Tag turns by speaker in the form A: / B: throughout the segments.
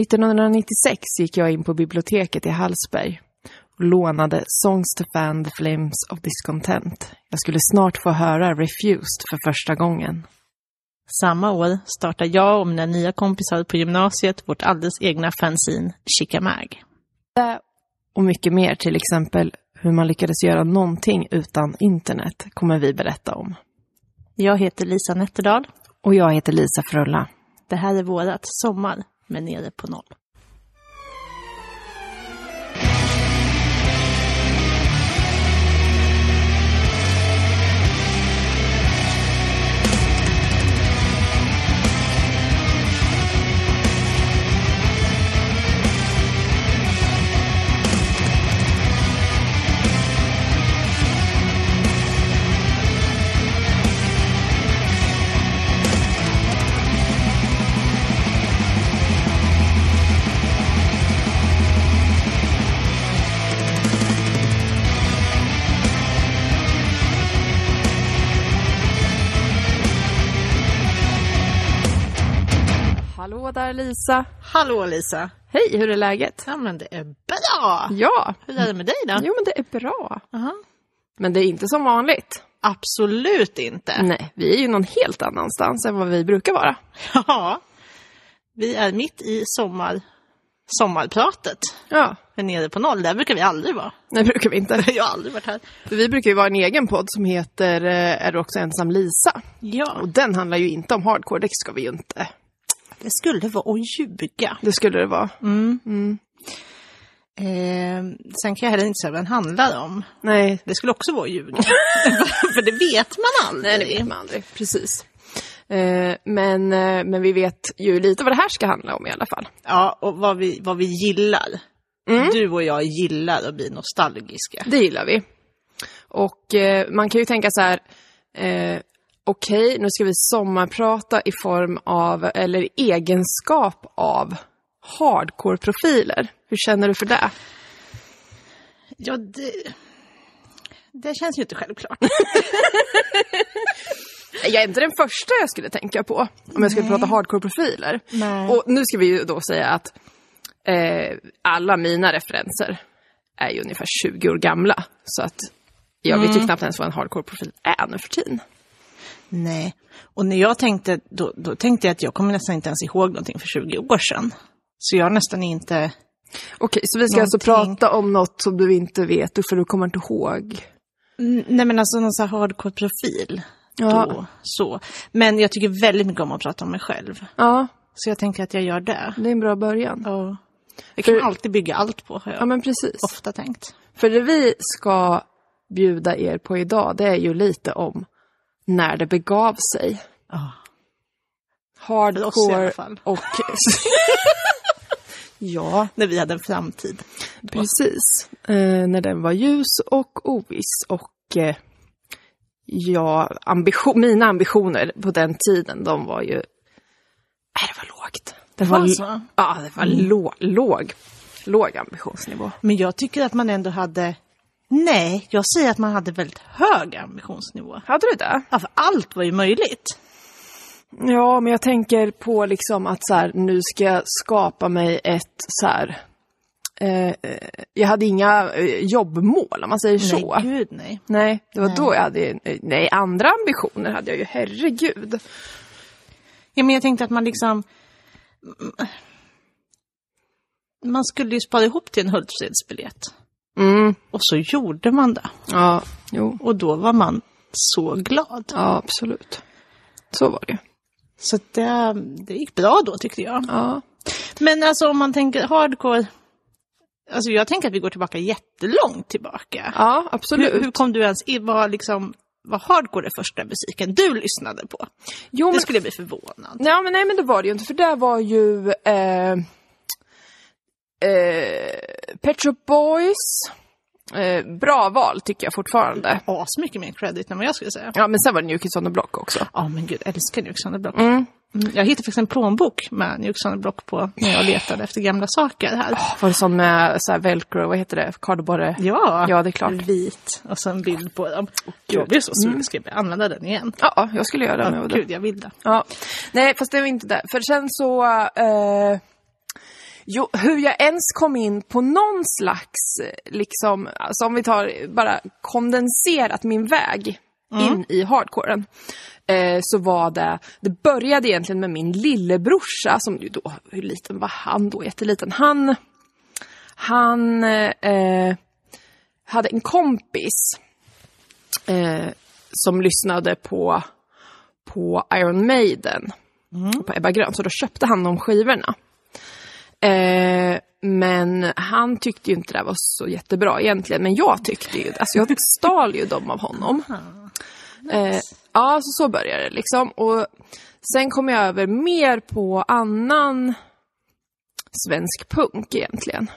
A: 1996 gick jag in på biblioteket i Hallsberg och lånade Songs to fan the flames of discontent. Jag skulle snart få höra Refused för första gången.
B: Samma år startade jag och mina nya kompisar på gymnasiet vårt alldeles egna fanzine Chikamag.
A: Det och mycket mer, till exempel hur man lyckades göra någonting utan internet, kommer vi berätta om.
B: Jag heter Lisa Nätterdal.
A: Och jag heter Lisa Frulla.
B: Det här är vårat Sommar med Nere på noll.
A: Hallå där Lisa!
B: Hallå Lisa!
A: Hej, hur är läget?
B: Ja men det är bra!
A: Ja,
B: Hur är det med dig då?
A: jo men det är bra.
B: Aha.
A: Men det är inte som vanligt.
B: Absolut inte!
A: Nej, vi är ju någon helt annanstans än vad vi brukar vara.
B: Ja, vi är mitt i sommar, sommarpratet.
A: Ja,
B: Men nere på noll, där brukar vi aldrig vara.
A: det brukar vi inte.
B: Jag har aldrig varit här.
A: För vi brukar ju vara en egen podd som heter eh, Är du också ensam Lisa?
B: Ja,
A: Och den handlar ju inte om hardcore, det ska vi ju inte.
B: det skulle vara att ljuga.
A: Det skulle det vara.
B: Eh, sen kan jag heller inte säga vad den handlar om.
A: Nej,
B: Det skulle också vara att ljuga. För det vet man aldrig.
A: Nej, det vet man aldrig. Precis. Eh, Men, eh, men vi vet ju lite vad det här ska handla om i alla fall.
B: Ja, och vad vi, vad vi gillar. Du och jag gillar att bli nostalgiska.
A: Det gillar vi. Och eh, man kan ju tänka så här, eh, okej, nu ska vi sommarprata i form av, eller egenskap av, hardcore-profiler. Hur känner du för det?
B: Ja, det, det känns ju inte självklart.
A: Jag är inte den första jag skulle tänka på om jag skulle prata hardcore-profiler.
B: Nej.
A: Och nu ska vi ju då säga att eh, alla mina referenser är ju ungefär 20 år gamla. Så att jag vet ju knappt ens vad en hardcore-profil är nu för tiden.
B: Nej, och när jag tänkte, då, då tänkte jag att jag kommer nästan inte ens ihåg någonting för 20 år sedan. Så jag har nästan inte...
A: Okej, så vi ska alltså
B: Någonting.
A: prata om något som du inte vet, för du kommer inte ihåg.
B: N- Nej men alltså någon sån här hardcore-profil. Då, så. Men jag tycker väldigt mycket om att prata om mig själv.
A: Ja,
B: Så jag tänker att jag gör det.
A: det är en bra början.
B: Ja. Jag kan
A: För-
B: alltid bygga allt på, har jag
A: Ja, men precis.
B: ofta tänkt.
A: För det vi ska bjuda er på idag, det är ju lite om när det begav sig.
B: Ja. För oss i
A: Hardcore
B: alla fall.
A: och... ja,
B: När vi hade en framtid.
A: precis. Eh, när den var ljus och oviss och eh, ja, ambition, mina ambitioner på den tiden, de var ju... Nej, det var lågt. Det Mm. var,
B: Alltså.
A: ja, det var lå, låg, låg ambitionsnivå.
B: Men jag tycker att man ändå hade... Nej, jag säger att man hade väldigt hög ambitionsnivå.
A: Hade du det?
B: Ja, för allt var ju möjligt.
A: Ja, men jag tänker på liksom att så här, nu ska jag skapa mig ett så här... Eh, eh, jag hade inga eh, jobbmål, om man säger så.
B: Nej, gud nej.
A: Nej, det var då jag hade... Nej, andra ambitioner hade jag ju, herregud.
B: Ja, men jag tänkte att man liksom... mm, Man skulle ju spara ihop till en Hultsfredsbiljett.
A: Mm,
B: Och så gjorde man det.
A: ja, jo.
B: Och då var man så glad.
A: Ja, absolut. Så var det
B: Så att det, det gick bra då tyckte jag.
A: Ja.
B: Men alltså om man tänker hardcore... Alltså jag tänker att vi går tillbaka jättelångt tillbaka.
A: ja,
B: Hur,
A: absolut.
B: hur kom du ens in? Vad liksom, var hardcore den första musiken du lyssnade på?
A: Jo,
B: Det
A: men,
B: skulle jag bli förvånad.
A: nej, men, nej, men det var det ju inte, för där var ju... Eh, eh, Pet Shop Boys. Eh, bra val, tycker jag fortfarande.
B: Asmycket mer credit än vad jag skulle säga.
A: Ja, men sen var det New Kids on the Block också.
B: Ja men gud, jag älskar New Xander Block.
A: Mm.
B: Mm, Jag hittade faktiskt en plånbok med New Xander Block på när jag letade efter gamla saker här.
A: Var det sån med så här velcro, vad heter det, kardborre?
B: Ja,
A: Ja, det är klart.
B: vit och så en bild på dem.
A: gud. Mm.
B: jag blev så sugen, ska jag använda den igen?
A: Ja, jag skulle göra det. om jag var
B: Ja,
A: du.
B: gud, jag vill det.
A: Ja. Nej, fast det var inte det. För sen så... Eh, Jo, hur jag ens kom in på någon slags, eh, liksom, alltså om vi tar bara kondenserat min väg in i hardcoren. Eh, så var det, det började egentligen med min lillebrorsa som ju då, hur liten var han då? Jätteliten. Han, han eh, hade en kompis eh, som lyssnade på, på Iron Maiden och på Ebba Grön, så då köpte han de skivorna. Eh, men han tyckte ju inte det här var så jättebra egentligen, men jag tyckte ju Alltså jag stal ju dem av honom. Eh, ja, så, så började det liksom. Och sen kom jag över mer på annan svensk punk egentligen.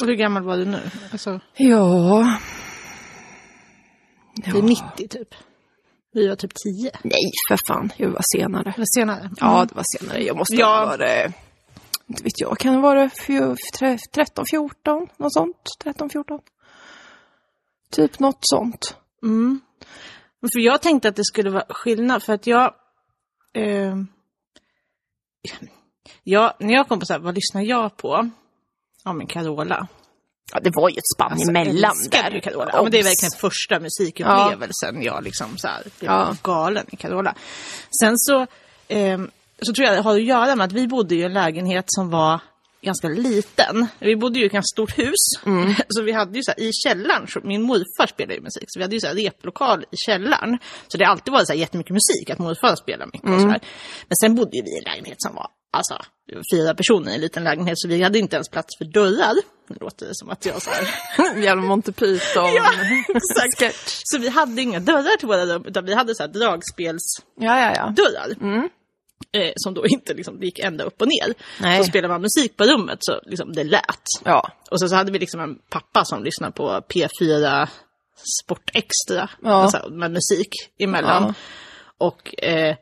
B: Och hur gammal var du nu? Alltså,
A: Ja...
B: det är 90 typ. Vi var typ 10.
A: Nej, för fan. Jag var senare.
B: Eller senare.
A: Mm. Ja, det var senare. Jag måste
B: Ja.
A: ha varit... Inte vet jag, kan det vara fj- tre- 13, 14? Något sånt? 13, 14? Typ något sånt.
B: Mm. Men För jag tänkte att det skulle vara skillnad för att jag... Eh, jag när jag kom på så här, vad lyssnar jag på? Ja men Carola.
A: Ja, det var ju ett spann emellan
B: Alltså, älskade
A: där.
B: ju Carola. Ja, men det är verkligen första musikupplevelsen jag liksom så här, blev
A: Ja.
B: galen i Carola. Sen så, ehm, så tror jag det har att göra med att vi bodde i en lägenhet som var ganska liten. Vi bodde ju i ett ganska stort hus.
A: Mm.
B: Så vi hade ju så här, i källaren, så min morfar spelade ju musik, så vi hade ju så här, replokal i källaren. Så det har alltid varit så här, jättemycket musik, att morfar spelade mycket
A: Mm.
B: och så här. Men sen bodde ju vi i en lägenhet som var Alltså, det var fyra personer i en liten lägenhet så vi hade inte ens plats för dörrar. Nu låter det som att jag så här
A: Jävla Monty Python.
B: Ja, exakt.
A: Sketch.
B: Så vi hade inga dörrar till våra rum, utan vi hade så här dragspelsdörrar.
A: Ja, ja, ja. Mm.
B: Eh, som då inte liksom gick ända upp och ner.
A: Nej.
B: Så spelade man musik på rummet så liksom det lät.
A: Ja,
B: Och sen så hade vi liksom en pappa som lyssnade på P4 Sport Extra
A: Ja.
B: alltså, med musik emellan.
A: Ja.
B: Och eh,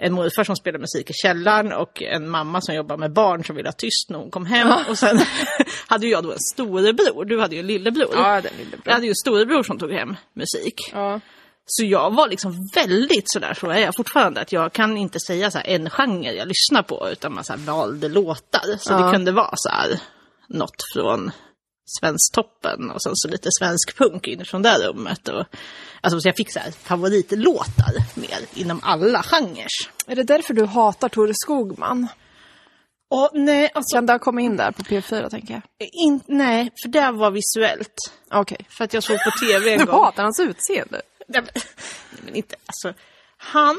B: en morfar som spelade musik i källaren och en mamma som jobbar med barn som ville ha tyst när hon kom hem. Och sen hade ju jag då en storebror, du hade ju en lillebror.
A: ja den lille
B: Jag hade ju en storebror som tog hem musik.
A: Ja.
B: Så jag var liksom väldigt sådär, så är jag fortfarande, att jag kan inte säga så här en genre jag lyssnar på, utan man så här valde låtar. Så det kunde vara så här, något från Svensktoppen och sen så lite svensk punk inifrån det rummet. Och, alltså, så jag fick så här favoritlåtar mer inom alla genrer.
A: Är det därför du hatar Tore Skogman?
B: Och nej, alltså,
A: Kan det ha kommit in där på P4, tänker jag?
B: in, nej, för det var visuellt.
A: Okej.
B: För att jag såg på tv en
A: Du
B: gång.
A: hatar hans utseende?
B: Nej men, nej, men inte, alltså. Han,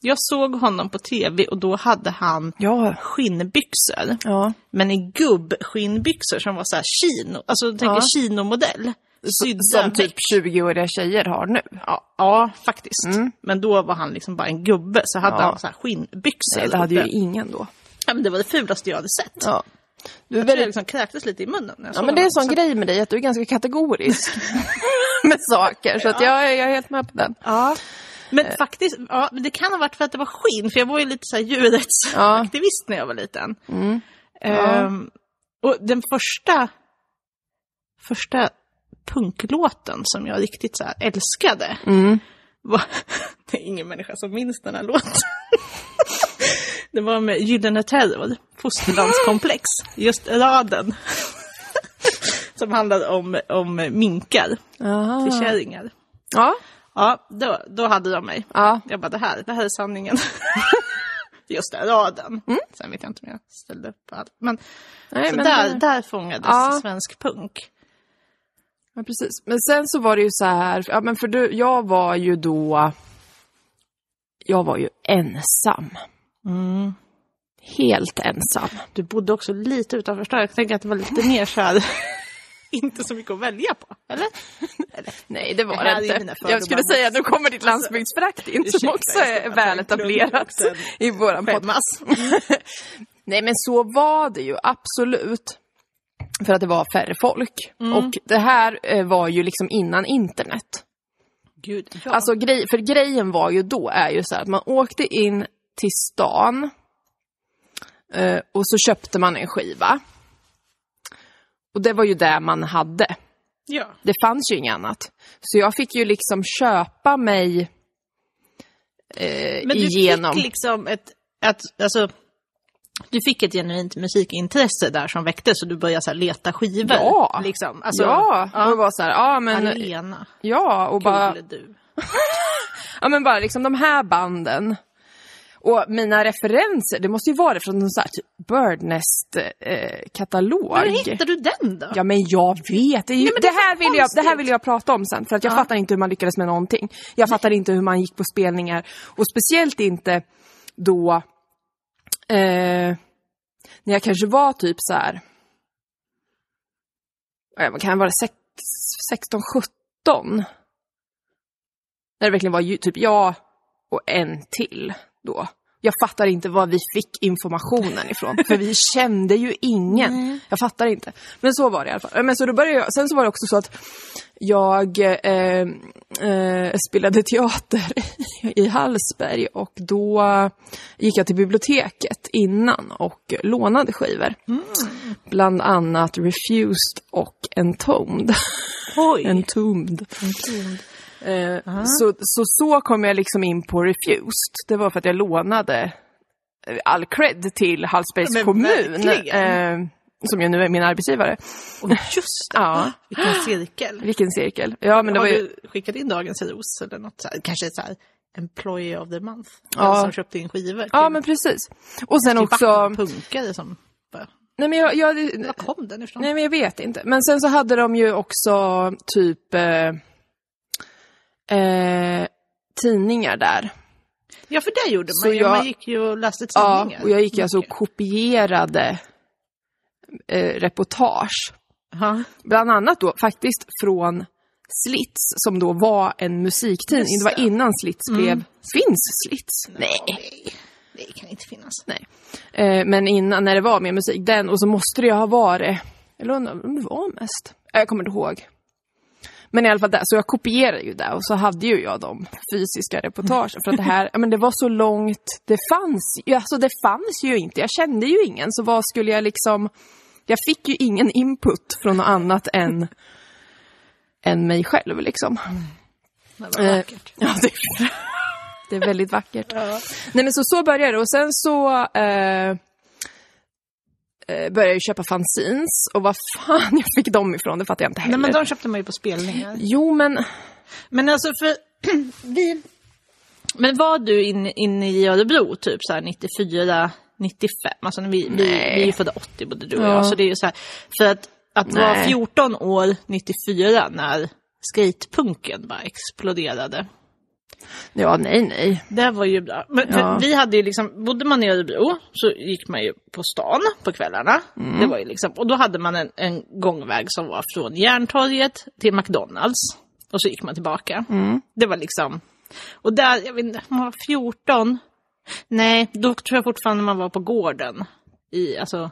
B: jag såg honom på tv och då hade han
A: Ja.
B: skinnbyxor.
A: Ja.
B: Men i gubbskinnbyxor som var så här kino, alltså tänk
A: Ja.
B: en kinomodell. Sydda
A: Som
B: med-
A: typ 20-åriga tjejer har nu.
B: Ja, ja faktiskt. Men då var han liksom bara en gubbe, så hade
A: Mm. Ja.
B: han så här skinnbyxor.
A: Nej, det hade ju
B: uppe.
A: ingen då.
B: ja, men det var det fulaste jag hade sett.
A: Ja. Du är
B: Jag tror jag
A: väldigt...
B: liksom kräktes lite i munnen. när jag
A: Ja,
B: såg
A: men det är en
B: honom.
A: sån
B: Så-
A: grej med dig, att du är ganska kategorisk med saker. Så att jag, jag är helt med på den.
B: Ja. Men
A: Eh.
B: faktiskt, ja, men det kan ha varit för att det var skinn, för jag var ju lite så här
A: Ja. Mm.
B: djurrättsaktivist när jag var liten.
A: Ja.
B: Ehm, och den första, första punklåten som jag riktigt så här älskade
A: Mm.
B: var, det är ingen människa som minns den här låten. Det var med Gyllene Terror, Fosterlandskomplex, just raden. Som handlade om, om minkar till
A: Aha.
B: kärringar.
A: Ja.
B: Ja, då, då hade de mig.
A: Ja.
B: Jag bara, det här, det här är sanningen. Just det, raden. Sen vet jag inte om jag ställde upp på allt. Mm. Men,
A: Nej,
B: så
A: men,
B: där, där fångades
A: Ja.
B: svensk punk.
A: ja, precis. Men sen så var det ju så här, ja, men för du, jag var ju då, jag var ju ensam. Mm. Helt ensam.
B: Du bodde också lite utanför stan. Jag tänker att det var lite mer så här, inte så mycket att välja på. Eller?
A: Nej, det var
B: Det här
A: det
B: är ju mina
A: inte.
B: fördomar.
A: Jag skulle säga, nu kommer ditt landsbygdsförakt in som
B: ursäkta,
A: också
B: jag ska
A: är
B: bara ta en
A: väl
B: klunk
A: etablerat
B: och sen
A: i våran podd.
B: Skämmas.
A: Nej men så var det ju absolut. För att det var färre folk. Och det här eh, var ju liksom innan internet.
B: Gud, ja.
A: Alltså grej, för grejen var ju då är ju så här att man åkte in till stan. Eh, och så köpte man en skiva. Och det var ju det man hade.
B: ja.
A: Det fanns ju inget annat. Så jag fick ju liksom köpa mig eh,
B: Men du
A: igenom.
B: fick liksom ett, ett, alltså, Du fick ett genuint musikintresse där som väcktes och du började så här leta skivor.
A: Ja.
B: liksom. alltså,
A: ja, och det var så här, ja men,
B: Alena,
A: ja, och bara,
B: cool du.
A: ja men bara liksom de här banden. Och mina referenser, det måste ju vara från någon sån här typ eh, Birdnest-katalog.
B: Hur hittade du den då?
A: Ja men jag vet, det, är ju,
B: Nej, men
A: det,
B: det är så
A: här vill jag, det här
B: konstigt.
A: vill jag prata om sen för att jag
B: Ja.
A: fattar inte hur man lyckades med någonting. Jag fattar inte hur man gick på spelningar och speciellt inte då eh, när jag kanske var typ så här. eh, Vad kan jag vara, sex- 16, 17? När det verkligen var ju typ jag och en till då. Jag fattar inte var vi fick informationen ifrån, för vi kände ju ingen. Jag fattar inte. Men så var det i alla fall. Men så då började jag, sen så var det också så att jag eh, eh, spelade teater i Hallsberg och då gick jag till biblioteket innan och lånade skivor. Bland annat Refused och Entombed.
B: Oj.
A: Entombed. Eh,
B: Ah.
A: så, så så kom jag liksom in på Refused. Det var för att jag lånade eh, all cred till Hallsbergs
B: Men
A: kommun.
B: verkligen.
A: Eh, som ju nu är min arbetsgivare.
B: Och just det.
A: Ja.
B: Vilken cirkel.
A: Vilken cirkel. Ja, men det
B: Har
A: var ju...
B: du skickat in dagens ros eller något så här, kanske så här employee of the month?
A: Ja.
B: Den Som köpte in skivor
A: Ja,
B: till-
A: men precis. Och sen
B: till
A: också...
B: punkare som... bara,
A: Nej, men jag, jag,
B: Var kom den ifrån?
A: nej, men jag vet inte. Men sen så hade de ju också typ eh, eh, tidningar där.
B: Ja, för det gjorde
A: Så
B: man ju.
A: jag-
B: Man gick ju och läste
A: Ja,
B: tidningar.
A: och jag gick ju alltså och
B: Mycket.
A: kopierade eh, reportage.
B: Ja.
A: Bland annat då faktiskt från Slits, som då var en musiktidning.
B: Just
A: Det var
B: det. Mm.
A: innan Slits blev... Finns Slits? Nej.
B: Nej, det kan inte finnas.
A: Nej. Eh, men innan, när det var mer musik, den, och så måste det ju ha varit, eller undrar om det var mest. Eh, Jag kommer inte ihåg. Men i alla fall där, så jag kopierade ju det och så hade ju jag de fysiska reportagen. För att det här, ja, men det var så långt, det fanns ju, alltså det fanns ju inte. Jag kände ju ingen, så vad skulle jag liksom, jag fick ju ingen input från något annat än, än mig själv liksom.
B: Det var vackert.
A: Eh, ja, det, det är väldigt vackert. Nej men så, så började det och sen så eh, eh, började jag ju köpa fanzines och vad fan jag fick dem ifrån, det fattar jag inte heller.
B: Nej, men de köpte man ju på spelningar.
A: Jo men,
B: Men alltså för... vi... Men var du inne in i Örebro typ så här 94, 95? Alltså när vi, vi, vi
A: Nej.
B: är ju födda 80 både du och
A: Ja.
B: jag. Så det är ju så här, för att, att vara
A: Nej.
B: 14 år 94 när skatepunken bara exploderade.
A: ja nej nej.
B: Det var ju bra. Men för
A: Ja.
B: vi hade ju liksom, bodde man i Örebro så gick man ju på stan på kvällarna.
A: Mm.
B: Det var ju liksom, och då hade man en, en gångväg som var från Järntorget till McDonalds. Och så gick man tillbaka.
A: Mm.
B: Det var liksom, och där, jag vet inte, man var 14. Nej, då tror jag fortfarande man var på gården. I, alltså,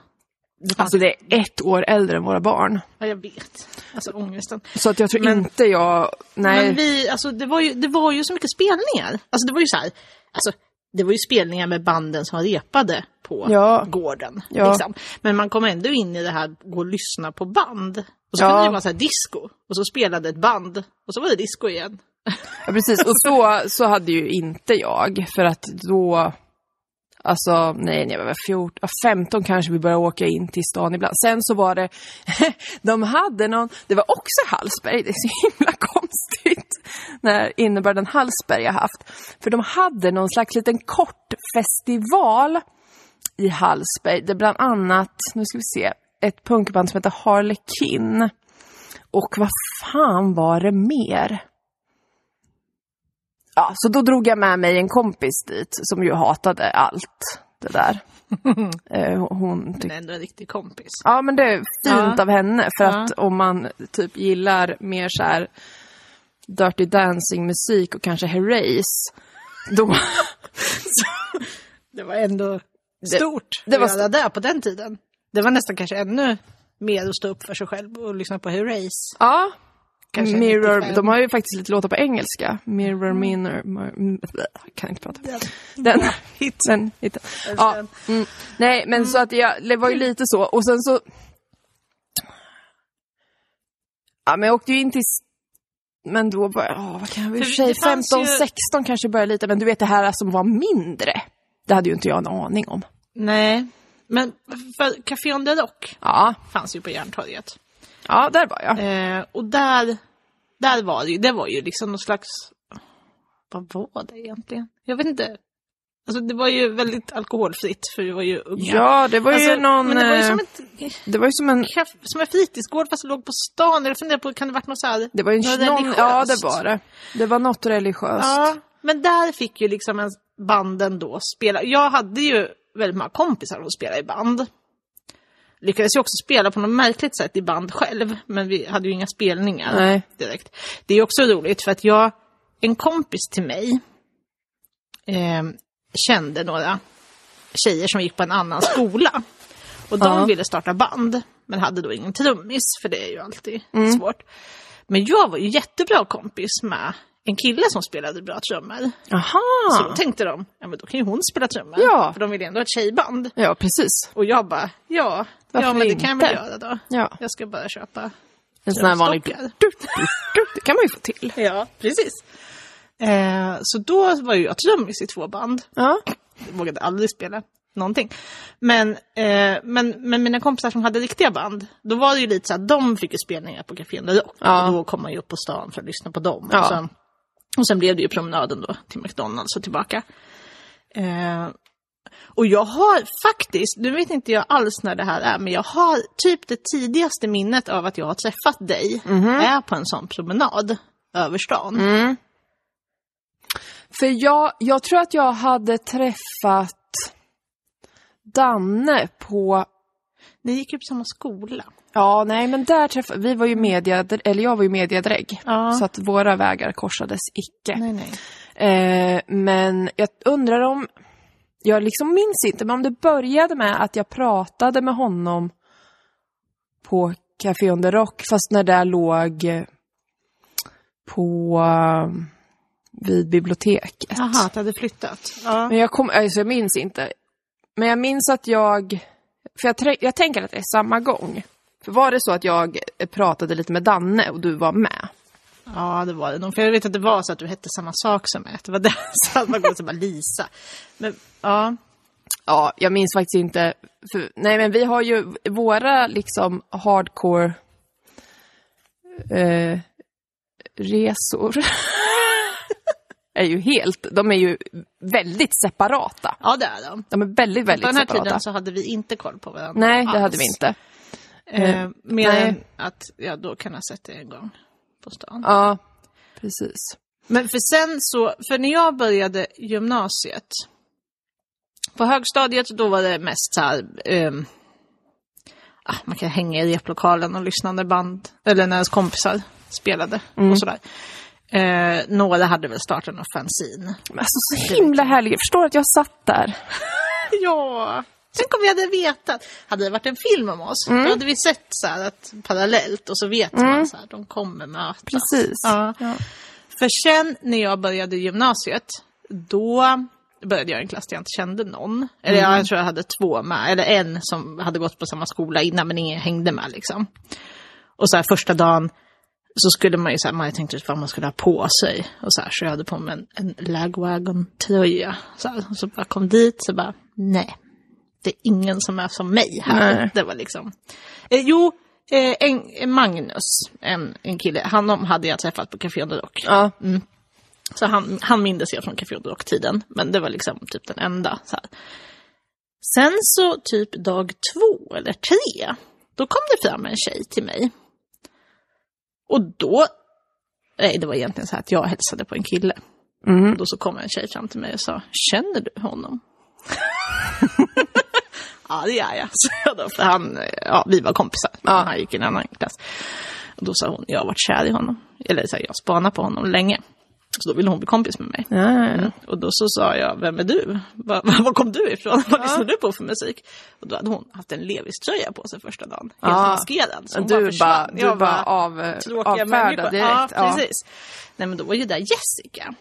B: det fanns,
A: Alltså det är ett år äldre än våra barn.
B: ja, jag vet. Alltså ångesten.
A: Så att jag tror
B: Men-
A: inte jag, nej.
B: Men vi, alltså det var, ju, det var ju så mycket spelningar. Alltså det var ju så här, alltså det var ju spelningar med banden som repade på
A: Ja.
B: gården.
A: Ja.
B: Liksom. Men man kom ändå in i det här, gå och lyssna på band. Och så
A: Ja.
B: kunde det vara så här disco, och så spelade ett band, och så var det disco igen.
A: Ja, precis, och så, så hade ju inte jag, för att då... Alltså, nej, när jag var 14, ja, 15 kanske vi började åka in till stan ibland. Sen så var det, de hade någon, det var också Hallsberg, det är så himla konstigt, när innebörden Hallsberg jag haft. För de hade någon slags liten kort festival i Hallsberg, där bland annat, nu ska vi se, ett punkband som heter Harlekin. Och vad fan var det mer? Ja, så då drog jag med mig en kompis dit som ju hatade allt det där. Eh, Hon tyckte...
B: Men ändå en riktig kompis.
A: Ja, men det är fint
B: Ja.
A: av henne för
B: Ja.
A: att om man typ gillar mer så här Dirty Dancing-musik och kanske Herreys, då...
B: Det var ändå stort
A: det var
B: att göra det på den tiden. Det var nästan kanske ännu mer att stå upp för sig själv och lyssna på Hurrays.
A: Ja.
B: Kanske
A: Mirror,
B: 95.
A: de har ju faktiskt lite låtar på engelska. Mirror, mirror, mir- mm, kan inte prata. Den,
B: Hit.
A: den hitten. Ja,
B: den.
A: mm. Nej, men så att jag, det var ju lite så. Och sen så... Ja, men jag åkte ju in till... s- Men då var jag, åh, vad kan jag, i och
B: För
A: för sig,
B: det fanns
A: 15,
B: ju-
A: 16 kanske började lite. Men du vet det här som var mindre, det hade ju inte jag en aning om.
B: Nej. Men för Café on the Dock
A: Ja,
B: fanns ju på Järntorget.
A: ja där var jag.
B: Eh, och där, där var det ju, det var ju liksom någon slags... Vad var det egentligen? Jag vet inte. Alltså det var ju väldigt alkoholfritt för vi var ju unga.
A: Ja, det var ju
B: Alltså,
A: någon...
B: Men det var ju
A: eh,
B: som, ett,
A: det var ju som en...
B: kaf- som en fritidsgård fast det låg på stan. Jag funderar på, kan det varit något så här...
A: Det var ju
B: något
A: någon,
B: religiöst?
A: ja, det var det. Det var något religiöst.
B: Ja, men där fick ju liksom en banden då spela. Jag hade ju väldigt många kompisar som spelade i band. Lyckades ju också spela på något märkligt sätt i band själv, men vi hade ju inga spelningar
A: Nej.
B: direkt. Det är också roligt för att jag, en kompis till mig, eh, kände några tjejer som gick på en annan skola. Och de
A: Ja.
B: ville starta band, men hade då ingen trummis, för det är ju alltid
A: Mm.
B: svårt. Men jag var ju jättebra kompis med en kille som spelade bra trummor. Så då
A: Aha!
B: tänkte de, ja men då kan ju hon spela trummor.
A: Ja.
B: För de ville ändå ha ett tjejband.
A: Ja, precis.
B: Och jag bara, ja,
A: Varför
B: ja men det kan jag väl
A: inte?
B: göra då.
A: Ja,
B: Jag ska bara köpa
A: en sån här vanlig...
B: trumstockar.
A: Det kan man ju få till.
B: Ja, precis. Eh, så då var ju jag trummis i två band.
A: Ja.
B: Jag vågade aldrig spela någonting. Men, eh, men, men mina kompisar som hade riktiga band, då var det ju lite så att de fick ju spelningar på Café Under Rock.
A: Ja.
B: Och då kom man ju upp på stan för att lyssna på dem.
A: Ja.
B: Och, sen, och sen blev det ju promenaden då till McDonalds och tillbaka. Eh, och jag har faktiskt, nu vet inte jag alls när det här är, men jag har typ det tidigaste minnet av att jag har träffat dig är på en sån promenad över stan.
A: För jag, jag tror att jag hade träffat Danne på...
B: Ni gick ju på samma skola.
A: Ja, nej, men där träffade... Vi var ju media... Eller jag var ju mediadrägg.
B: Ja.
A: Så att våra vägar korsades icke.
B: Nej, nej.
A: Eh, men jag undrar om, jag liksom minns inte, men om det började med att jag pratade med honom på Café on the Rock, fast när det låg eh, på, eh, vid biblioteket.
B: Jaha, att det hade flyttat. Ja.
A: Men jag, kom, alltså jag minns inte. Men jag minns att jag, för jag, trä- jag tänker att det är samma gång. För var det så att jag eh, pratade lite med Danne och du var med?
B: Ja, det var det nog. För jag vet att det var så att du hette samma sak som mig. Att Det var det. Så att man går som bara Lisa. Men ja,
A: Ja, jag minns faktiskt inte. För, nej, men vi har ju våra liksom hardcore eh, resor. är ju helt, de är ju väldigt separata.
B: ja det är de.
A: De är väldigt,
B: På
A: väldigt
B: den här
A: separata.
B: tiden så hade vi inte koll på varandra
A: Nej, det
B: alls.
A: hade vi inte.
B: Eh, mer
A: nej.
B: än att jag då kan ha sett det en gång på stan.
A: Ja, precis.
B: Men för sen så, för när jag började gymnasiet, på högstadiet då var det mest så här, ehm, ah, man kan hänga i replokalen och lyssna när band, eller när ens kompisar spelade och sådär. Eh, några hade väl startat någon fanzine.
A: Men alltså så himla härligt. Jag förstår att jag satt där.
B: Ja, tänk om vi hade vetat. Hade det varit en film om oss, då hade vi sett så här att parallellt och så vet man så här, de kommer mötas.
A: Precis.
B: Ja. För sen när jag började gymnasiet, då började jag i en klass där jag inte kände någon. Eller ja, jag tror jag hade två med, eller en som hade gått på samma skola innan men ingen hängde med liksom. Och så här första dagen så skulle man ju så här, man hade tänkt ut vad man skulle ha på sig. Och så här, så jag hade på mig en, en lagwagon-tröja. Så, här, och så bara kom dit, så bara, nej. Det är ingen som är som mig här.
A: Nej.
B: Det var liksom... Eh, jo, eh, en, en Magnus, en, en kille, han om hade jag träffat på Café Under Rock.
A: Ja,
B: Så han, han mindes jag från Café Under Rock-tiden, men det var liksom typ den enda. Så här. Sen så typ dag två eller tre, då kom det fram en tjej till mig. Och då, nej det var egentligen så här att jag hälsade på en kille. Och då så kom en tjej fram till mig och sa, känner du honom? ja det gör jag, så jag då, för han, ja vi var kompisar, ja. han gick i en annan klass. Och då sa hon, jag har varit kär i honom, eller så här, jag spanar på honom länge. Så då ville hon bli kompis med mig.
A: ja, ja, ja.
B: Mm. Och då så sa jag, vem är du? Var, var kom du ifrån? Vad lyssnar du på för musik? Och då hade hon haft en Levis-tröja på sig första dagen. Helt
A: Ja.
B: maskerad. Så hon bara
A: Du bara,
B: försvann.
A: du
B: Jag
A: bara av, eh,
B: tråkiga
A: avfärdade
B: människor.
A: direkt.
B: Ja, precis. Nej men då var ju där Jessica.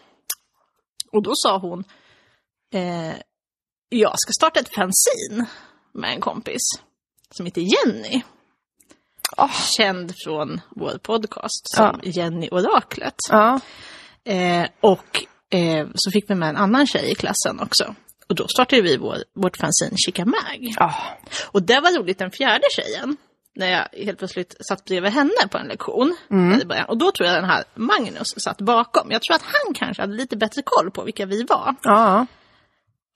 B: Och då sa hon, eh, jag ska starta ett fanzine med en kompis som heter Jenny.
A: Ah.
B: Känd från vår podcast som Jenny Oraklet.
A: Ja.
B: Eh, och eh, så fick vi med en annan tjej i klassen också. Och då startade vi vår, vårt fanzine Chica Mag.
A: Ja.
B: Och det var roligt, den fjärde tjejen, när jag helt plötsligt satt bredvid henne på en lektion. i början. Och då tror jag den här Magnus satt bakom. Jag tror att han kanske hade lite bättre koll på vilka vi var.
A: Ja,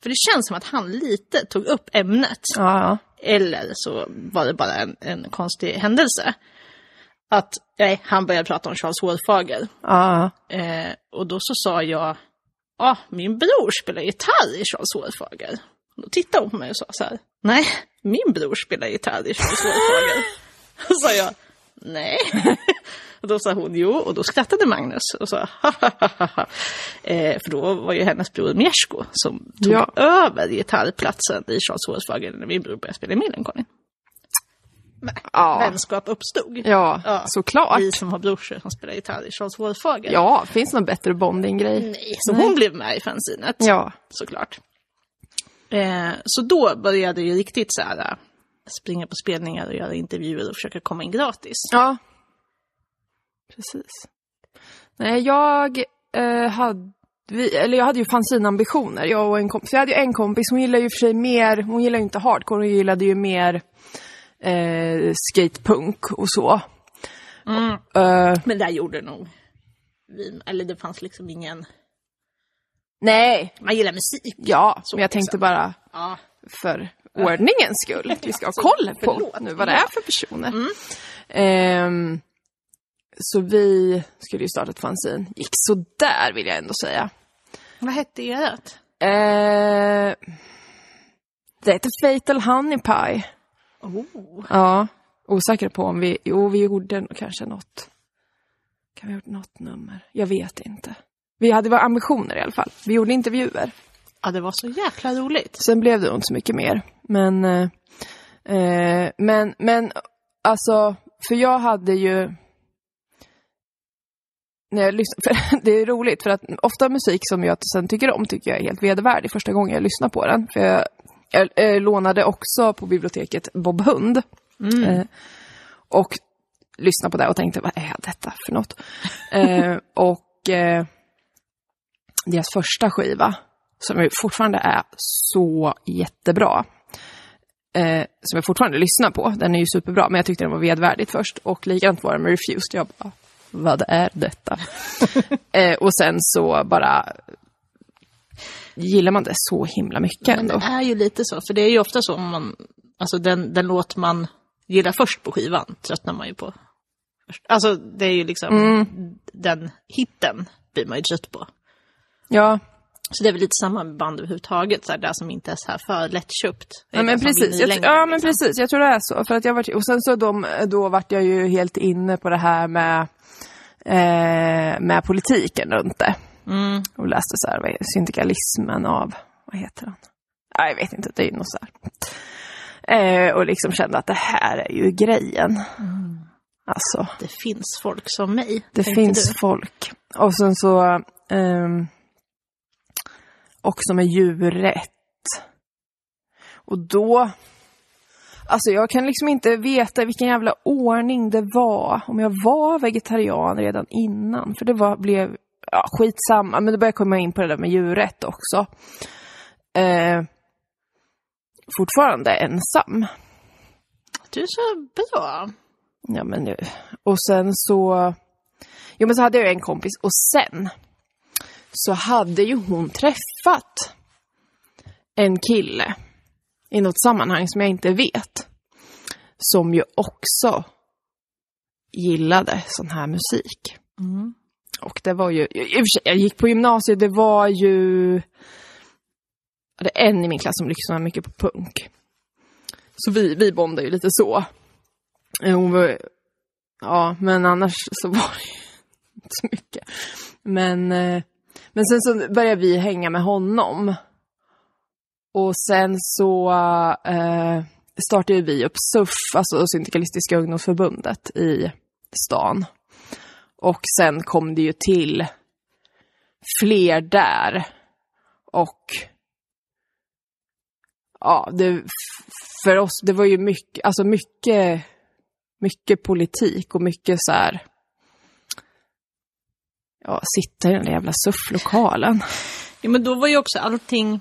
B: För det känns som att han lite tog upp ämnet.
A: ja,
B: Eller så var det bara en, en konstig händelse. Att, nej, han började prata om Charles Hårfager.
A: ja.
B: Eh, och då så sa jag, ja, ah, min bror spelar gitarr i Charles Hårfager. Då tittade hon på mig och sa så här, nej, min bror spelar gitarr i Charles Hårfager. och sa jag, nej. och då sa hon jo, och då skrattade Magnus och sa ha eh, För då var ju hennes bror Miesko som tog
A: Ja.
B: över gitarrplatsen i Charles Hårfager när min bror började spela i Millencolin.
A: ja.
B: Vänskap uppstod.
A: ja.
B: Ja.
A: såklart.
B: Vi som har brorsor som spelar gitarr i Charles Hårfager.
A: Ja, finns någon bättre bonding-grej?
B: Nej, så
A: Nej.
B: hon blev med i fanzinet.
A: Ja.
B: såklart. Eh, så då började jag ju riktigt så här, eh, springa på spelningar och göra intervjuer och försöka komma in gratis.
A: Ja. Precis. Nej, jag eh, hade... Vi, eller jag hade ju fanzinambitioner, jag och en kompis. Jag hade ju en kompis, hon gillar ju för sig mer, hon gillar ju inte hardcore, hon gillade ju mer eh, skatepunk och så. Eh,
B: Men där gjorde nog vi, eller det fanns liksom ingen,
A: nej,
B: man gillar musik.
A: ja,
B: Så
A: men jag tänkte
B: liksom.
A: bara
B: Ja.
A: för ordningens skull. Att vi ska ha koll på
B: Förlåt. Mm.
A: nu vad det är för personer. Ehm, så vi skulle ju starta ett fanzine. Gick sådär vill jag ändå säga.
B: Vad hette ert?
A: Ehm, det heter Fatal Honey Pie.
B: Oh.
A: Ja, osäker på om vi... Jo, vi gjorde nog kanske något. Kan vi ha gjort något nummer? Jag vet inte. Vi hade våra ambitioner i alla fall. Vi gjorde intervjuer.
B: Ja, det var så jäkla roligt.
A: Sen blev det nog inte så mycket mer. Men, eh, eh, men, men alltså, för jag hade ju... När jag lyssnar, för det är roligt, för att ofta musik som jag sen tycker om tycker jag är helt vedervärdig första gången jag lyssnar på den. För jag, jag, eh, lånade också på biblioteket Bob Hund.
B: Mm.
A: Eh, och lyssnade på det och tänkte, vad är detta för något? eh, och eh, deras första skiva, som ju fortfarande är så jättebra. Eh, som jag fortfarande lyssnar på. Den är ju superbra, men jag tyckte den var vedvärdigt först. Och likadant var det med Refused. Jag bara, vad är detta? eh, och sen så bara gillar man det så himla mycket
B: Men det
A: ändå.
B: är ju lite så, för det är ju ofta så om man, alltså den, den låt man gillar först på skivan tröttnar man ju på. först. Alltså det är ju liksom den hitten blir man ju trött på.
A: Ja,
B: Så det är väl lite samma med band överhuvudtaget, så här, det som inte är så här för lättköpt. Det är
A: Ja men,
B: det som
A: precis.
B: vinner
A: Jag,
B: längden,
A: ja men
B: Alltså, liksom.
A: precis, jag tror det är så. För att jag varit, och sen så de, då vart jag ju helt inne på det här med, eh, med politiken runt det.
B: Mm.
A: Och läste så här, vad är- syndikalismen av, vad heter han? Nej, jag vet inte, det är ju något så här. Eh, och liksom kände att det här är ju grejen. Alltså,
B: Det finns folk som mig.
A: det
B: tänkte
A: finns
B: du.
A: folk. Och sen så, ehm, också med djurrätt. Och då, alltså jag kan liksom inte veta i vilken jävla ordning det var. Om jag var vegetarian redan innan. För det var, blev, ja skitsamma. Men då började jag komma in på det där med djurrätt också. Eh, fortfarande ensam.
B: Du är så bra.
A: Ja, men nu. Och sen så... Jo, men så hade jag ju en kompis och sen så hade ju hon träffat en kille i något sammanhang som jag inte vet. Som ju också gillade sån här musik.
B: Mm.
A: Och det var ju, i och för sig, jag gick på gymnasiet, det var ju, Ja, det är en i min klass som lyssnar mycket på punk. Så vi, vi bondade ju lite så. Eh, Hon var, ja, men annars så var det ju inte så mycket. Men, eh, men sen så började vi hänga med honom. Och sen så eh, startade vi upp SUF, alltså Syndikalistiska ungdomsförbundet i stan. Och sen kom det ju till fler där. Och ja, det, för oss, det var ju mycket, alltså mycket, mycket politik och mycket så här, ja, sitta i den där jävla sufflokalen.
B: Ja, men då var ju också allting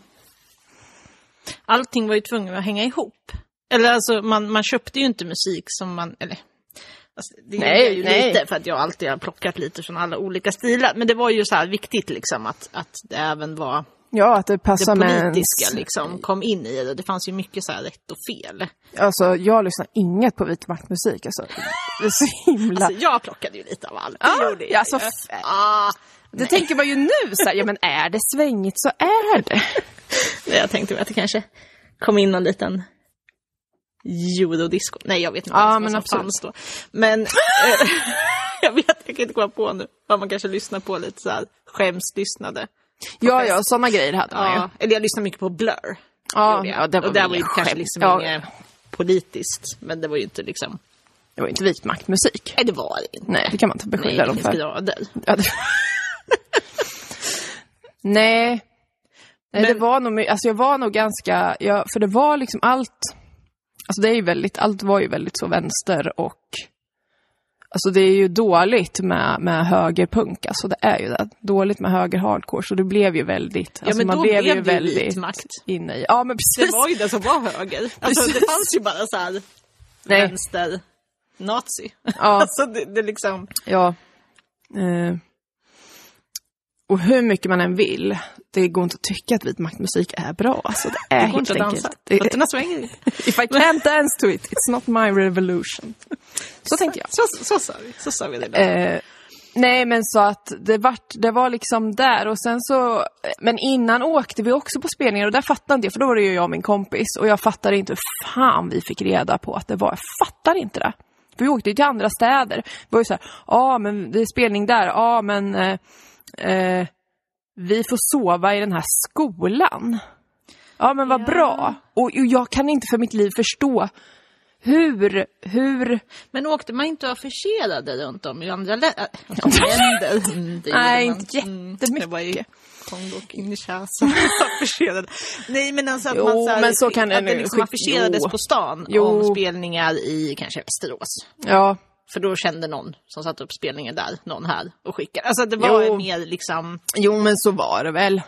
B: allting var ju tvungen att hänga ihop. Eller alltså, man, man köpte ju inte musik som man... Eller, alltså, det gjorde
A: Nej,
B: jag ju
A: nej.
B: lite, för att jag alltid har plockat lite från alla olika stilar. Men det var ju så här viktigt liksom att, att det även var
A: Ja, att det
B: det
A: passar med ens...
B: politiska liksom kom in i det. Det fanns ju mycket så här rätt och fel.
A: Alltså, jag lyssnar inget på vit maktmusik. Alltså. Det är så himla...
B: Alltså, jag plockade ju lite av allt.
A: Ah,
B: det gjorde jag.
A: alltså,
B: ju.
A: f-
B: ah,
A: Alltså, det tänker man ju nu så här, ja men är det svängigt så är det.
B: nej, jag tänkte mig att det kanske kom in någon liten eurodisco. Nej, jag vet inte
A: Ja,
B: ens vad
A: men
B: som
A: absolut.
B: fanns då. Men eh, jag vet, jag kan inte komma på nu vad man kanske lyssnar på lite så här skämslyssnade.
A: Ja, ja, sådana grejer hade man ju.
B: Ja, eller jag lyssnar mycket på Blur.
A: Ja,
B: gjorde jag.
A: ja, det var
B: och där
A: väl
B: var ju kanske
A: skämt.
B: liksom
A: Ja.
B: inget politiskt, men det var ju inte liksom...
A: Det var ju inte vit maktmusik.
B: Nej, det var det inte.
A: Nej, det kan man inte
B: Nej,
A: beskylla
B: det
A: dem
B: finns
A: för.
B: grader.
A: Ja, det... Nej. Nej, det
B: Men-
A: var nog, my- alltså jag var nog ganska, jag, för det var liksom allt, alltså det är ju väldigt, allt var ju väldigt så vänster och, alltså det är ju dåligt med, med högerpunk, alltså det är ju det, dåligt med höger hardcore, så det blev ju väldigt, alltså
B: men
A: man
B: då
A: blev
B: blev
A: ju
B: det ju vit
A: väldigt
B: makt.
A: inne i, ja men
B: Det
A: precis.
B: var ju det som var höger. Alltså, det
A: Precis.
B: fanns ju bara så här
A: Nej,
B: vänster nazi.
A: ja,
B: Alltså det, det liksom...
A: ja. Eh. Och hur mycket man än vill, det går inte att tycka att vit maktmusik är bra. Alltså det är
B: Det går
A: helt
B: inte att dansa.
A: enkelt. Det,
B: Fötterna svänger inte.
A: If I can't dance to it, it's not my revolution. Så tänkte jag.
B: Så, så, sa vi. Så sa vi det. där.
A: Eh, nej, men så att det, vart, det var liksom där och sen så... Men innan åkte vi också på spelningar och där fattade inte jag, för då var det ju jag och min kompis och jag fattade inte hur fan vi fick reda på att det var. Jag fattar inte det. För vi åkte ju till andra städer. Det var ju så här, ja ah, men det är spelning där, ja ah, men... Eh, eh, vi får sova i den här skolan. Ja men vad
B: Ja.
A: bra. Och, och jag kan inte för mitt liv förstå hur, hur...
B: Men åkte man inte afficherade runt om i andra lä- äh, länder? Mm, det gjorde
A: Nej,
B: man.
A: inte
B: Mm,
A: jättemycket.
B: Det var ju Kongo och Kinshasa afficherade. Nej, men alltså att
A: Jo,
B: man så här,
A: men så kan det
B: att det
A: nu-
B: liksom
A: skit-
B: afficherades
A: jo.
B: på stan
A: Jo.
B: om spelningar i kanske Västerås.
A: Ja,
B: För då kände någon som satte upp spelningen där, någon här och skickade. Alltså det var
A: Jo.
B: mer liksom...
A: Jo, men så var det väl.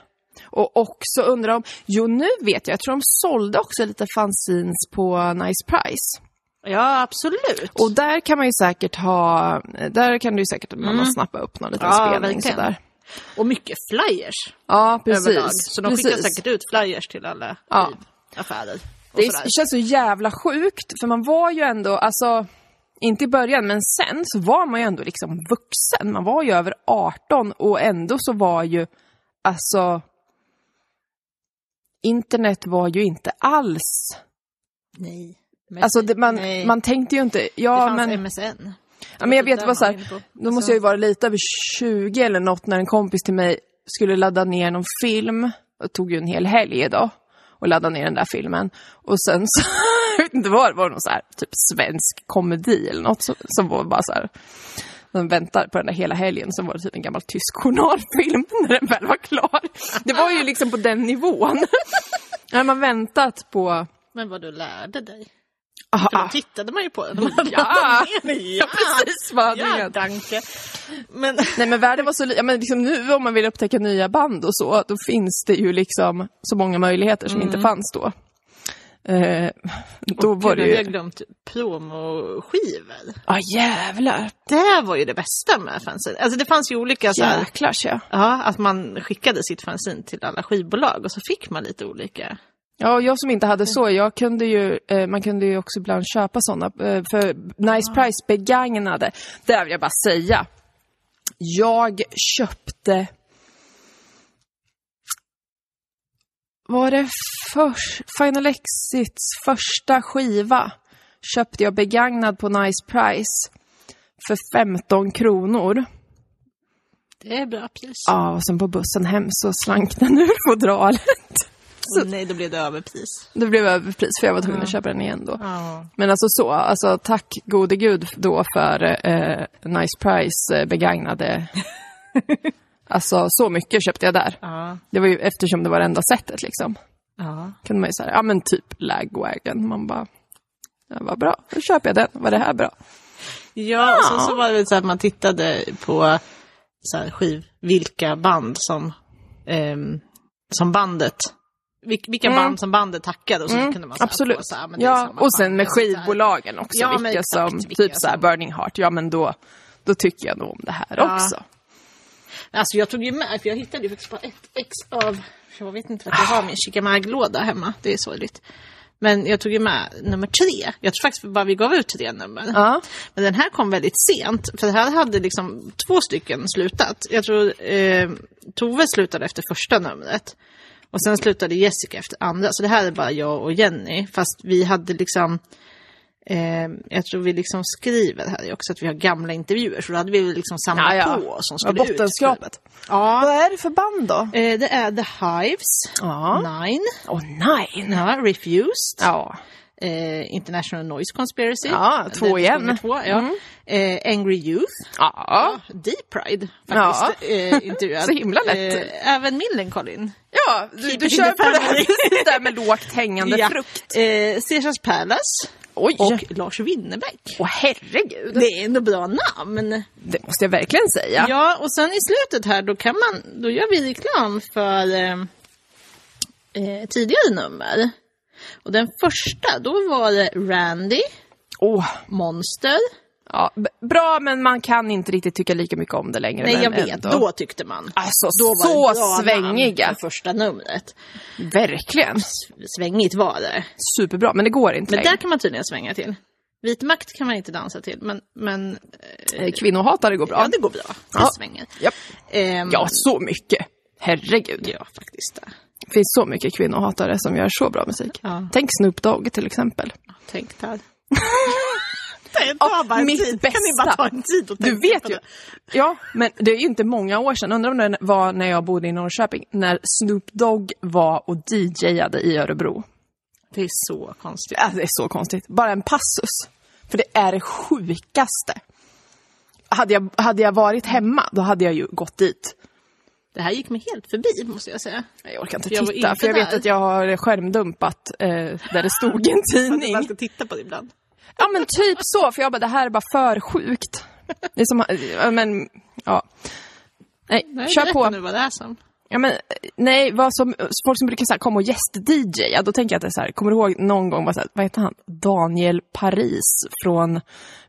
A: Och också undrar om... Jo, nu vet jag. Jag tror de sålde också lite fanzines på Nice Price.
B: Ja, absolut.
A: Och där kan man ju säkert ha... Där kan du ju säkert man snappa upp någon liten
B: Mm. Ja,
A: spelning
B: verkligen.
A: sådär.
B: Och mycket flyers
A: Ja, precis.
B: överlag. Så de skickar
A: precis.
B: säkert ut flyers till alla
A: Ja.
B: affärer. Och
A: Det är,
B: sådär.
A: det känns så jävla sjukt, för man var ju ändå, alltså, inte i början, men sen så var man ju ändå liksom vuxen. Man var ju över 18 och ändå så var ju, alltså, internet var ju inte alls
B: Nej. Men-
A: Alltså det, man,
B: nej.
A: man tänkte ju inte,
B: det
A: ja
B: fanns
A: men,
B: MSN.
A: ja, men jag
B: det
A: vet
B: där
A: vad så
B: man
A: här,
B: var inne på.
A: då måste jag ju vara lite över 20 eller något när en kompis till mig skulle ladda ner någon film, och tog ju en hel helg då och ladda ner den där filmen. Och sen så, jag vet inte vad det var, någon så här, typ svensk komedi eller något som, som var bara så här, de väntar på den där hela helgen, så var det typ en gammal tysk journalfilm när den väl var klar. Det var ju liksom på den nivån. När man väntat på...
B: Men vad du lärde dig.
A: Aha,
B: För då tittade man ju på den.
A: Ja.
B: ja,
A: precis vad hade
B: ja
A: hänt?
B: danke. Men
A: Nej men världen var så li- ja, men liksom nu om man vill upptäcka nya band och så, då finns det ju liksom så många möjligheter som
B: Mm.
A: inte fanns då. Eh, då var
B: gud,
A: det
B: hade jag
A: ju...
B: glömt promoskivor.
A: Ja ah, jävlar!
B: Det var ju det bästa med fanzine. Alltså det fanns ju olika så här,
A: Jäklar ja.
B: ja, att man skickade sitt fanzine till alla skivbolag och så fick man lite olika.
A: Ja, och jag som inte hade så, jag kunde ju, eh, man kunde ju också ibland köpa sådana, eh, för Nice Price begagnade, där vill jag bara säga. Jag köpte... Var det förs- Final Exits första skiva? Köpte jag begagnad på Nice Price för 15 kronor.
B: Det är bra pris.
A: Ja, och sen på bussen hem så slank den ur fodralet.
B: Och nej, då blev det överpris.
A: Det blev överpris för jag var tvungen att köpa den igen då.
B: Ja.
A: Men alltså så, alltså tack gode gud då för eh, Nice Price eh, begagnade. alltså så mycket köpte jag där.
B: Ja.
A: Det var ju eftersom det var det enda sättet liksom.
B: ja.
A: Kunde man ju säga, ja men typ lagwagon. Man bara, ja, vad bra, då köper jag den. Var det här bra?
B: Ja, och sen så var det så att man tittade på så här, skiv, vilka band som, ehm, som bandet vil- vilka band som bandet tackade och så kunde man så här
A: Absolut.
B: få så här, men det är
A: ja,
B: samma
A: och sen
B: band,
A: med
B: alltså, så här.
A: skivbolagen också.
B: Ja, men
A: vilka
B: exakt,
A: som,
B: vilka
A: typ så här
B: som-
A: Burning Heart, ja men då, då tycker jag nog om det här
B: Ja.
A: också.
B: Alltså jag tog ju med, för jag hittade ju faktiskt bara ett ex av... Jag vet inte att jag har min Chickamag-låda hemma, det är sorgligt. Men jag tog ju med nummer tre. Jag tror faktiskt bara vi gav ut tre nummer.
A: Ja.
B: Men den här kom väldigt sent, för här hade liksom två stycken slutat. Jag tror eh, Tove slutade efter första numret. Och sen slutade Jessica efter andra. Så det här är bara jag och Jenny. Fast vi hade liksom... Eh, jag tror vi liksom skriver här också att vi har gamla intervjuer. Så då hade vi väl liksom
A: Ja,
B: samlat
A: ja.
B: på som
A: Ja,
B: skulle ut.
A: bottenskrapet.
B: Ja,
A: Vad är det för band då?
B: eh, det är The Hives,
A: Ja.
B: Nine,
A: Åh nej!
B: ja, Refused,
A: Ja.
B: eh, International Noise Conspiracy.
A: Ja, två
B: Det är
A: igen. Mm.
B: nummer Två, ja. eh, Angry Youth,
A: Ja.
B: Deep Pride faktiskt eh, intervjuad.
A: Så himla lätt.
B: Eh, även Millencolin.
A: Ja, du,
B: Keep
A: du
B: it in
A: kör
B: the
A: på det här
B: family.
A: precis där med lågt hängande frukt.
B: Eh, Caesars Palace
A: Oj!
B: och
A: Och,
B: Lars Winnerbäck.
A: herregud! Det,
B: Det är ändå bra namn.
A: måste jag verkligen säga.
B: Ja. och sen i slutet här då kan man, då gör vi reklam för eh, eh, tidigare nummer. Och den första, då var det Randy,
A: Åh.
B: Monster.
A: Ja, b- bra, men man kan inte riktigt tycka lika mycket om det längre.
B: Nej,
A: men
B: jag vet,
A: ändå.
B: då tyckte man.
A: Alltså,
B: Då
A: så
B: var det bra
A: svängiga.
B: namn för första numret.
A: Verkligen.
B: Svängigt var det.
A: Superbra, men det går inte
B: Men
A: längre.
B: där kan man tydligen svänga till. Vit makt kan man inte dansa till, men, men
A: Eh, Kvinnohatare går bra.
B: ja, det går bra. Det
A: Ja.
B: svänger.
A: Japp.
B: Ehm,
A: Ja, så mycket. Herregud.
B: ja, faktiskt.
A: Det finns så mycket kvinnohatare som gör så bra musik.
B: Ja.
A: Tänk Snoop Dogg till exempel.
B: Tänk där. Ta bara en
A: mitt
B: tid. Kan ni bara
A: bästa.
B: ta en tid och tänka
A: Du vet
B: på
A: ju.
B: det?
A: Ja, men det är ju inte många år sedan. Undrar om det var när jag bodde i Norrköping. När Snoop Dogg var och DJade i Örebro.
B: Det är så konstigt.
A: Alltså, det är så konstigt. Bara en passus. För det är det sjukaste. Hade jag, hade jag varit hemma, då hade jag ju gått dit.
B: Det här gick mig helt förbi, måste jag säga.
A: Jag orkar inte
B: Jag var
A: titta,
B: inte
A: för jag vet
B: där.
A: att jag har skärmdumpat eh, där det stod en tidning.
B: Man ska titta på det ibland.
A: Ja men typ så, för jag bara det här är bara för sjukt. Det är som, ja, men, ja. Nej,
B: Nej,
A: kör
B: berätta
A: på.
B: nu vad det är som.
A: Ja, men, nej, vad som, folk som brukar så här, komma och gäst-DJ, ja, då tänker jag att det är så här, kommer du ihåg någon gång, vad, så här, vad heter han? Daniel Paris från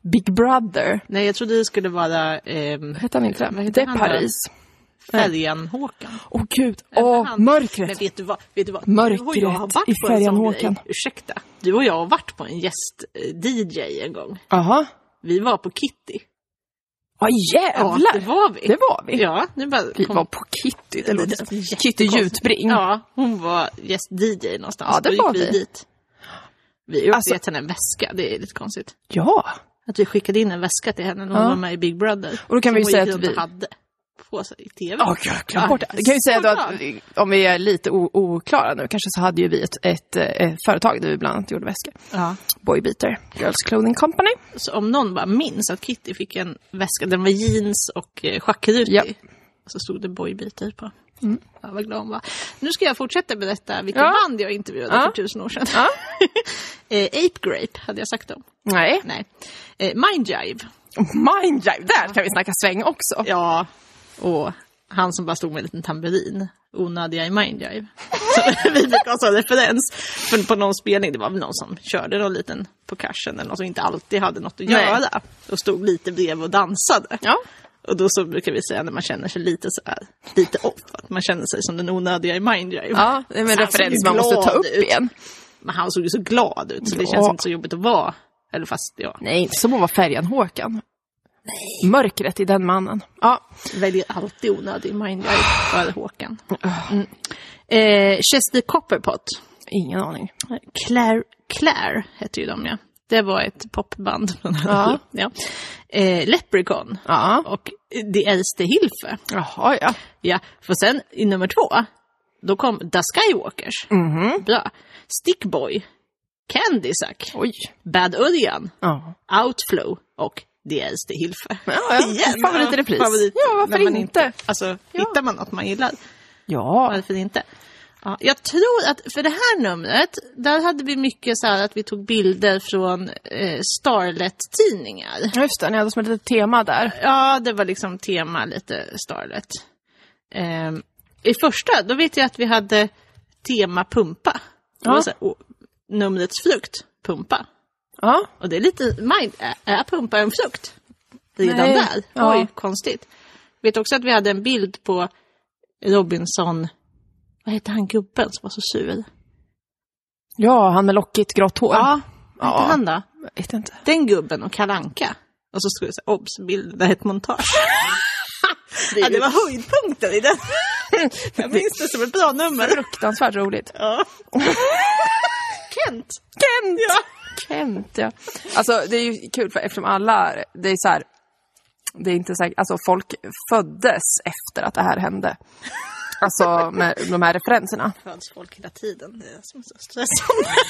A: Big Brother.
B: Nej, jag trodde det skulle vara ehm,
A: Hette han inte
B: Vad
A: det?
B: heter
A: Det är
B: han då?
A: Paris.
B: Färjan-Håkan.
A: Åh gud, åh,
B: Han- Men
A: mörkret.
B: vet du vad? Vet du vad?
A: Mörkret
B: du och jag har varit
A: i
B: på en sån
A: Färjan-Håkan.
B: grej. Ursäkta. Du och jag har varit på en gäst-DJ en gång.
A: Jaha.
B: Vi var på Kitty.
A: Ja jävlar!
B: det var vi.
A: Det var vi.
B: Ja, nu bara
A: Vi
B: kom-
A: var på Kitty, det låter som
B: jättekonstigt.
A: Kitty Jutbring.
B: Ja, hon var gäst-DJ någonstans.
A: Ja, det
B: Då gick
A: var
B: vi.
A: vi.
B: dit. Vi har
A: Alltså-
B: gett henne en väska, det är lite konstigt.
A: ja.
B: Att vi skickade in en väska till henne när hon
A: Ja.
B: var med i Big Brother.
A: Och då kan
B: som
A: vi
B: hon
A: säga
B: gick
A: att
B: runt och
A: vi-
B: hade på sig i TV.
A: Ja, jag har glömt bort det. Jag kan ju
B: så
A: säga då
B: bra.
A: att vi- om vi är lite o- oklara nu kanske så hade ju vi ett, ett, eh, företag där vi bland annat gjorde väskor.
B: Ja.
A: Boybeater Girls Clothing Company.
B: Så om någon bara minns att Kitty fick en väska, den var jeans och eh, schackrutig.
A: Ja. Mm.
B: Och så stod det boybitar på. Ja, vad glad hon var. Nu ska jag fortsätta berätta vilka
A: Ja.
B: band jag intervjuade
A: Ja.
B: för tusen år sedan. eh, Ape Grape hade jag sagt om.
A: Nej,
B: Nej. Eh, Mind Jive.
A: Mindjive, där kan vi snacka sväng också.
B: Ja. Och han som bara stod med en liten tamburin. Onödiga i Mind Jive. Så vi brukar ha sån referens. För på någon spelning, det var väl någon som körde någon liten på cashen eller någon som inte alltid hade något att
A: Nej.
B: göra. Och stod lite bredvid och dansade.
A: Ja.
B: Och då så brukar vi säga när man känner sig lite så här, lite off, att man känner sig som den onödiga i Mind Jive.
A: Ja, Alltså, det är en
B: Så han
A: referens
B: såg
A: man måste
B: ju
A: ta
B: glad
A: upp
B: ut.
A: igen.
B: Men han såg ju så glad ut, så det
A: Ja.
B: känns inte så jobbigt att vara. Eller fast, ja,
A: Nej, inte som att vara färjan Håkan. Mörkret i den mannen. Ja,
B: väljer alltid onödig Mind Jive före Håkan. Mm. Eh, Chester Copperpot,
A: ingen aning.
B: Claire, Claire hette ju de ja. Det var ett popband.
A: Ja.
B: ja. Eh, Leprechaun
A: Ja,
B: och The Äldste Hilfe.
A: jaha ja.
B: Ja, för sen i nummer två, då kom The Skywalkers. Bra. Stickboy, Candysack,
A: Oj.
B: Bad Örjan,
A: Ja.
B: Outflow och Det äldste Hilfe.
A: Ja, ja. Favorit i repris.
B: Favorit.
A: Ja, varför
B: När man
A: inte?
B: Alltså, hittar man något man gillar,
A: Ja.
B: varför inte? Ja, jag tror att för det här numret, där hade vi mycket så här att vi tog bilder från eh, Starlet-tidningar.
A: Ja, Just det, ni hade som ett litet tema där.
B: Ja, det var liksom tema lite Starlet. Ehm, I första, då vet jag att vi hade tema pumpa.
A: Ja.
B: Det var så här, och numrets frukt, pumpa.
A: Ja,
B: Och det är lite mind, är, är pumpa en frukt? Redan
A: Nej.
B: där?
A: Ja.
B: Oj, konstigt. Vet också att vi hade en bild på Robinson, vad hette han gubben som var så sur?
A: ja han med lockigt grått hår.
B: Ja, vad hette
A: Ja.
B: han då?
A: Jag vet inte.
B: Den gubben och Kalanka. Och så skulle det säga obs, bilden är ett montage.
A: Det
B: Ja,
A: är
B: det
A: ju
B: var höjdpunkten i den. Jag minns det som ett bra nummer.
A: fruktansvärt roligt.
B: Ja. Kent!
A: Kent!
B: Ja.
A: Kent, ja. Alltså det är ju kul för eftersom alla, det är så här, det är inte säkert, alltså folk föddes efter att det här hände. Alltså med de här referenserna.
B: Föds folk hela tiden. Det är som så stressande.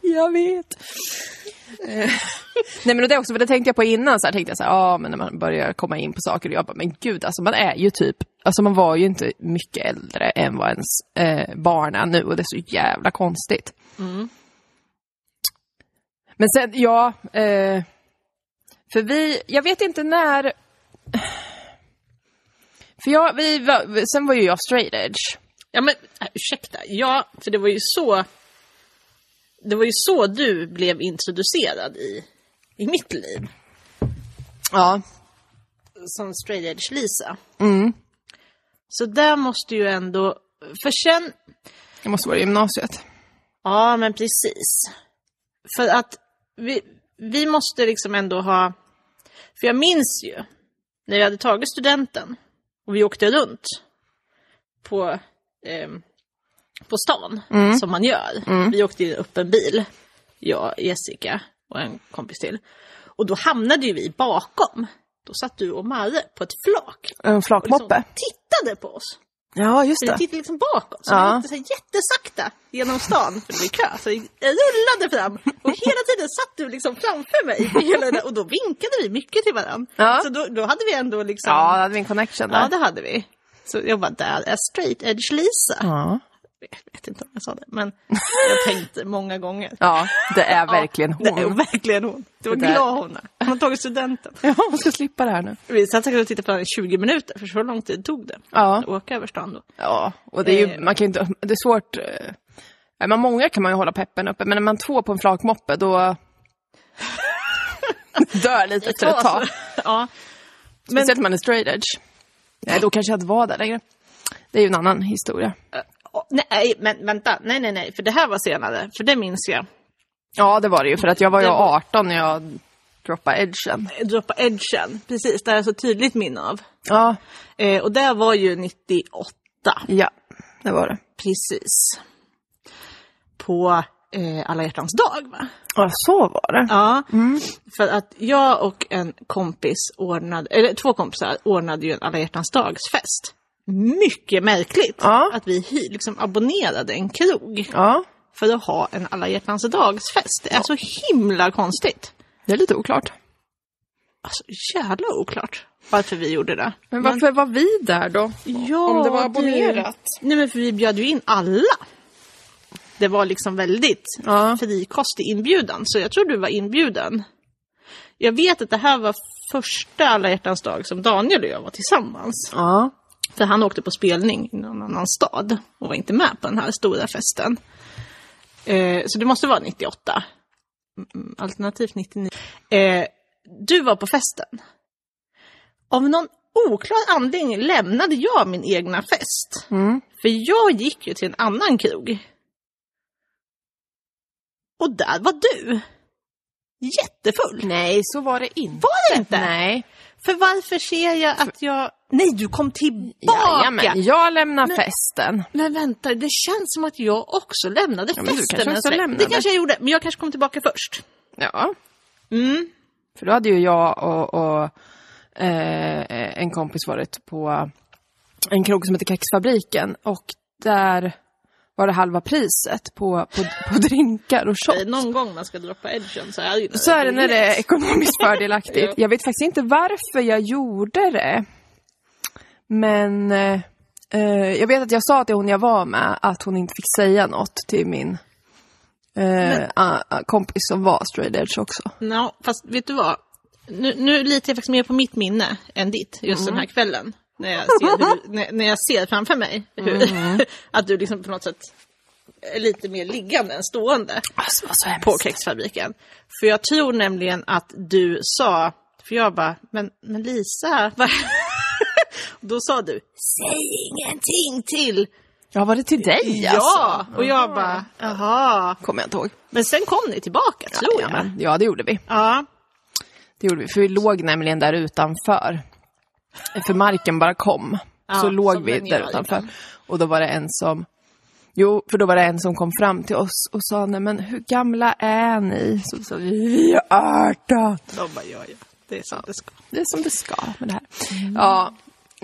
A: Jag vet. Eh, Nej men och det också, för det tänkte jag på innan, så här, tänkte jag så här, ja men när man börjar komma in på saker, och jag bara, men gud alltså man är ju typ, alltså man var ju inte mycket äldre än vad ens eh, barn är nu och det är så jävla konstigt. Mm. Men sen, ja, eh, för vi, jag vet inte när, för jag, vi, var- sen var ju jag straight edge.
B: Ja men äh, ursäkta, ja för det var ju så Det var ju så du blev introducerad i, i mitt liv
A: Ja.
B: som straight edge Lisa. Så där måste ju ändå, för sen,
A: Jag måste vara i gymnasiet.
B: ja men precis. För att vi, vi måste liksom ändå ha, för jag minns ju när jag hade tagit studenten och vi åkte runt på, ehm, på stan, som man gör. Vi åkte ju upp en bil, jag, Jessica och en kompis till. Och då hamnade ju vi bakom. Då satt du och Marre på ett flak
A: En
B: och liksom
A: flakmoppe.
B: tittade på oss.
A: Ja, just
B: Så vi tittade liksom bakåt, så
A: Ja.
B: vi åkte så här jättesakta genom stan, för det blev kö. Så vi rullade fram och hela tiden satt du liksom framför mig. i Hela den där, och då vinkade vi mycket till varandra.
A: Ja.
B: Så då, då hade vi ändå liksom...
A: Ja, då hade vi en connection där.
B: ja, det hade vi. Så jag bara, där är straight edge Lisa.
A: Ja.
B: Jag vet inte om jag sa det, men jag tänkte många gånger.
A: ja, det är verkligen
B: Ja, Det är
A: hon.
B: verkligen hon. Det var
A: Det där-
B: glad hon är. Hon har tagit studenten.
A: Ja, hon ska slippa det här nu.
B: Vi satt säkert och tittade på henne i 20 minuter, för så lång tid tog det.
A: Ja.
B: Att åka över stan då.
A: Ja, och det är ju,
B: Eh.
A: man kan ju inte, det är svårt. eh, Är man många kan man ju hålla peppen uppe, men är man två på en flakmoppe då dör lite efter ett tag.
B: Alltså, Ja.
A: Speciellt om man är straight edge. Nej, då kanske jag inte var där längre. Det är ju en annan historia.
B: Åh, nej, men vänta. Nej, nej, nej. För det här var senare. För det minns jag.
A: Ja, det var det ju, för att jag var ju
B: Det var-
A: 18 när jag droppade edgen.
B: Droppa edgen. Precis, det har jag så tydligt minne av.
A: Ja,
B: Eh, och det var ju 98.
A: ja, det var det.
B: Precis. På eh, alla hjärtans dag, va?
A: Ja, så var det.
B: Ja.
A: Mm.
B: För att jag och en kompis ordnade, eller två kompisar ordnade ju en alla hjärtans dagsfest. Mycket märkligt
A: Ja.
B: att vi hy- liksom abonnerade en krog
A: Ja,
B: för att ha en alla hjärtans dagsfest. Det är så himla konstigt.
A: det är lite oklart.
B: Alltså jävla oklart varför vi gjorde det.
A: Men varför var vi där då?
B: ja,
A: om det var
B: du-
A: abonnerat?
B: Nej men för vi bjöd ju in alla. Det var liksom väldigt
A: Ja.
B: frikostig inbjudan, så jag tror du var inbjuden. Jag vet att det här var första alla hjärtans dag som Daniel och jag var tillsammans.
A: Ja.
B: För han åkte på spelning i någon annan stad och var inte med på den här stora festen. Eh, så det måste vara 98. Mm, Alternativt 99. Eh, du var på festen. Av någon oklar anledning lämnade jag min egna fest. För jag gick ju till en annan krog. Och där var du. Jättefull.
A: Nej, så var det inte.
B: Var det inte?
A: Nej.
B: För varför ser jag att jag... Nej, du kom tillbaka!
A: Jajamän, jag lämnar festen.
B: Men vänta, det känns som att jag också lämnade
A: Ja, men du
B: festen.
A: kanske
B: en
A: också
B: sväng.
A: lämnade.
B: Det kanske jag gjorde, men jag kanske kom tillbaka först.
A: Ja.
B: Mm.
A: För då hade ju jag och, och eh, en kompis varit på en krog som heter Kexfabriken och där var det halva priset på, på, på drinkar och
B: Eh,
A: shots.
B: Någon gång man ska droppa edgen så är det ju
A: Så är det när det är ekonomiskt fördelaktigt.
B: Ja.
A: Jag vet faktiskt inte varför jag gjorde det. Men eh, eh, jag vet att jag sa till hon jag var med att hon inte fick säga något till min eh, a- a- kompis som var straight edge också. Mm.
B: Nå, fast vet du vad? Nu, nu litar jag faktiskt mer på mitt minne än ditt, just den här kvällen. När jag ser, hur, när, när jag ser framför mig hur,
A: Mm.
B: att du liksom på något sätt är lite mer liggande än stående
A: Alltså, vad så hemskt.
B: på kexfabriken. För jag tror nämligen att du sa, för jag bara, men, men Lisa, vad... Då sa du, säg ingenting till!
A: Ja, var det till dig alltså?
B: Ja! Och jag bara, jaha.
A: Kommer jag inte ihåg.
B: Men sen kom ni tillbaka, tror jag.
A: Jajamän. Ja, det gjorde vi.
B: Ja,
A: Det gjorde vi, för vi låg nämligen där utanför. För marken bara kom.
B: Ja,
A: så låg
B: som
A: vi
B: den
A: där
B: gör
A: utanför.
B: ibland.
A: Och då var det en som... Jo, för då var det en som kom fram till oss och sa, nej men hur gamla är ni? Så sa vi, vi är 18.
B: de bara, ja, ja. Det är sant, det ska.
A: Det är som det ska med det här. Ja, Eh,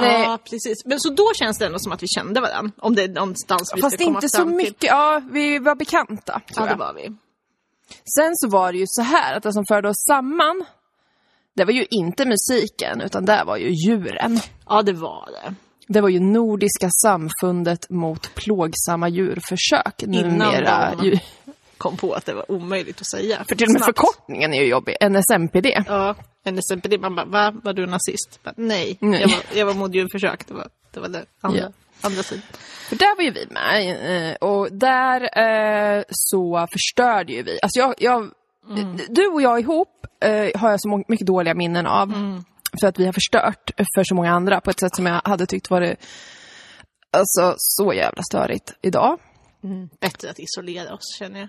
A: nej,
B: Mm. Ja, precis. Men så då känns det ändå som att vi kände varandra. Om det är någonstans vi
A: fast
B: ska komma
A: inte så
B: fram
A: mycket.
B: Till.
A: Ja, vi var bekanta.
B: Ja,
A: Tror
B: det
A: jag.
B: var vi.
A: Sen så var det ju så här att det som förde oss samman, det var ju inte musiken, utan det var ju djuren.
B: Ja, det var det.
A: Det var ju Nordiska samfundet mot plågsamma djurförsök.
B: Innan
A: Numera,
B: de-
A: ju,
B: Kom på att det var omöjligt att säga.
A: för till och med
B: Snabbt.
A: förkortningen är ju jobbig. NSMPD.
B: Ja, NSMPD. Man bara, va? Var du nazist? Bara, Nej,
A: Nej.
B: jag var, jag var mot djurförsök. Det var det, var det andra,
A: Ja.
B: andra sidan.
A: För där var ju vi med. eh, Och där eh, så förstörde ju vi. Alltså jag, jag, Du och jag ihop eh, har jag så må- mycket dåliga minnen av. För att vi har förstört för så många andra på ett sätt som jag hade tyckt var det, alltså, så jävla störigt idag.
B: Mm. Bättre att isolera oss, känner jag.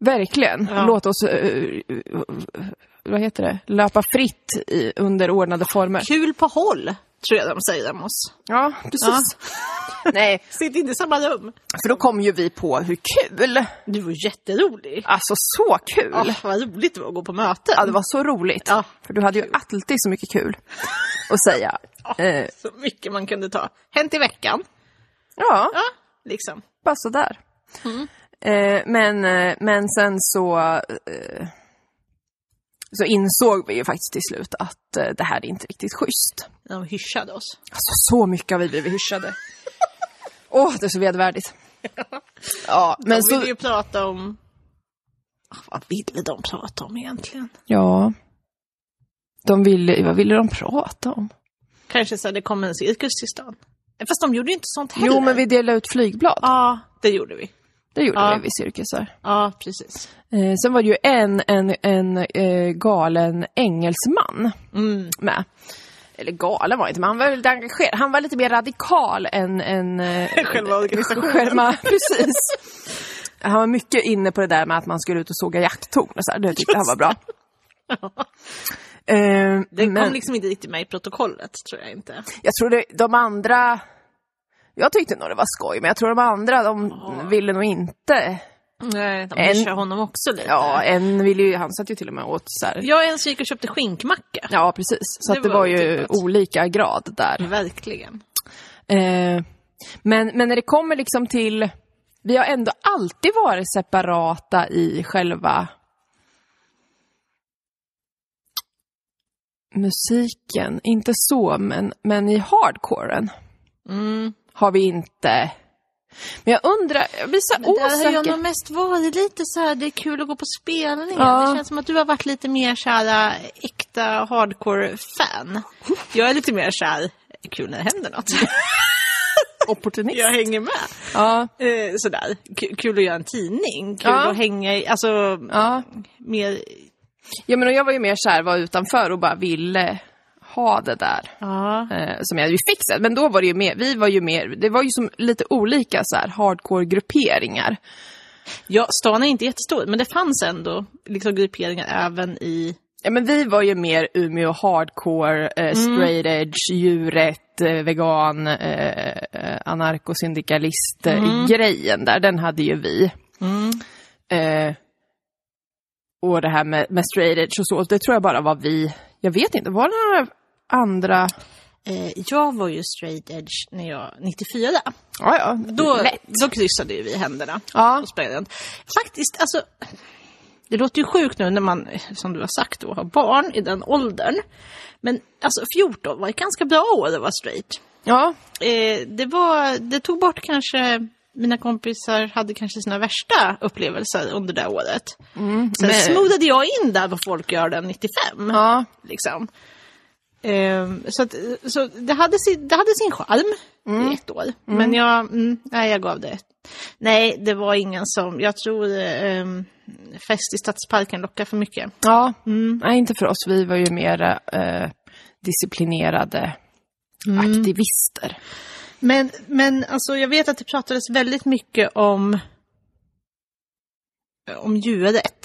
A: Verkligen.
B: Ja.
A: Låt oss, eh, eh, eh, vad heter det, löpa fritt i, under ordnade former.
B: Kul på håll, tror jag de säger om oss.
A: Ja, precis. Nej,
B: Sitt inte i samma rum.
A: för då kom ju vi på hur kul,
B: Du var jätterolig.
A: alltså så kul.
B: Ja, vad roligt det var att gå på möten.
A: Ja, det var så roligt.
B: Ja.
A: För du hade ju alltid så mycket kul att säga. Eh,
B: Så mycket man kunde ta. Hänt i veckan.
A: ja,
B: Ja, liksom.
A: bara sådär. Eh, men, eh, men sen så, eh, så insåg vi ju faktiskt till slut att eh, det här är inte riktigt schysst.
B: De hyschade oss.
A: Alltså så mycket har vi blivit hyschade. Åh, det är så vedervärdigt. Ja, men
B: de ville
A: så...
B: ju prata om... Ah, Vad ville de prata om egentligen?
A: Ja. De ville, vad ville de prata om?
B: Kanske så här, det kom en cirkus till stan. Fast de gjorde ju inte sånt heller.
A: Jo, men vi delade ut flygblad.
B: Ja, det gjorde vi.
A: Det gjorde
B: Ja.
A: vi vid cirkusar.
B: Ja, precis.
A: Eh, sen var det ju en, en, en eh, galen engelsman
B: Mm,
A: med. Eller galen var han inte, men han var väldigt engagerad. Han var lite mer radikal än... än eh,
B: Själva organisationen.
A: Själva, precis. Han var mycket inne på det där med att man skulle ut och såga jakttorn och så här. Det tyckte han var bra. Eh,
B: Det
A: men
B: kom liksom inte riktigt med i protokollet, tror jag inte.
A: jag tror det, de andra... Jag tyckte nog det var skoj, men jag tror de andra, de ville nog inte...
B: Nej, de
A: En-
B: hyschade honom också lite.
A: Ja, en ville ju... Han satt ju till och med åt så här...
B: Jag och en som gick och köpte skinkmacka.
A: Ja, precis. Så det,
B: Det
A: att det
B: var
A: var, ju
B: otippat.
A: olika grad där.
B: Verkligen.
A: Eh, men, men när det kommer liksom till... Vi har ändå alltid varit separata i själva musiken. Inte så, men, men i hardcoren
B: Mm.
A: har vi inte... Men jag undrar, jag blir så här
B: Där har jag
A: osäker.
B: nog mest varit lite så här, det är kul att gå på spelningar.
A: Ja.
B: Det känns som att du har varit lite mer så här äh, äkta hardcore-fan. Jag är lite mer så här, kul när det händer något.
A: Opportunist.
B: jag hänger med.
A: Ja,
B: Eh, sådär. K- kul att göra en tidning. Kul
A: Ja.
B: att hänga i, alltså
A: ja.
B: mer...
A: ja, men och jag var ju mer så här, var utanför och bara ville ha det där.
B: Ja.
A: eh, som jag ju fick sen. Men då var det ju mer, vi var ju mer, det var ju som lite olika så här hardcore-grupperingar.
B: ja, stan är inte jättestor, men det fanns ändå liksom grupperingar även i...
A: Ja men vi var ju mer Umeå hardcore, eh, straight edge, djurrätt, eh, vegan, eh, eh, anarkosyndikalist eh, grejen där, den hade ju vi. Eh, och det här med, med straight edge och så, det tror jag bara var vi, jag vet inte, var det några andra?
B: Eh, jag var ju straight edge när jag, 94.
A: Ja, ja,
B: Då,
A: lätt.
B: då kryssade ju vi händerna.
A: Ja.
B: på spelaren. Faktiskt, alltså... Det låter ju sjukt nu när man, som du har sagt, då, har barn i den åldern. Men alltså 14 var ett ganska bra år att vara straight.
A: ja,
B: Eh, det, var, det tog bort kanske, mina kompisar hade kanske sina värsta upplevelser under det året. Sen
A: Mm, men-
B: smoothade jag in där på Folkölen 95.
A: ja.
B: Liksom. Ehm, så att, så det, hade sin, det hade sin charm
A: Mm.
B: i ett år. Men jag, mm, nej, jag gav det ett. Nej, det var ingen som... Jag tror ehm, fest i Stadsparken lockar för mycket.
A: Ja, nej inte för oss. Vi var ju mer eh, disciplinerade aktivister.
B: Men, men alltså, jag vet att det pratades väldigt mycket om, eh, om djurrätt.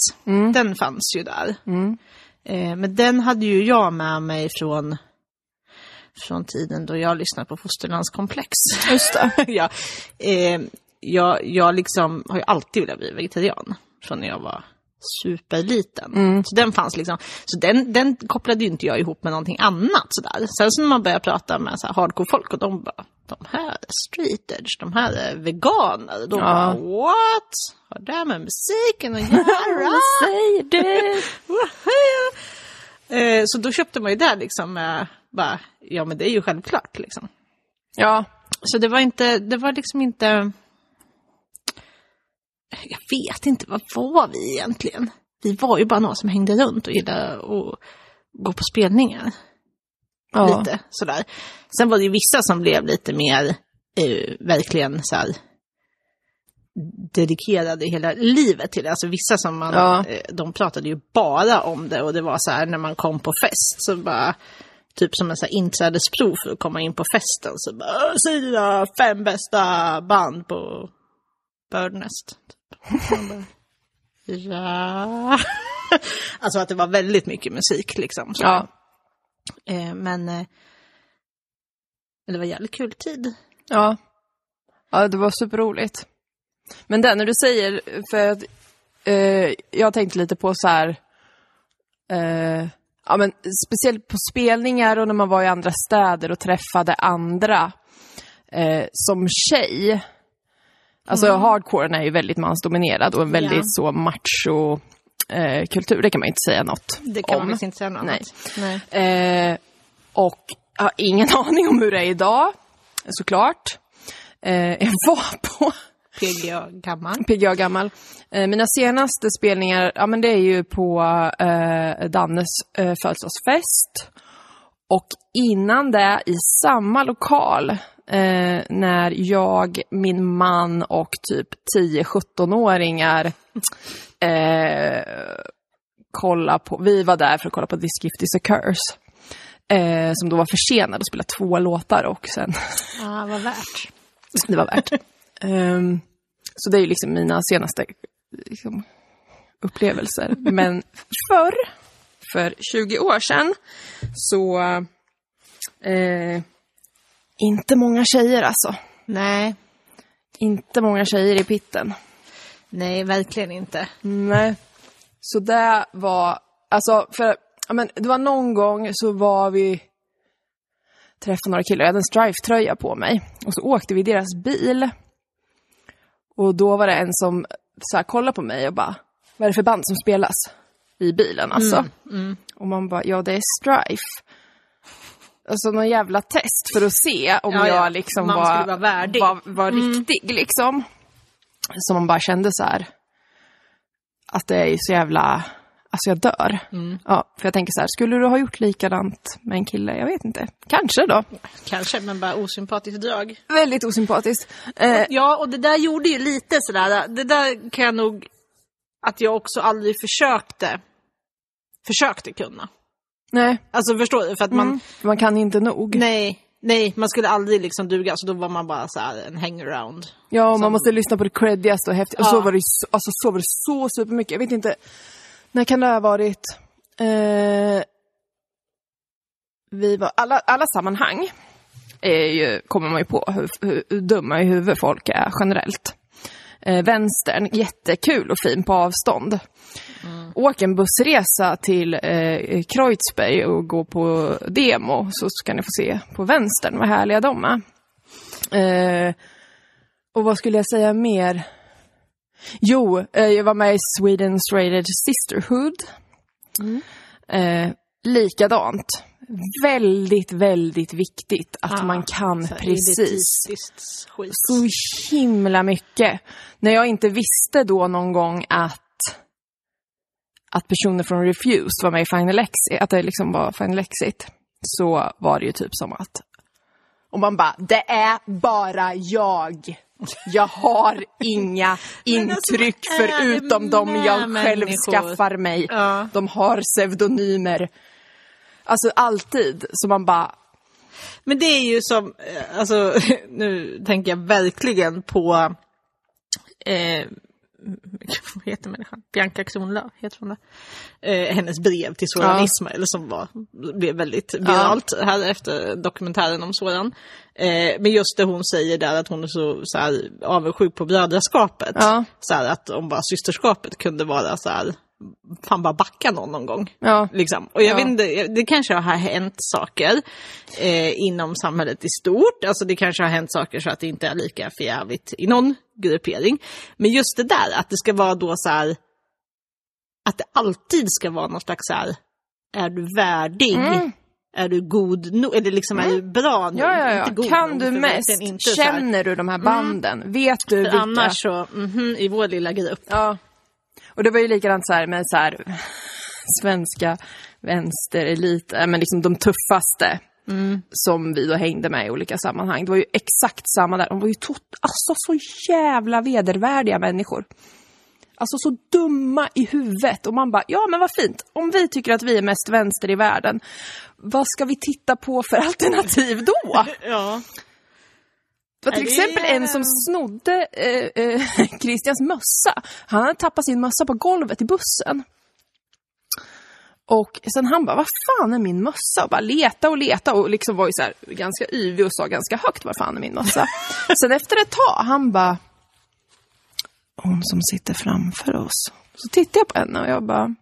B: Den fanns ju där. Eh, men den hade ju jag med mig från, från tiden då jag lyssnade på Fosterlandskomplex. Just det. ja, eh, jag, jag liksom har ju alltid velat bli vegetarian från när jag var superliten. Så den fanns liksom. Så den, den kopplade ju inte jag ihop med någonting annat sådär. Sen så när man började prata med så här hardcore-folk och de bara, de här är street edge, de här är veganer. De bara, what? Har det här med musiken att göra?
A: säger du?
B: Woho! Eh, Så då köpte man ju det liksom. eh, Bara, ja men det är ju självklart liksom.
A: ja,
B: Så det var inte, det var liksom inte... Jag vet inte, vad var vi egentligen? Vi var ju bara några som hängde runt och gillade att gå på spelningar.
A: ja.
B: Lite sådär. Sen var det ju vissa som blev lite mer, eh, verkligen så här dedikerade hela livet till det. Alltså vissa som man,
A: Ja.
B: eh, de pratade ju bara om det och det var så här när man kom på fest så bara, typ som en så här inträdesprov för att komma in på festen så bara, "Äh, säg dina fem bästa band på Birdnest. Typ. Man bara, Ja. Alltså att det var väldigt mycket musik liksom. Så.
A: Ja.
B: Eh, men eh, men det var jävligt kul tid.
A: Ja. Ja, det var superroligt. Men det när du säger, för att eh, jag tänkte lite på så här, eh, ja men speciellt på spelningar och när man var i andra städer och träffade andra eh, som tjej. Alltså hardcoren är ju väldigt mansdominerad och en väldigt
B: Mm. Ja.
A: så macho eh, kultur, det kan man ju inte säga något
B: Det kan
A: om.
B: man visst inte säga något
A: Nej.
B: annat. Nej.
A: Eh, och jag har ingen aning om hur det är idag, såklart. Eh, jag var på
B: PGA gammal.
A: PGA Gammal. Eh, mina senaste spelningar, ja men det är ju på eh, Dannes eh, födelsedagsfest. Och innan det, i samma lokal, eh, när jag, min man och typ 10-17-åringar eh, kolla på, vi var där för att kolla på This Gift Is A Curse. Eh, som då var försenad och spelade två låtar och sen
B: Ja, vad värt.
A: det var värt. Ehm, så det är ju liksom mina senaste liksom, upplevelser. Men förr, för 20 år sedan, så... Eh, inte många tjejer alltså.
B: Nej.
A: Inte många tjejer i pitten.
B: Nej, verkligen inte.
A: Nej. Så det var, alltså, för, ja, men, det var någon gång så var vi, träffade några killar, jag hade en Strife-tröja på mig. Och så åkte vi i deras bil. Och då var det en som så här, kollade på mig och bara, vad är det för band som spelas i bilen alltså?
B: Mm,
A: Och man bara, ja det är Strife. Alltså någon jävla test för att se om
B: Ja, ja.
A: jag liksom
B: Man
A: var,
B: skulle vara värdig. Mm.
A: var, var riktig liksom. Så man bara kände så här, att det är ju så jävla, alltså jag dör.
B: Mm.
A: Ja, för jag tänker så här, skulle du ha gjort likadant med en kille? Jag vet inte. Kanske då.
B: Kanske, men bara osympatiskt drag.
A: Väldigt osympatiskt. Eh,
B: Ja, och det där gjorde ju lite sådär, det där kan jag nog, att jag också aldrig försökte, försökte kunna.
A: nej,
B: Alltså förstår du? För att man,
A: man kan inte nog.
B: nej, nej, man skulle aldrig liksom duga, så då var man bara så här en hangaround.
A: Ja, och man måste lyssna på det creddigaste och häftigaste. Och så
B: Ja.
A: var det ju så, alltså, så, var det så supermycket. Jag vet inte, när kan det ha varit? Eh, vi var, alla, alla sammanhang är ju, kommer man ju på hur, hur, hur dumma i huvudet folk är generellt. Eh, vänstern, jättekul och fin på avstånd.
B: Mm.
A: Åk en bussresa till eh, Kreuzberg och gå på demo så ska ni få se på vänstern vad härliga de är. Eh, och vad skulle jag säga mer? Jo, eh, jag var med i Sweden Straight Edge Sisterhood.
B: Mm.
A: Eh, likadant. Väldigt, väldigt viktigt att
B: Ah,
A: man kan
B: Så här
A: precis
B: elitistiskt Skit.
A: så himla mycket. När jag inte visste då någon gång att, att personer från Refused var med i Final Exit, att det liksom var Final Exit. så var det ju typ som att... Och man bara, det är bara jag. Jag har inga intryck
B: alltså, vad är det
A: förutom de
B: med
A: jag själv
B: människor?
A: skaffar mig.
B: Ja.
A: De har pseudonymer. Alltså alltid. Så man bara,
B: Men det är ju som, eh, alltså nu tänker jag verkligen på, eh, vad heter människan? Bianca Kronlöf, heter hon det? Eh, hennes brev till Soran
A: Ja.
B: Ismail som var, blev väldigt viralt här efter dokumentären om Soran. Eh, men just det hon säger där att hon är så, så här, avundsjuk på brödraskapet.
A: Ja.
B: Så här, att om bara systerskapet kunde vara så här, fan bara backa någon någon gång.
A: ja.
B: Liksom. Och jag
A: Ja.
B: vet inte, det kanske har hänt saker eh, inom samhället i stort. Alltså det kanske har hänt saker så att det inte är lika förjävligt i någon gruppering. Men just det där att det ska vara då så här, att det alltid ska vara någon slags så här, är du värdig? Är du god nog? Eller liksom, är du bra nog?
A: Mm. Ja, ja, ja.
B: Inte god
A: Kan
B: nog,
A: du
B: för
A: mest?
B: verkligen Inte, så här. Mm.
A: Känner du de här banden? Vet du
B: För
A: vilka?
B: annars så, mhm, i vår lilla grupp.
A: Ja. Och det var ju likadant så här med så här, svenska vänsterelit, äh, men liksom de tuffaste
B: Mm.
A: som vi då hängde med i olika sammanhang. Det var ju exakt samma där. De var ju tot, alltså så jävla vedervärdiga människor. Alltså så dumma i huvudet. Och man bara, ja men vad fint. Om vi tycker att vi är mest vänster i världen, vad ska vi titta på för alternativ då?
B: Ja.
A: Det var till
B: Ja, det är-
A: exempel en som snodde eh, eh, Christians mössa. Han hade tappat sin mössa på golvet i bussen. Och sen han bara, vad fan är min mössa? Och bara leta och leta och liksom var ju så här ganska yvig och sa ganska högt, vad fan är min mössa? sen efter ett tag, han bara, hon som sitter framför oss. Så tittade jag på henne och jag bara,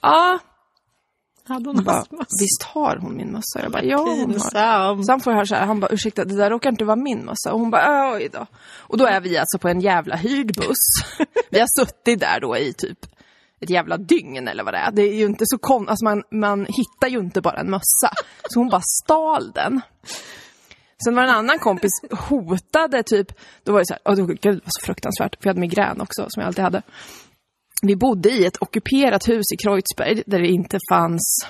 A: ja,
B: Hade
A: Hon
B: hon
A: bara, oh
B: astma?
A: visst har hon min mössa? Jag bara, ja hon har.
B: Pinsam.
A: Så han får höra så här, han bara ursäkta det där råkar inte vara min mössa. Och hon bara "Ah, oj då. Och då är vi alltså på en jävla hyrd buss. Vi har suttit där då i typ ett jävla dygn eller vad det är. Det är ju inte så kon alltså man, man hittar ju inte bara en mössa. Så hon bara stal den. Sen var det en annan kompis hotade typ, då var det så här, åh gud det var så fruktansvärt, för jag hade migrän också som jag alltid hade. Vi bodde i ett ockuperat hus i Kreuzberg där det inte fanns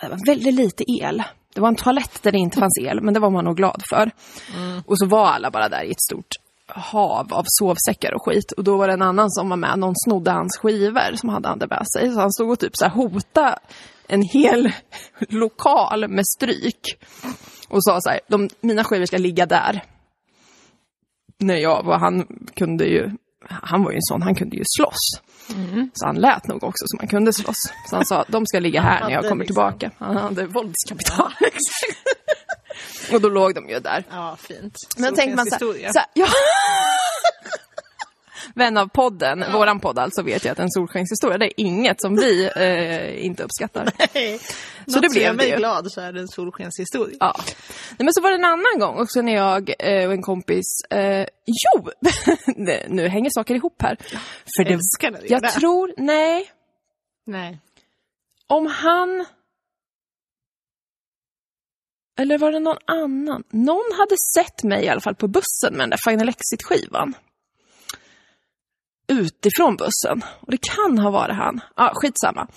A: det var väldigt lite el. Det var en toalett där det inte fanns el, men det var man nog glad för. Och så var alla bara där i ett stort hav av sovsäckar och skit. Och då var det en annan som var med, någon snodde hans skivor som hade han det med sig. Så han stod och typ så här hota en hel lokal med stryk. Och sa så här, De, mina skivor ska ligga där. När jag var, han kunde ju, han var ju en sån, han kunde ju slåss. Så han lät nog också som han kunde slåss. Så han sa, de ska ligga här när jag
B: hade
A: kommer
B: liksom-
A: tillbaka. Han hade våldskapital. och då låg de ju där.
B: Ja, fint.
A: Men
B: Så
A: tänker man
B: finns
A: så här,
B: historia.
A: så här, ja. Vän av podden, våran podd alltså, vet jag att en solskenshistoria, det är inget som vi eh, inte uppskattar.
B: Hej.
A: Så det
B: Något som
A: blev
B: gör mig
A: det ju.
B: glad så är det en solskenshistoria.
A: Ja. Nej, men så var det en annan gång också när jag eh, och en kompis... Eh, jo! Nej, nu hänger saker ihop här. För det,
B: Älskar när det gör
A: jag
B: det.
A: tror... Nej.
B: Nej.
A: om han... Eller var det någon annan? Någon hade sett mig i alla fall på bussen med den där Final Exit-skivan. Utifrån bussen. Och det kan ha varit han. Ja, skitsamma.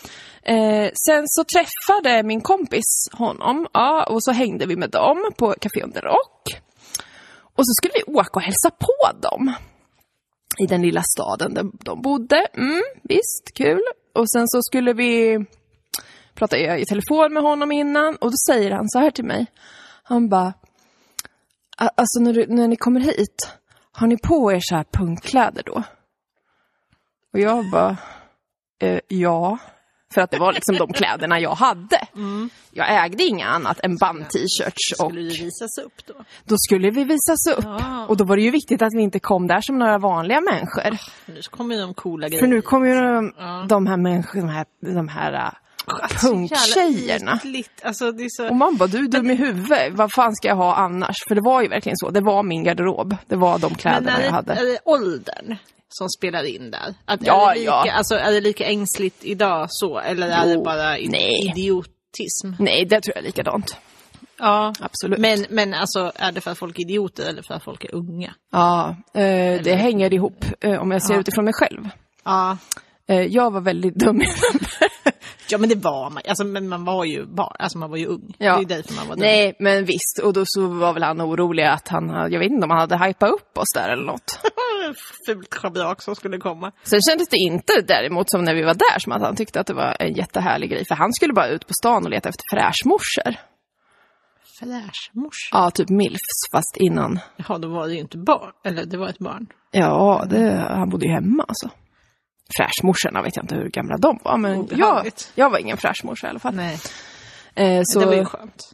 A: Eh, sen så träffade min kompis honom. Ja, och så hängde vi med dem på Café Under Rock. Och så skulle vi åka och hälsa på dem i den lilla staden där de bodde. Mm, visst, kul. Och sen så skulle vi prata i, i telefon med honom innan och då säger han så här till mig. Han bara, "A- alltså när, du, när ni kommer hit, har ni på er så här punkkläder då? Och jag bara, eh, ja. För att det var liksom de kläderna jag hade. Jag ägde inga annat än band-t-shirts och
B: Skulle ju visas upp då.
A: då skulle vi visas upp.
B: Ja.
A: Och då var det ju viktigt att vi inte kom där som några vanliga människor.
B: För nu så kommer ju de coola
A: För
B: grejerna.
A: nu kommer ju de, de här människorna, de här, de här äh,
B: Ah,
A: punktjejerna.
B: Alltså, Ytligt. Alltså det är
A: Och
B: så...
A: man bara, du är dum i huvudet, vad fan ska jag ha annars? För det var ju verkligen så, det var min garderob, det var de
B: Men
A: kläderna
B: är
A: jag
B: det,
A: hade.
B: är det åldern som spelar in där? Att
A: Ja,
B: är, det lika,
A: ja.
B: alltså, är det lika ängsligt idag så? Eller är
A: Jo,
B: det bara i-
A: nej.
B: idiotism?
A: Nej, det tror jag är likadant.
B: Ja.
A: Absolut.
B: Men, men alltså, är det för att folk är idioter eller för att folk är unga?
A: Ja, eh, det hänger ihop eh, om jag ser utifrån mig själv.
B: Ja.
A: Eh, jag var väldigt dum i huvudet.
B: Ja men det var man alltså, men man var ju barn, alltså man var ju ung.
A: Ja.
B: Det är ju därför man var dum.
A: Nej, men visst. Och då så var väl han orolig att han, jag vet inte om han hade hypat upp oss där eller något.
B: Fult schabrak som skulle komma.
A: Sen kändes det inte däremot som när vi var där som att han tyckte att det var en jättehärlig grej. För han skulle bara ut på stan och leta efter fräschmorsor.
B: Flashmorsa.
A: Ja, typ milfs, fast innan.
B: Jaha, då var det ju inte barn. Eller det var ett barn.
A: Ja, det, han bodde ju hemma alltså. Fräschmorsorna vet jag inte hur gamla de var, men jag,
B: Obehagligt.
A: jag var ingen fräschmorsa i alla fall.
B: Nej.
A: Eh, så
B: Det var ju skönt.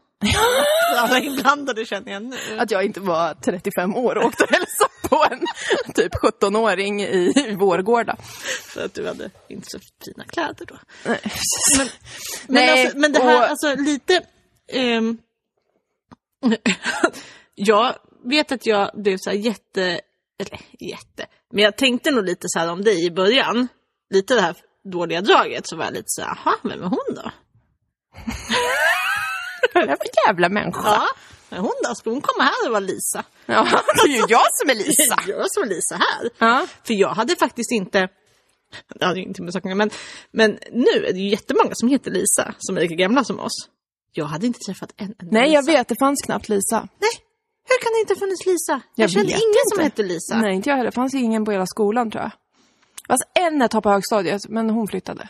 B: Alla inblandade känner jag nu.
A: att jag inte var 35 år och åkte och hälsade på en typ 17-åring i Vårgårda.
B: För att du hade inte så fina kläder då.
A: Nej,
B: Men, men,
A: Nej,
B: alltså, men det här,
A: och-
B: alltså lite... ehm, jag vet att jag blev så här jätte... Eller jätte... Men jag tänkte nog lite så här om dig i början. Lite det här dåliga draget så var jag lite så här, jaha, vem är hon då?
A: Vad är det för jävla människa?
B: Ja, men hon då? Ska hon komma här och vara Lisa?
A: Ja, det är ju jag som är Lisa.
B: Jag som är Lisa här.
A: Ja.
B: För jag hade faktiskt inte... Det hade ju inte med saken men, men nu är det ju jättemånga som heter Lisa, som är lika gamla som oss. Jag hade inte träffat en enda
A: Nej,
B: Lisa.
A: jag vet. Det fanns knappt Lisa.
B: Nej, hur kan det inte ha funnits Lisa? Jag,
A: Jag
B: kände
A: vet
B: ingen som
A: inte.
B: hette Lisa.
A: Nej, inte jag heller. Det fanns ingen på hela skolan, tror jag. Fast en ett tag på högstadiet, men hon flyttade.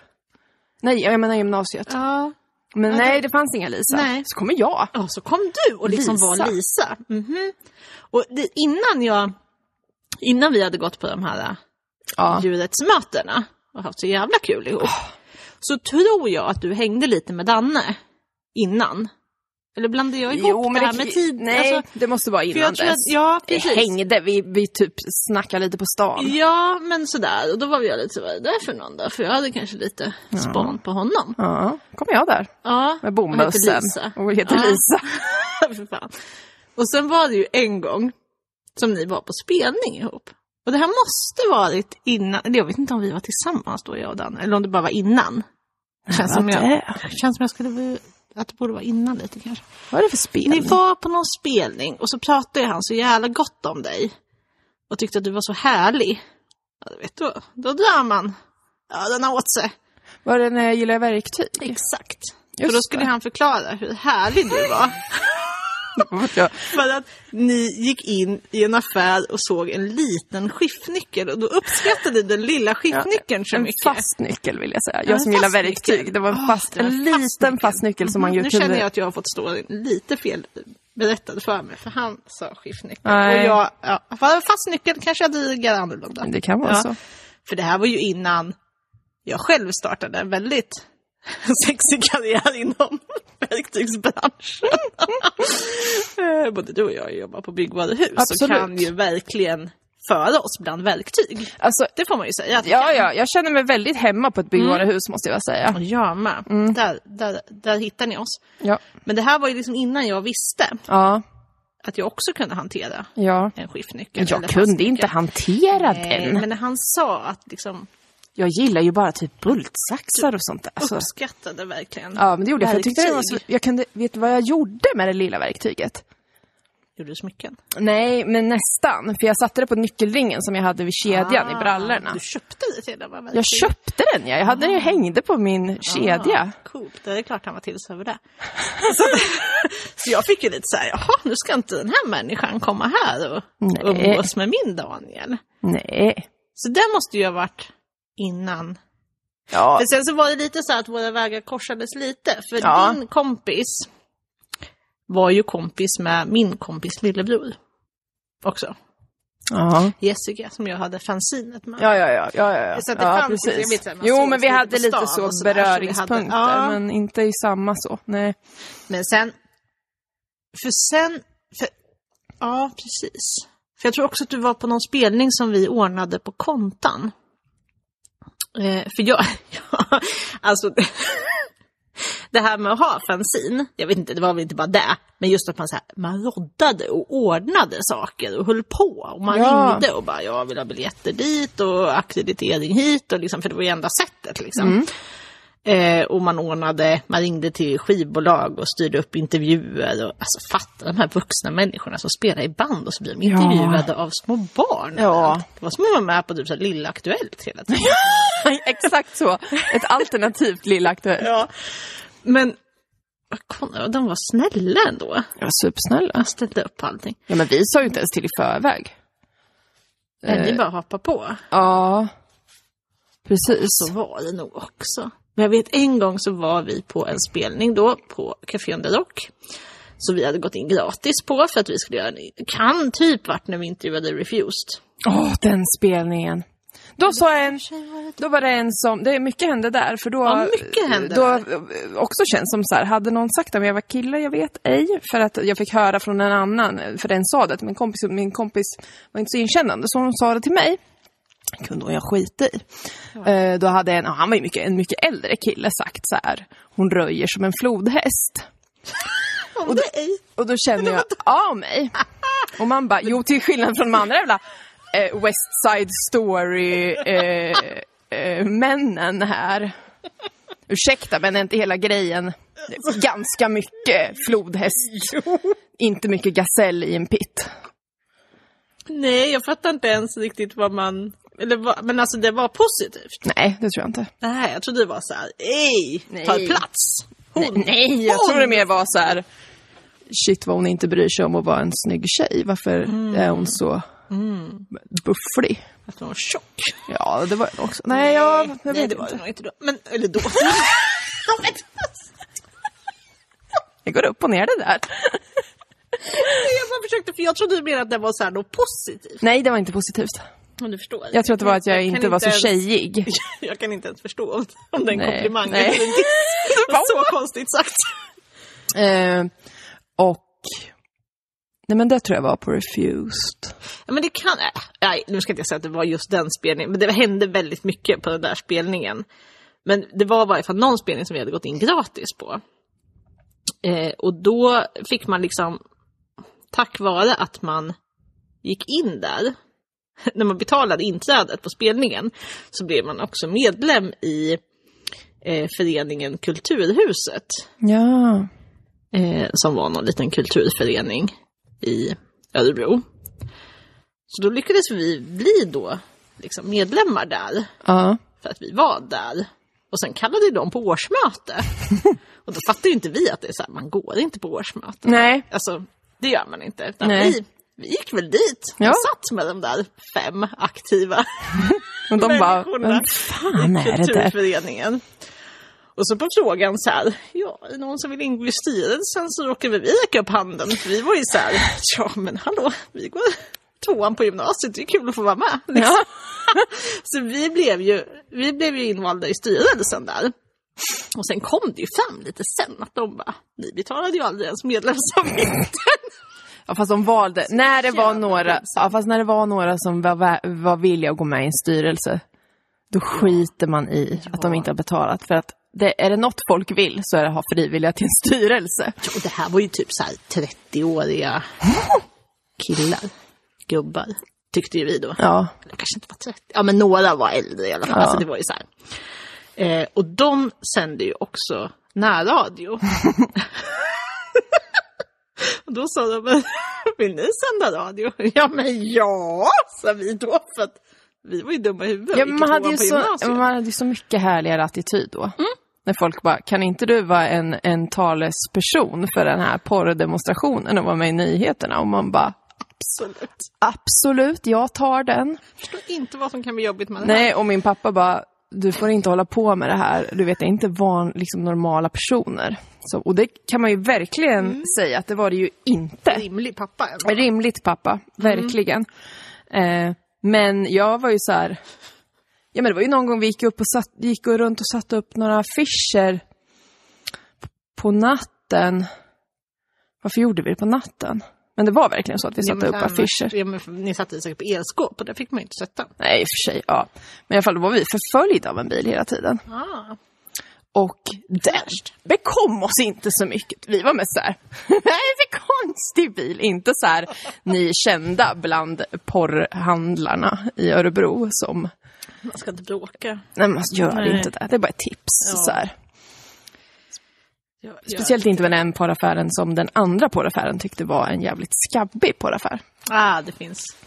A: Nej, jag menar gymnasiet.
B: Ja.
A: Men nej, det fanns inga Lisa.
B: Nej.
A: Så kommer jag.
B: ja, så kom du och liksom
A: Lisa.
B: var Lisa. Mhm. Och det, innan jag... Innan vi hade gått på de här
A: Ja.
B: djurrättsmötena och haft så jävla kul ihop. Så tror jag att du hängde lite med Danne innan. Eller blandade jag ihop det här med tid?
A: Nej,
B: Alltså,
A: det måste vara
B: för
A: innan
B: jag tror att,
A: dess.
B: ja,
A: Vi
B: precis.
A: hängde, vi, vi typ snackade lite på stan.
B: Ja, men sådär. Och då var jag lite så, vad är det där för någon då? För jag hade kanske lite span på honom.
A: Ja, kom jag där
B: Ja,
A: med
B: hon heter
A: bomullsen.
B: Lisa.
A: Och heter
B: Ja.
A: Lisa.
B: för fan. Och sen var det ju en gång som ni var på spelning ihop. Och det här måste varit innan, eller jag vet inte om vi var tillsammans då jag och Dan, eller om det bara var innan. Känns som
A: vad
B: jag,
A: det
B: känns som jag skulle, vilja- att det borde vara innan lite kanske.
A: Vad är det för spel?
B: Ni var på någon spelning och så pratade han så jävla gott om dig. Och tyckte att du var så härlig. Ja, du vet då, då drar man. Ja, den har åt sig.
A: Var det när jag gillar verktyg?
B: Exakt.
A: Just
B: och då skulle
A: det.
B: han förklara hur härlig du var.
A: Ja.
B: För att ni gick in i en affär och såg en liten skiftnyckel och då uppskattade du den lilla skiftnyckeln så
A: en
B: mycket.
A: fast nyckel vill jag säga.
B: en
A: Jag som gillar
B: fast
A: verktyg.
B: nyckel.
A: Det var
B: Ah,
A: en, fast,
B: det var
A: en
B: en fast Mm-hmm. Mhm,
A: liten fast nyckel som man ju
B: nu
A: kunde...
B: känner jag att jag har fått stå lite fel berättad för mig för han sa skiftnyckel.
A: Nej.
B: Och jag, ja, för fast nyckel kanske jag diggar annorlunda.
A: Det kan vara
B: Ja.
A: så.
B: För det här var ju innan jag själv startade en väldigt sexig karriär inom verktygsbranschen. Eh, Både du och jag jobbar på byggvaruhus och
A: Absolut.
B: kan ju verkligen föra oss bland verktyg.
A: Alltså,
B: Det får man ju säga. att vi
A: ja,
B: kan.
A: ja, jag känner mig väldigt hemma på ett
B: Mm.
A: byggvaruhus måste jag säga.
B: Och jag med.
A: Mm.
B: Där, där, där hittar ni oss.
A: Ja,
B: Men det här var ju liksom innan jag visste
A: ja,
B: att jag också kunde hantera
A: ja.
B: en skiftnyckel. eller
A: Jag kunde
B: fastnyckel.
A: inte hantera
B: Nej,
A: den.
B: Men när han sa att liksom
A: Jag gillar ju bara typ bultsaxar och sånt där. Alltså.
B: uppskattade verkligen
A: Ja, men det gjorde jag. För jag tyckte det var så...
B: verktyg.
A: Jag kunde... Vet du vad jag gjorde med det lilla verktyget?
B: Gjorde du smycken?
A: Nej, men nästan. För jag satte det på nyckelringen som jag hade vid kedjan
B: Ah,
A: i brallorna.
B: Du köpte det till den va? Verkligen.
A: Jag köpte den ja. Jag hade den ju hängde på min kedja.
B: Ah, coolt, det är klart han var till sig över det. Så, så jag fick ju lite såhär, jaha nu ska inte den här människan komma här och
A: Nej.
B: umgås med min Daniel.
A: Nej.
B: Så det måste ju ha varit innan.
A: Ja,
B: För sen så var det lite så här att våra vägar korsades lite. För
A: Ja.
B: din kompis var ju kompis med min kompis lillebror. Också.
A: ja.
B: Jessica som jag hade fanzinet med.
A: Ja, ja, ja. ja, ja.
B: Så att det
A: ja
B: fanns liksom, jag vet inte, man
A: jo,
B: sågs
A: men vi
B: lite
A: hade
B: på
A: lite
B: stan
A: så
B: och sådär, så vi hade-
A: beröringspunkter,
B: ja.
A: men inte i samma så. Nej.
B: Men sen... För sen... För, ja, precis. För jag tror också att du var på någon spelning som vi ordnade på kontan. Eh, för jag... Ja, alltså... Det här med att ha fanzin, jag vet inte, det var väl inte bara det, men just att man, så här, man roddade och ordnade saker och höll på. Och man
A: Ja.
B: ringde och bara, jag vill ha biljetter dit och akkreditering hit, och liksom, för det var ju enda sättet. Liksom. Eh, och man ordnade, man ringde till skivbolag och styrde upp intervjuer. Och, alltså fatta de här vuxna människorna som spelar i band och så blir de
A: Ja.
B: intervjuade av små barn.
A: Ja.
B: Det var som att vara med på typ så här Lilla Aktuellt hela tiden.
A: Exakt så. Ett alternativt Lilla Aktuellt.
B: ja. Men vad kon- de var snälla ändå.
A: De var supersnälla.
B: De ställde upp på allting.
A: Ja, men vi sa ju inte ens till i förväg. Eh.
B: Men Eh, det är bara att hoppa på.
A: Ja, precis.
B: Så var det nog också. Men jag vet en gång så var vi på en spelning då på Café Under Rock. Så vi hade gått in gratis på för att vi skulle göra en, kan typ vart när vi intervjuade Refused.
A: Åh, den spelningen. Då sa en... Då var det en som, det är mycket hände där för då...
B: Ja, mycket hände
A: då Också känns som så här, hade någon sagt att jag var kille, jag vet ej. För att jag fick höra från en annan, för den sa det till min kompis, och min kompis var inte så inkännande så hon sa det till mig. Kunde hon jag skita i. Eh, Då hade en, och han var ju mycket, en mycket äldre kille sagt så här, hon röjer som en flodhäst.
B: Och nej!
A: Och då känner jag av mig. Och man bara, jo till skillnad från de andra jävla eh, West Side Story eh, eh, männen här. Ursäkta men är inte hela grejen ganska mycket flodhäst? Inte mycket gasell i en pit.
B: Nej, jag fattar inte ens riktigt vad man... Eller vad, men alltså det var positivt.
A: Nej, det tror jag inte.
B: Nej, jag trodde det var så här, ej, ta
A: Nej.
B: plats.
A: Nej, nej jag
B: hon-
A: tror det mer var så här, shit vad hon inte bryr sig om att vara en snygg tjej. Varför
B: Mm.
A: är hon så bufflig?
B: Att hon var tjock.
A: Ja, det var jag också. Nej, jag, jag
B: Nej,
A: vet
B: det var
A: inte.
B: det nog inte då. Men, eller då.
A: Det går upp och ner det där.
B: jag bara försökte, för jag trodde mer att det var så här något positivt.
A: Nej, det var inte positivt.
B: Om du förstår.
A: Jag tror att det var att jag,
B: kan
A: inte var så
B: ens-
A: tjejig.
B: Jag kan inte ens förstå om, om det är en
A: Nej,
B: komplimang
A: nej.
B: eller en diss. Det var så konstigt sagt.
A: Eh, och... Nej, men det tror jag var på Refused.
B: Ja, men det kan... äh, Nej, nu ska jag inte säga att det var just den spelningen, men det hände väldigt mycket på den där spelningen. Men det var i varje fall någon spelning som vi hade gått in gratis på. Eh, och då fick man liksom, tack vare att man gick in där, när man betalade inträdet på spelningen, så blev man också medlem i eh, föreningen Kulturhuset.
A: Ja.
B: eh, som var någon liten kulturförening i Örebro. Så då lyckades vi bli då liksom medlemmar där,
A: Ja.
B: för att vi var där. Och sen kallade de på årsmöte. Och då fattar ju inte vi att det är så här, man går inte på årsmöte.
A: Nej.
B: Alltså, det gör man inte. Utan
A: Nej.
B: vi, vi gick väl dit och
A: Ja.
B: satt med de där fem aktiva
A: Och de bara,
B: människorna
A: vem fan
B: i
A: är det där?
B: kulturföreningen. Och så på frågan så här, ja, är det någon som vill ingå i styrelsen så råkar väl vi räcka upp handen. För vi var ju så här, ja men hallå, vi går tvåan på gymnasiet, det är kul att få vara med. Liksom.
A: Ja.
B: Så vi blev, ju, vi blev ju invalda i styrelsen där. Och sen kom det ju fram lite sen att de bara, ni betalade ju aldrig ens medlemsavgiften.
A: ja, fast de valde. När det var
B: jävla
A: några, ja, fast när det var några som var, vä- var villiga att gå med i en styrelse, då skiter man i att de inte har betalat. För att det, är det något folk vill så är det att ha frivilliga till en styrelse.
B: Och det här var ju typ så här 30-åriga killar, gubbar, tyckte ju vi då.
A: Ja.
B: Eller kanske inte var 30, ja men några var äldre i alla fall.
A: Ja.
B: Alltså det var ju så här. Eh, och de sände ju också närradio. och då sa de, "Men vill ni sända radio? Ja men ja, sa vi då. För att vi var ju dumma i huvudet.
A: Ja,
B: Vi
A: men man,
B: gick
A: hade
B: tvåan
A: ju
B: på
A: så,
B: gymnasiet.
A: man hade ju så mycket härligare attityd då. När folk bara, kan inte du vara en, en talesperson för den här porrdemonstrationen och vara med i nyheterna? Och man bara,
B: Absolut.
A: absolut, jag tar den.
B: Förstår inte vad som kan bli jobbigt med det här.
A: Nej, och min pappa bara, du får inte hålla på med det här. Du vet, det är inte van, liksom, normala personer. Så, och det kan man ju verkligen säga att det var det ju inte.
B: Rimlig pappa. ändå.
A: Rimligt pappa, verkligen. Eh, men jag var ju så här... Ja, men det var ju någon gång vi gick, upp och satt, gick och runt och satte upp några affischer på natten. Varför gjorde vi det på natten? Men det var verkligen så att vi
B: Ja,
A: satte
B: men
A: upp
B: annars-
A: affischer.
B: Ja, men för- ni satte ju säkert på elskåp och där fick man ju inte sätta.
A: Nej, i och för sig. Ja. Men i alla fall, då var vi förföljda av en bil hela tiden.
B: Ah.
A: Och den bekom oss inte så mycket. Vi var mest så här, nej, det är konstig bil. Inte så här, ni är kända bland porrhandlarna i Örebro som
B: Man ska inte bråka.
A: Nej, men alltså, gör
B: Nej.
A: inte det. Det är bara ett tips.
B: Ja.
A: Så här.
B: Ja,
A: Speciellt inte med den porraffären som den andra porraffären tyckte var en jävligt skabbig porraffär.
B: Ah, det finns.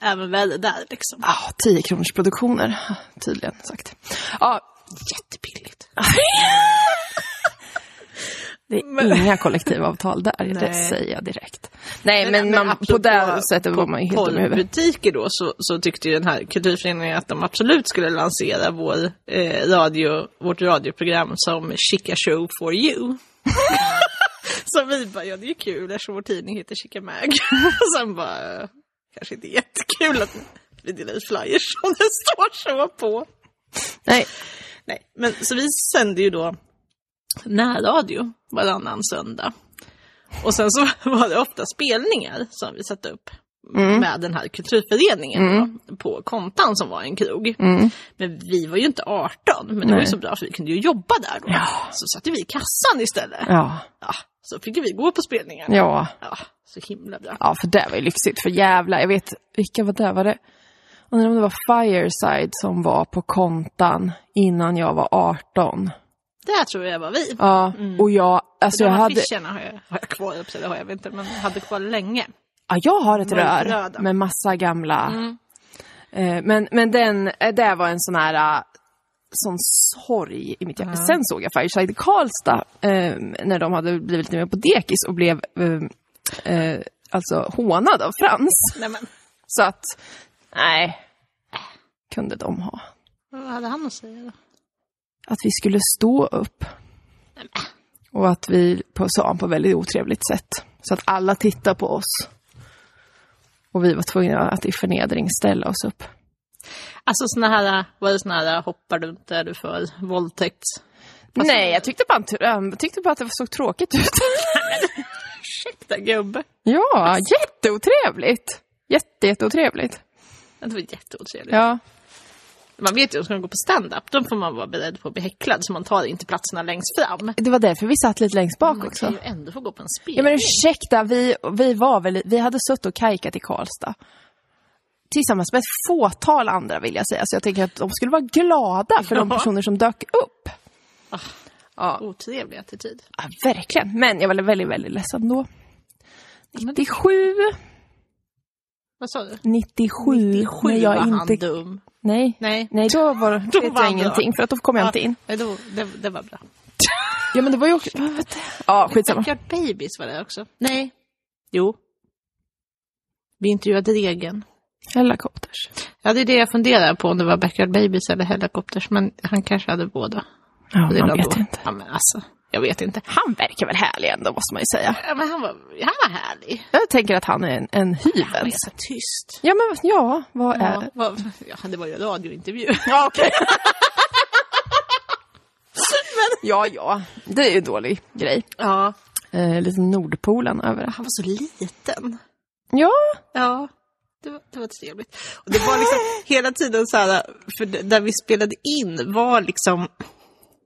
B: Även väder där liksom.
A: Ja, 10 kronors produktioner tydligen sagt. Ja,
B: Jättebilligt.
A: det är inga kollektivavtal där, det
B: Nej.
A: säger jag direkt. Nej, men,
B: Men- men
A: man, på
B: apropå-
A: det sättet var man ju helt dum i huvudet.
B: porrbutiker då så, så tyckte ju den här kulturföreningen att de absolut skulle lansera vår, eh, radio, vårt radioprogram som Chica Show for you. så vi bara, ja det är ju kul eftersom vår tidning heter Chica Mag. Och sen bara, eh, kanske inte jättekul att vi delar ut flyers som det står så på.
A: Nej,
B: Nej, men så vi sände ju då närradio varannan söndag. Och sen så var det ofta spelningar som vi satte upp
A: Mm.
B: med den här kulturföreningen då, på Kontan som var en krog. Men vi var ju inte 18, men det var ju
A: Mm. Nej.
B: så bra för vi kunde ju jobba där då. Så satte vi i kassan istället. Ja.
A: ja,
B: så fick vi gå på spelningarna.
A: ja.
B: Ja, så himla bra.
A: Ja, för det var ju lyxigt. För jävla, jag vet, vilka var det? Var det? Undrar om det var Fireside som var på kontan innan jag var 18.
B: Där tror jag var vi.
A: Ja, och jag, alltså
B: De
A: jag hade,
B: affischerna har jag, har jag kvar, upp, eller har jag inte, men jag hade kvar länge.
A: ja, jag har ett rör
B: Mörkröda.
A: med massa gamla. Eh, men, men den, eh, det var en sån här, eh, sån sorg i mitt hjärta. Sen såg jag Fireside i Karlstad eh, när de hade blivit lite mer på dekis och blev eh, eh, alltså hånad av Frans.
B: Nej, men,
A: Så att, nej, kunde de ha.
B: vad hade han att säga då?
A: att vi skulle stå upp. Och att vi på, sa han på väldigt otrevligt sätt. Så att alla tittade på oss. Och vi var tvungna att i förnedring ställa oss upp.
B: Alltså såna här, var det såna här hoppar du inte, är du för våldtäkt?
A: Nej, jag tyckte bara, att- jag tyckte bara att det såg tråkigt ut.
B: Ursäkta gubbe.
A: ja, jätteotrevligt! Jätte, jätteotrevligt.
B: Det var jätteotrevligt.
A: Ja.
B: Man vet ju om man ska gå på stand-up, då får man vara beredd på att bli häcklad så man tar inte platserna längst fram.
A: Det var därför vi satt lite längst bak
B: Man
A: också.
B: kan ju ändå få gå på en spel.
A: Ja men ursäkta, vi, vi, var väl, vi hade suttit och kajkat i Karlstad. Tillsammans med ett fåtal andra vill jag säga, så jag tänker att de skulle vara glada för de
B: Ja.
A: personer som dök upp. Ja,
B: Ah, Otrevlig attityd.
A: ja, verkligen. Men jag var väldigt, väldigt ledsen då. 97,
B: Vad sa du?
A: 97, när
B: Sju var
A: Mm, jag
B: han
A: inte...
B: dum.
A: Nej.
B: Nej.
A: Nej, då var det vet
B: var
A: jag
B: han
A: ingenting, för att då kom jag inte in.
B: Nej, då, det, det var bra.
A: Ja, men det var ju också... Ja, skitsamma.
B: Backyard Babies var det också. Nej. Jo. Vi intervjuade Regen.
A: Helikopters.
B: Ja, det är det jag funderar på, om det var Backyard Babies eller Helicopters, men han kanske hade båda.
A: Ja,
B: redan
A: man vet
B: då.
A: inte.
B: Ja, men alltså, jag vet inte.
A: Han verkar väl härlig ändå, måste man ju säga.
B: Ja, men han, var, han var härlig.
A: Jag tänker att han är en, en
B: Han var
A: hyvens.
B: så tyst.
A: Ja, men ja, vad är...
B: Ja, vad, ja, det var ju en radiointervju.
A: Eh. Ja, okej. Ja, ja, det är ju en dålig grej.
B: Ja,
A: Eh, lite Nordpolen över det.
B: han var så liten.
A: Ja,
B: Ja, det var, det var trevligt. Och det var liksom hela tiden så här, för det- där vi spelade in var liksom,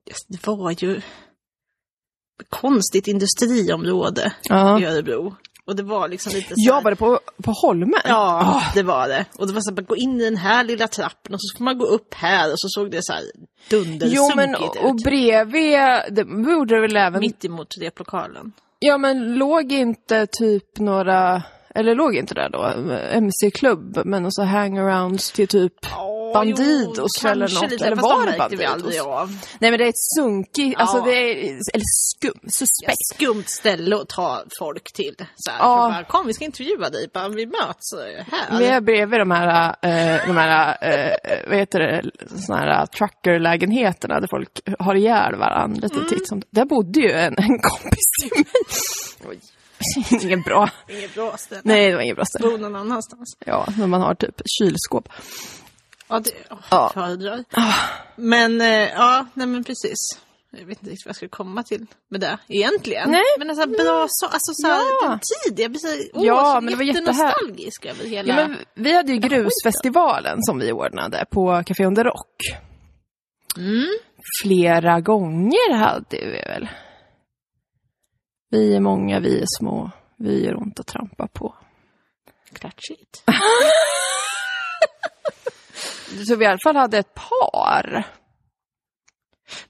B: just, det var ju ett konstigt industriområde
A: Ja.
B: i Örebro. Och det var liksom lite så här,
A: jag var det på, på Holmen.
B: Ja, det var det. Och det var så att man gå in i den här lilla trappen och så får man gå upp här och så såg det så här
A: Jo, men
B: dundersunkigt
A: och
B: ut.
A: bredvid, det borde det väl även...
B: Mitt emot replokalen.
A: Ja, men låg inte typ några... Eller låg inte där då, MC-klubb, men och så hangarounds till typ Bandidos eller något, eller var det
B: Vi aldrig
A: Bandidos?
B: av.
A: Nej men det är ett sunkigt, alltså
B: Ja.
A: det är, eller skum, suspekt.
B: Ett skumt ställe att ta folk till. Så här,
A: Ja.
B: för bara, Kom, vi ska intervjua dig. Bara, vi möts eh, här.
A: Vi är bredvid de här, eh, de här eh, vad heter det, såna här truckerlägenheterna där folk har ihjäl varandra lite titt som Där bodde ju en, en kompis till mig. Oj. Inget bra. Mm.
B: Inget bra ställe.
A: Nej, det var inget bra ställe.
B: Bo någon annanstans.
A: Ja, när man har typ kylskåp.
B: Ja, det oh,
A: Ja. Ah.
B: föredrar. Men eh, ja, nej men precis. Jag vet inte riktigt vad jag skulle komma till med det egentligen.
A: Nej.
B: Men en sån här bra så, alltså så här,
A: Ja.
B: den tid. Jag blir så, åh,
A: Ja,
B: så
A: men det var
B: jättenostalgisk över hela...
A: Ja, men vi hade ju grusfestivalen som vi ordnade på Café Under Rock. Mm. Flera gånger hade vi väl. Vi är många, vi är små, vi gör ont att trampa på.
B: Klatschigt.
A: Så vi i alla fall hade ett par.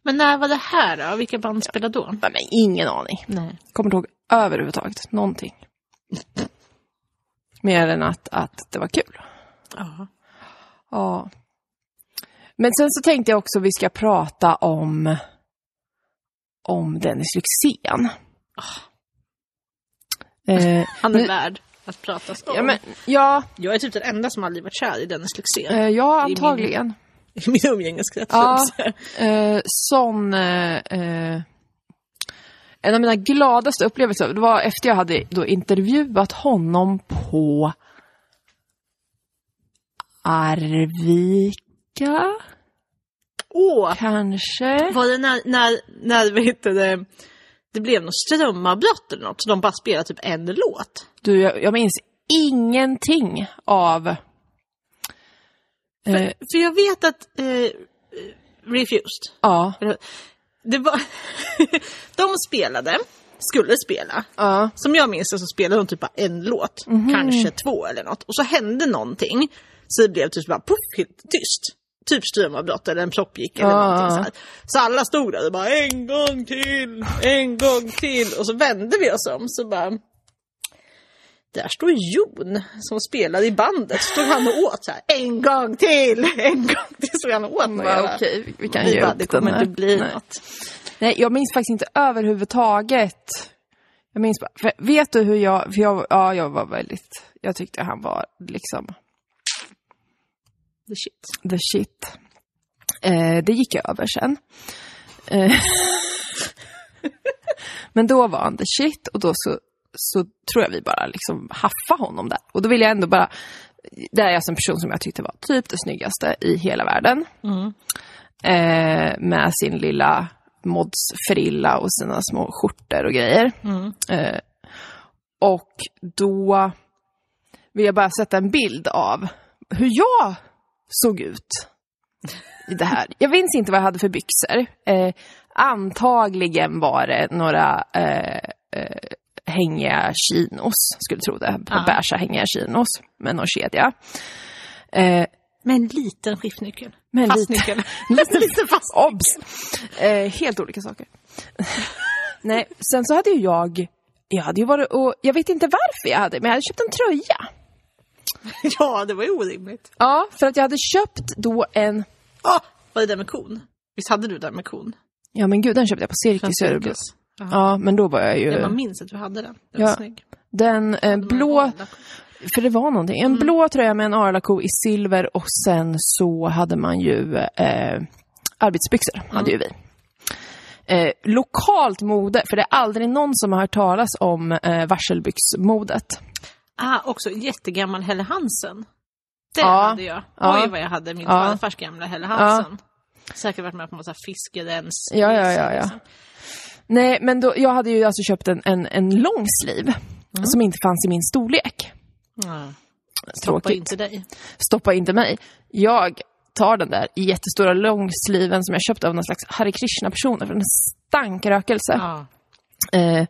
B: Men när var det här då? Vilka band spelade då?
A: Nej, men ingen aning.
B: Nej.
A: Kommer inte ihåg överhuvudtaget någonting. Mer än att, att det var kul.
B: Ja.
A: Ja. Men sen så tänkte jag också vi ska prata om, om Dennis Lyxzén. Ah. Eh,
B: Han är
A: Men-
B: värd att prata om.
A: ja, men, ja,
B: Jag är typ den enda som aldrig varit kär i Dennis Lyxzén.
A: eh, ja, antagligen.
B: I min umgängeskrets.
A: Ja. Eh, sån... Eh, eh, en av mina gladaste upplevelser, det var efter jag hade då intervjuat honom på Arvika,
B: Åh!
A: kanske?
B: Var det när, när, när vad heter det, det blev något strömavbrott eller något, så de bara spelade typ en låt?
A: Du, jag, jag minns ingenting av... Eh,
B: För jag vet att eh, Refused,
A: ja,
B: eller- det var... de spelade, skulle spela.
A: ja,
B: Som jag minns det så spelade de typ bara en låt,
A: Mhm.
B: kanske två eller något. Och så hände någonting, så det blev typ bara poff, helt tyst. Typ strömavbrott eller en plopp gick eller
A: Ja,
B: någonting
A: ja.
B: så här. Så alla stod där och bara en gång till, en gång till. Och så vände vi oss om så bara där står Jon som spelade i bandet. Så stod han och åt så här, en gång till, en gång till. Stod han och åt. Och jag
A: ja
B: bara,
A: okej, vi- vi kan
B: vi
A: ge
B: bara,
A: upp
B: det kommer
A: den här.
B: inte bli
A: Nej.
B: något.
A: Nej, jag minns faktiskt inte överhuvudtaget. Jag minns bara, för vet du hur jag, för jag, ja, jag var väldigt, jag tyckte han var liksom
B: The shit.
A: the shit. Eh, det gick över sen. Eh, men då var han the shit och då så, så tror jag vi bara liksom haffa honom där. Och då vill jag ändå bara, det är alltså en person som jag tyckte var typ det snyggaste i hela världen. Eh, med sin lilla modsfrilla och sina små skjortor och grejer. Eh, och då vill jag bara sätta en bild av hur jag såg ut i det här. Jag minns inte vad jag hade för byxor. Eh, antagligen var det några eh, eh, hängiga chinos, skulle tro det.
B: Ja.
A: Ah. Beiga hängiga chinos med någon kedja. Eh,
B: Med en liten skiftnyckel.
A: Med en
B: fastnyckel.
A: liten-
B: liten fast.
A: Obs! Eh, helt olika saker. Nej, sen så hade ju jag... Jag hade ju varit och... Jag vet inte varför jag hade, men jag hade köpt en tröja.
B: Ja, det var ju orimligt.
A: Ja, för att jag hade köpt då en...
B: Ah, var det där med kon? Visst hade du den med kon?
A: Ja, men gud, den köpte jag på Cirkus i Örebro. Ja, men då var jag ju...
B: Jag bara minns att du hade den. Den var
A: Ja.
B: snygg.
A: Den eh, blå...
B: Den var-
A: För det var någonting. En blå tröja med en Arlako i silver och sen så hade man ju eh, arbetsbyxor. Hade ju vi. Eh, lokalt mode, för det är aldrig någon som har hört talas om eh, varselbyxmodet.
B: Ah, också jättegammal Helle Hansen. Den
A: Ja.
B: hade jag.
A: Ja.
B: Oj vad jag hade min
A: Ja.
B: farfars gamla Helle Hansen. Säkert varit med på en massa fiskerens.
A: Ja, ja, ja, ja. Nej, men då, jag hade ju alltså köpt en, en, en lång sleeve som inte fanns i min storlek.
B: ja. Var
A: Tråkigt.
B: inte dig.
A: Stoppa inte mig. Jag tar den där jättestora långsliven som jag köpte av någon slags Hare Krishna-personer, för den stank rökelse.
B: Ja.
A: Eh,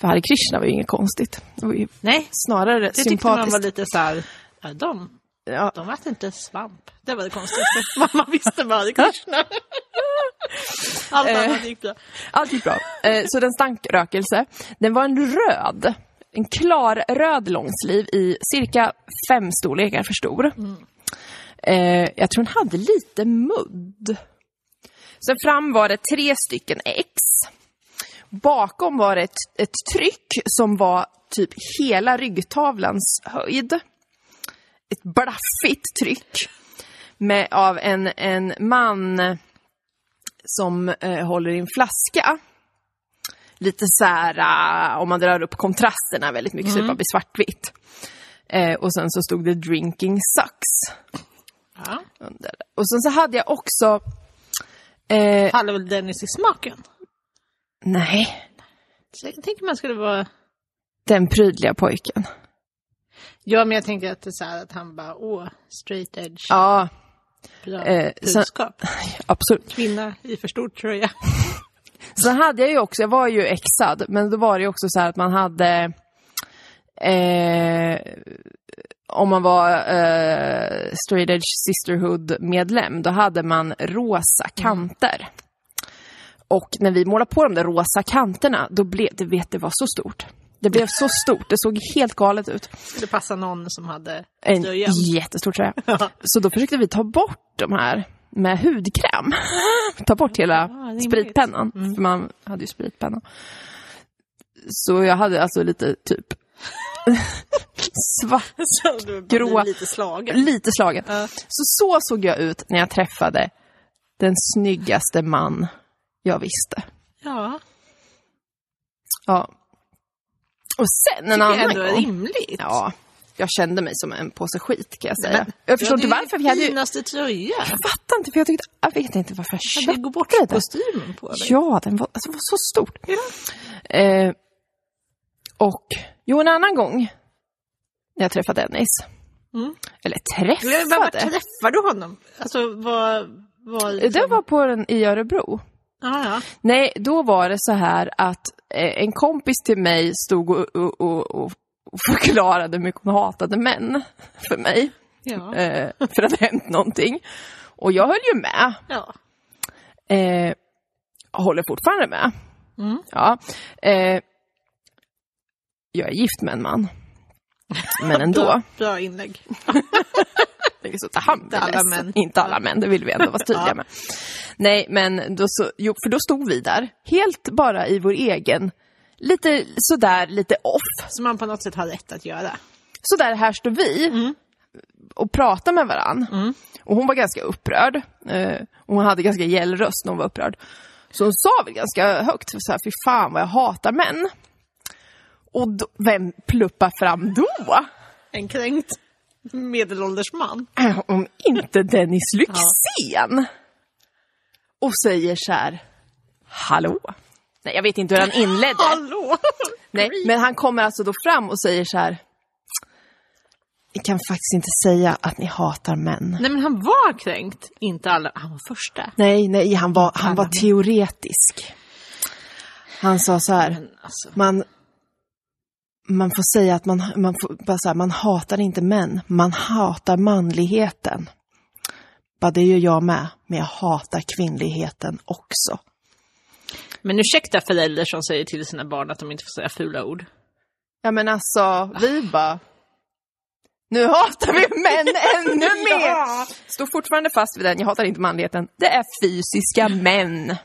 A: för Hare Krishna var ju inget konstigt. Det var ju
B: Nej,
A: snarare
B: det tyckte man
A: sympatiskt.
B: var lite så här. Ja, de,
A: ja.
B: de äter inte svamp. Det var det konstigaste. Vad man visste bara det Krishna. Allt
A: Eh.
B: annat gick bra.
A: Allt gick bra. Eh, så den stank rökelse. Den var en röd, en klar röd långsliv i cirka fem storlekar för stor. Eh, jag tror den hade lite mudd. Sen fram var det tre stycken X. Bakom var det ett, ett tryck som var typ hela ryggtavlans höjd. Ett blaffigt tryck med, av en, en man som eh, håller i en flaska. Lite så här, ah, om man drar upp kontrasterna väldigt mycket så det bara blir svartvitt. Eh, och sen så stod det “Drinking sucks”
B: Ja.
A: under. Och sen så hade jag också... Eh,
B: Hade väl Dennis i smaken?
A: nej,
B: Så jag tänker man skulle vara...
A: den prydliga pojken.
B: Ja, men jag tänker att det är så här att han bara, åh, straight edge,
A: Ja,
B: bra
A: eh, så-
B: budskap.
A: absolut.
B: Kvinna i för stor tröja.
A: Sen hade jag ju också, jag var ju exad, men då var det ju också så här att man hade... Eh, om man var eh, straight edge sisterhood-medlem, då hade man rosa kanter. Och när vi målade på de där rosa kanterna, då blev det, vet, det var så stort. Det blev så stort, det såg helt galet ut.
B: Skulle passa någon som hade
A: En
B: slöjan.
A: jättestor tröja. Så då försökte vi ta bort de här med hudkräm. ta bort hela
B: rimligt.
A: spritpennan.
B: Mm.
A: För man hade ju spritpenna. Så jag hade alltså lite typ svart
B: Så du
A: Gråa.
B: Gråa. lite slagen.
A: Lite slagen.
B: Ja.
A: Så så såg jag ut när jag träffade den snyggaste man jag visste.
B: Ja,
A: Ja. Och sen en
B: det
A: annan
B: är ändå
A: gång.
B: rimligt.
A: Ja, jag kände mig som en påse skit kan jag säga.
B: Men-
A: jag förstår inte
B: det är
A: varför. för Jag hade ju...
B: finaste tröja.
A: Jag fattar inte, för jag tyckte... Jag vet inte varför jag
B: Hade
A: köpte
B: du gått bort
A: det. där.
B: kostymen på dig?
A: Ja, den var, alltså, den var så stor. Eh, och, jo en annan gång när jag träffade Dennis.
B: Mm.
A: Eller
B: Jag vill bara, vart
A: träffade.
B: träffade du honom? Alltså, vad... vad liksom-
A: Det var på den i Örebro.
B: Ja, ja.
A: Nej, då var det så här att eh, en kompis till mig stod och, och, och, och och förklarade hur mycket hon hatade män för mig.
B: Ja.
A: Eh, för att det hade hänt någonting. Och jag höll ju med.
B: ja.
A: Eh, håller fortfarande med.
B: Mm.
A: Ja. Eh, jag är gift med en man. Men ändå.
B: Bra, bra inlägg.
A: tänker så, att han
B: Inte
A: blir
B: alla
A: ledsen.
B: män.
A: Inte alla män, det vill vi ändå vara tydliga
B: Ja.
A: med. Nej, men då så, jo, för då stod vi där, helt bara i vår egen, lite sådär, lite off.
B: Som man på något sätt har rätt att göra.
A: Så där här står vi och pratar med varann. Och hon var ganska upprörd. Eh, och hon hade ganska gäll röst när hon var upprörd. Så hon sa väl ganska högt, så här, fy fan vad jag hatar män. Och då, vem pluppar fram då?
B: En kränkt medelålders man.
A: Äh, om inte Dennis Lyxzén. Och säger så här, hallå? Nej, jag vet inte hur han inledde.
B: Hallå!
A: Nej, men han kommer alltså då fram och säger så här, ni kan faktiskt inte säga att ni hatar män.
B: Nej men han var kränkt. Inte alla. Han var första.
A: Nej, nej, han var, han var teoretisk. Han sa så här,
B: Men alltså.
A: man, man får säga att man, man, får, bara så här, man hatar inte män, man hatar manligheten. Bara det gör jag med, men jag hatar kvinnligheten också.
B: Men ursäkta föräldrar som säger till sina barn att de inte får säga fula ord.
A: Ja men alltså, vi bara... Nu hatar vi män ännu mer!
B: Ja.
A: Står fortfarande fast vid den, jag hatar inte manligheten. Det är fysiska män.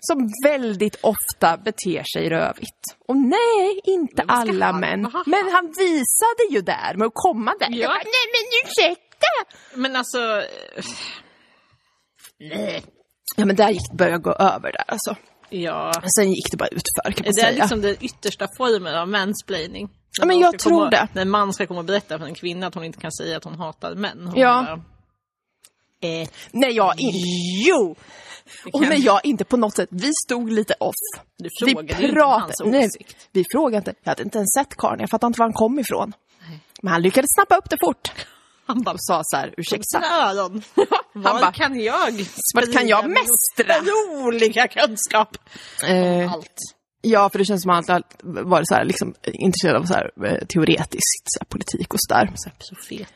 A: Som väldigt ofta beter sig rövigt. Och nej, inte
B: vad ska
A: alla
B: han-
A: män.
B: vad har han-
A: Men han visade ju där med att komma där. Jag
B: Ja.
A: bara, nej men ursäkta!
B: Men alltså... eh, Nej.
A: Ja men där gick det, började gå över där alltså.
B: Ja.
A: Sen gick det bara utför kan
B: Är
A: man
B: det är
A: säga.
B: liksom den yttersta formen av mansplaining. När
A: Ja, men
B: någon
A: jag
B: ska
A: tror
B: komma,
A: det.
B: När en man ska komma och berätta för en kvinna att hon inte kan säga att hon hatar män. Hon
A: Ja.
B: Bara, eh,
A: När jag in... Jo! Och
B: kan-
A: när jag inte på något sätt, vi stod lite off.
B: du
A: Vi
B: frågade ju inte om hans
A: nej,
B: åsikt.
A: vi frågade inte. Jag hade inte ens sett karln, jag fattade inte var han kom ifrån. Men han lyckades snappa upp det fort.
B: Han bara,
A: Sa så här, ursäkta.
B: sina öron. Var
A: bara,
B: kan jag
A: vart kan jag
B: sprida
A: mästra?"
B: min Otroliga kunskap.
A: Eh,
B: Allt.
A: Ja, för det känns som att han alltid har varit så här, liksom, intresserad av så här, eh, teoretiskt så här, politik och sådär. Så här,
B: Profet.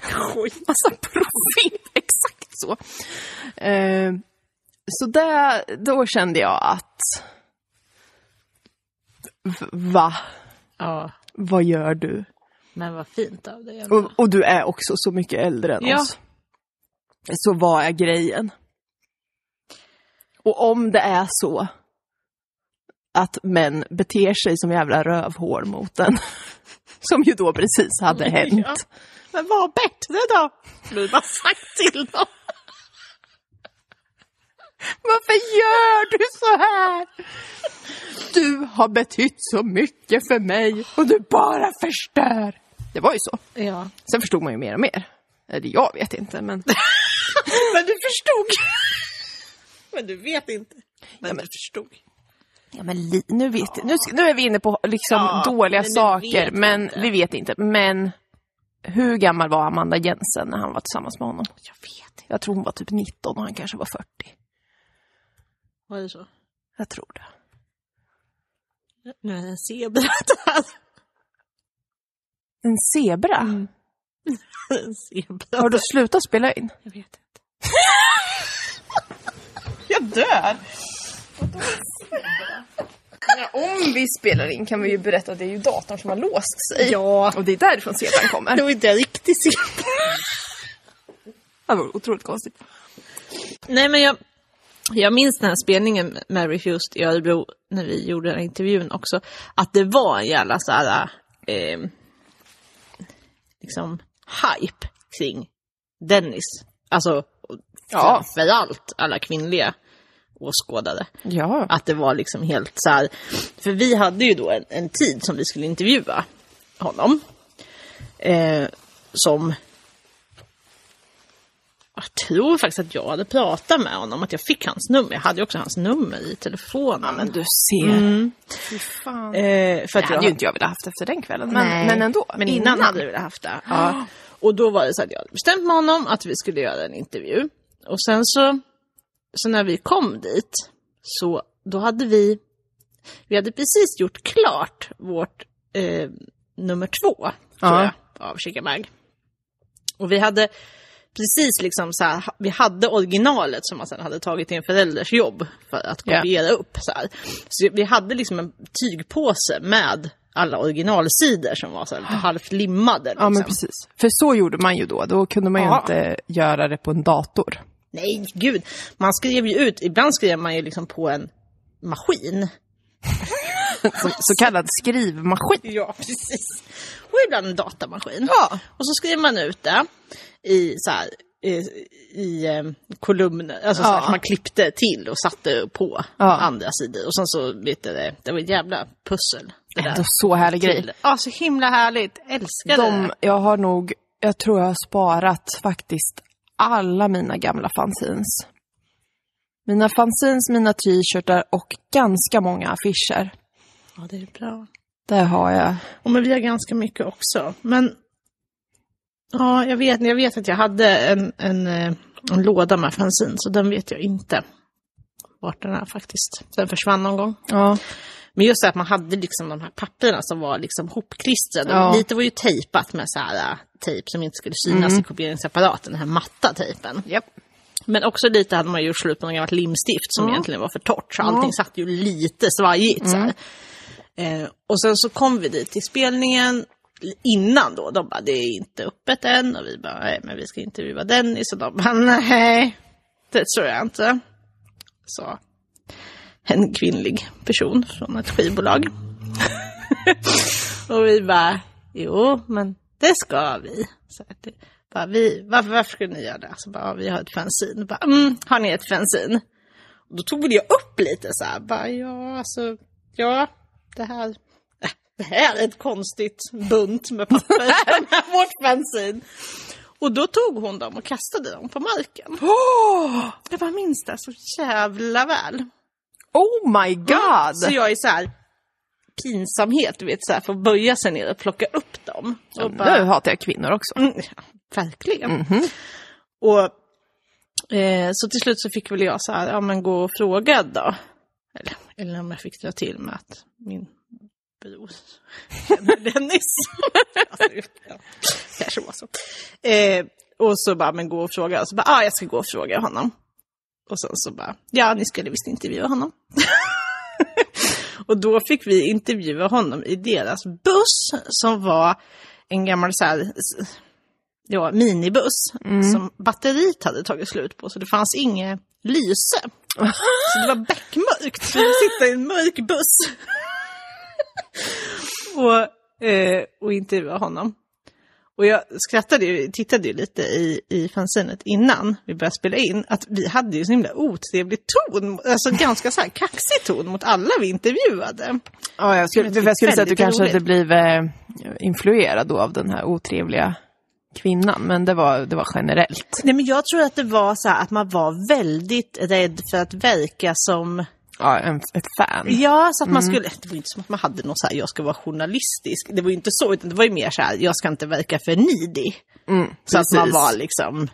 A: profet. Massa profet, alltså, exakt så. Eh, så där, då kände jag att... v- Va?
B: Ja,
A: Vad gör du?
B: men vad fint av dig. ändå.
A: Och, och du är också så mycket äldre än
B: Ja.
A: oss. Så vad är grejen? Och om det är så att män beter sig som jävla rövhår mot en, som ju då precis hade hänt.
B: Ja. Men var bättre då! Du bara sagt till dem.
A: Varför gör du så här? Du har betytt så mycket för mig och du bara förstör. Det var ju så.
B: Ja.
A: Sen förstod man ju mer och mer. Eller jag vet inte, men...
B: Men du förstod. Men du vet inte. Men,
A: Ja, men-
B: du förstod.
A: Ja, men li- nu, vet, nu, ska- nu är vi inne på liksom
B: Ja,
A: dåliga
B: men vi
A: saker,
B: vet
A: men
B: inte.
A: vi vet inte. Men hur gammal var Amanda Jensen när han var tillsammans med honom?
B: Jag vet inte.
A: Jag tror hon var typ 19 och han kanske var 40.
B: Var det så?
A: Jag tror det.
B: Nu är en zebra där.
A: En zebra?
B: Zebra.
A: Har du slutat spela in?
B: Jag vet inte. jag dör!
A: om vi spelar in kan vi ju berätta att det är ju datorn som har låst sig.
B: Ja.
A: Och det är därifrån zebran kommer.
B: Det var inte en riktig zebra.
A: Det var otroligt konstigt.
B: Nej, men jag, jag minns den här spelningen med Mary Hust i Örebro när vi gjorde den här intervjun också. Att det var en jävla så här, eh, liksom hype kring Dennis. Alltså
A: Ja.
B: framförallt alla kvinnliga åskådare.
A: Ja.
B: Att det var liksom helt så här, för vi hade ju då en, en tid som vi skulle intervjua honom. Eh, som, jag tror faktiskt att jag hade pratat med honom, att jag fick hans nummer. Jag hade ju också hans nummer i telefonen.
A: Men du ser. Fy fan.
B: eh,
A: Det
B: för att
A: hade
B: jag,
A: ju inte jag velat haft efter den kvällen. Men, men ändå.
B: Men innan, hade vi velat haft det. Ja. Och då var det så att jag hade bestämt med honom att vi skulle göra en intervju. Och sen så, så när vi kom dit, så då hade vi, vi hade precis gjort klart vårt eh, nummer två, tror
A: Ja.
B: jag, av Chickamag. Och vi hade precis liksom så här, vi hade originalet som man sen hade tagit till en förälders jobb för att
A: Ja.
B: kopiera upp. Så, här. så vi hade liksom en tygpåse med alla originalsidor som var så här lite halvt limmade. Liksom.
A: Ja, men precis. För så gjorde man ju då. Då kunde man ju
B: Ja.
A: inte göra det på en dator.
B: Nej, gud. Man skrev ju ut, ibland skrev man ju liksom på en maskin.
A: Så, så kallad skrivmaskin.
B: Ja, precis. Och ibland en datamaskin. Ja. Och så skriver man ut det i så här, i, i eh, kolumner, alltså så här,
A: Ja.
B: som man klippte till och satte på
A: Ja.
B: andra sidor. Och sen så, vet du, det, det var ett jävla pussel. Det
A: Ändå så härlig grej.
B: där. Ja, så himla härligt. Älskar det.
A: De, jag har nog, jag tror jag har sparat faktiskt alla mina gamla fanzines. Mina fanzines, mina t-shirtar och ganska många affischer.
B: Ja, det är bra.
A: Där har jag.
B: Och men vi har ganska mycket också. Men ja, jag vet, jag vet att jag hade en, en, eh, en låda med fanzin, så den vet jag inte vart den är faktiskt. Den försvann någon gång.
A: Ja.
B: Men just det att man hade liksom de här papperna som var liksom hopklistrade.
A: Ja.
B: Och lite var ju tejpat med så här eh, tejp som inte skulle synas i kopieringsapparaten, den här matta tejpen.
A: Japp.
B: Men också lite hade man ju gjort slut med något gammalt limstift som egentligen var för torrt, så allting satt ju lite svajigt. Så här. Eh, och sen så kom vi dit till spelningen innan då, de bara det är inte öppet än och vi bara nej men vi ska intervjua Dennis och de bara nej det tror jag inte. Så en kvinnlig person från ett skivbolag. och vi bara jo men det ska vi. Så att det, bara, vi varför, varför skulle ni göra det? Så bara, "Ja, vi har ett fanzine. Bara, mm, har ni ett fanzine? Och då tog väl jag upp lite så här, bara, ja, alltså, ja, det här, äh, det här är ett konstigt bunt med papper som är vårt bensin. Och då tog hon dem och kastade dem på marken.
A: Oh!
B: Jag bara minns det så jävla väl.
A: oh my god!
B: Så jag är så här pinsamhet, du vet, så här, får böja sig ner och plocka upp dem.
A: Ja,
B: Och bara-
A: Nu hatar jag kvinnor också.
B: Mm, ja, verkligen. Och eh, så till slut så fick väl jag så här, ja men gå och fråga då. Eller, eller om jag fick dra till med att min bror känner Dennis. alltså, ja, kanske var så. Eh, och så bara, men gå och fråga. Och så bara, ja ah, jag ska gå och fråga honom. Och sen så bara, ja ni skulle visst intervjua honom. och då fick vi intervjua honom i deras buss som var en gammal så här, s- ja, minibuss som batteriet hade tagit slut på så det fanns inget lyse. Så det var beckmörkt, så vi sitta i en mörk buss. och, eh, och intervjua honom. Och jag skrattade ju, tittade ju lite i, i fanzinet innan vi började spela in, att vi hade ju så himla otrevlig ton, alltså ganska så här kaxig ton mot alla vi intervjuade.
A: Ja, jag skulle,
B: Men det är
A: jag skulle säga att du
B: väldigt
A: kanske
B: roligt.
A: hade blivit eh, influerad då av den här otrevliga kvinnan, men det var, det var generellt.
B: Nej men jag tror att det var så här att man var väldigt rädd för att verka som
A: Ja, en, ett fan.
B: Ja, så att man
A: Mm.
B: skulle... Det var ju inte som att man hade någon så här, jag ska vara journalistisk. Det var ju inte så, utan det var ju mer så här, jag ska inte verka för nidig. så att man
A: Mm, precis.
B: var liksom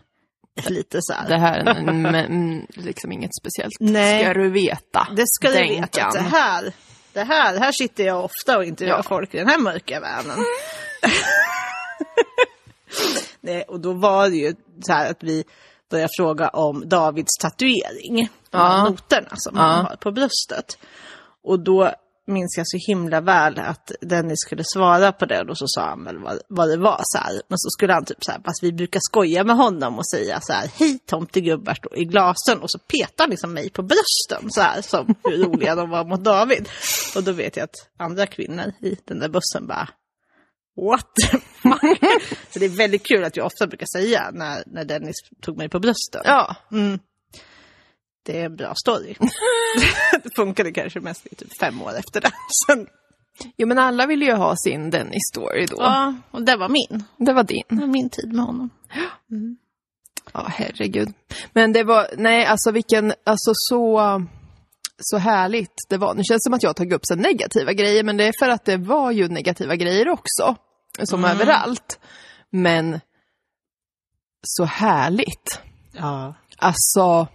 B: lite så här...
A: Det här är en- men, mm, liksom inget speciellt.
B: Nej.
A: Ska du veta.
B: Det ska du
A: Dänkan.
B: veta, att det här, det här, här sitter jag ofta och intervjuar
A: Ja.
B: folk i den här mörka världen. Nej, och då var det ju så här att vi började fråga om Davids tatuering. De här
A: Ja.
B: noterna som
A: Ja.
B: han har på bröstet. Och då minns jag så himla väl att Dennis skulle svara på det och så sa han väl vad, vad det var så här. Men så skulle han typ så här, fast vi brukar skoja med honom och säga så här, hej tomtegubbar står i glasen och så petar han liksom mig på brösten så här som hur roliga de var mot David. Och då vet jag att andra kvinnor i den där bussen bara, what the fuck? så det är väldigt kul att jag ofta brukar säga när, när Dennis tog mig på brösten.
A: Ja,
B: Mm. Det är en bra story. det funkade kanske mest i typ fem år efter det. Sen,
A: jo men alla ville ju ha sin Dennis-story då.
B: ja, och det var min.
A: Det var din.
B: Det var min tid med honom.
A: Ja, herregud. Men det var, nej alltså vilken, alltså så, så härligt det var. Nu känns det som att jag har tagit upp så negativa grejer, men det är för att det var ju negativa grejer också. Som överallt. Men så härligt.
B: Ja.
A: Alltså,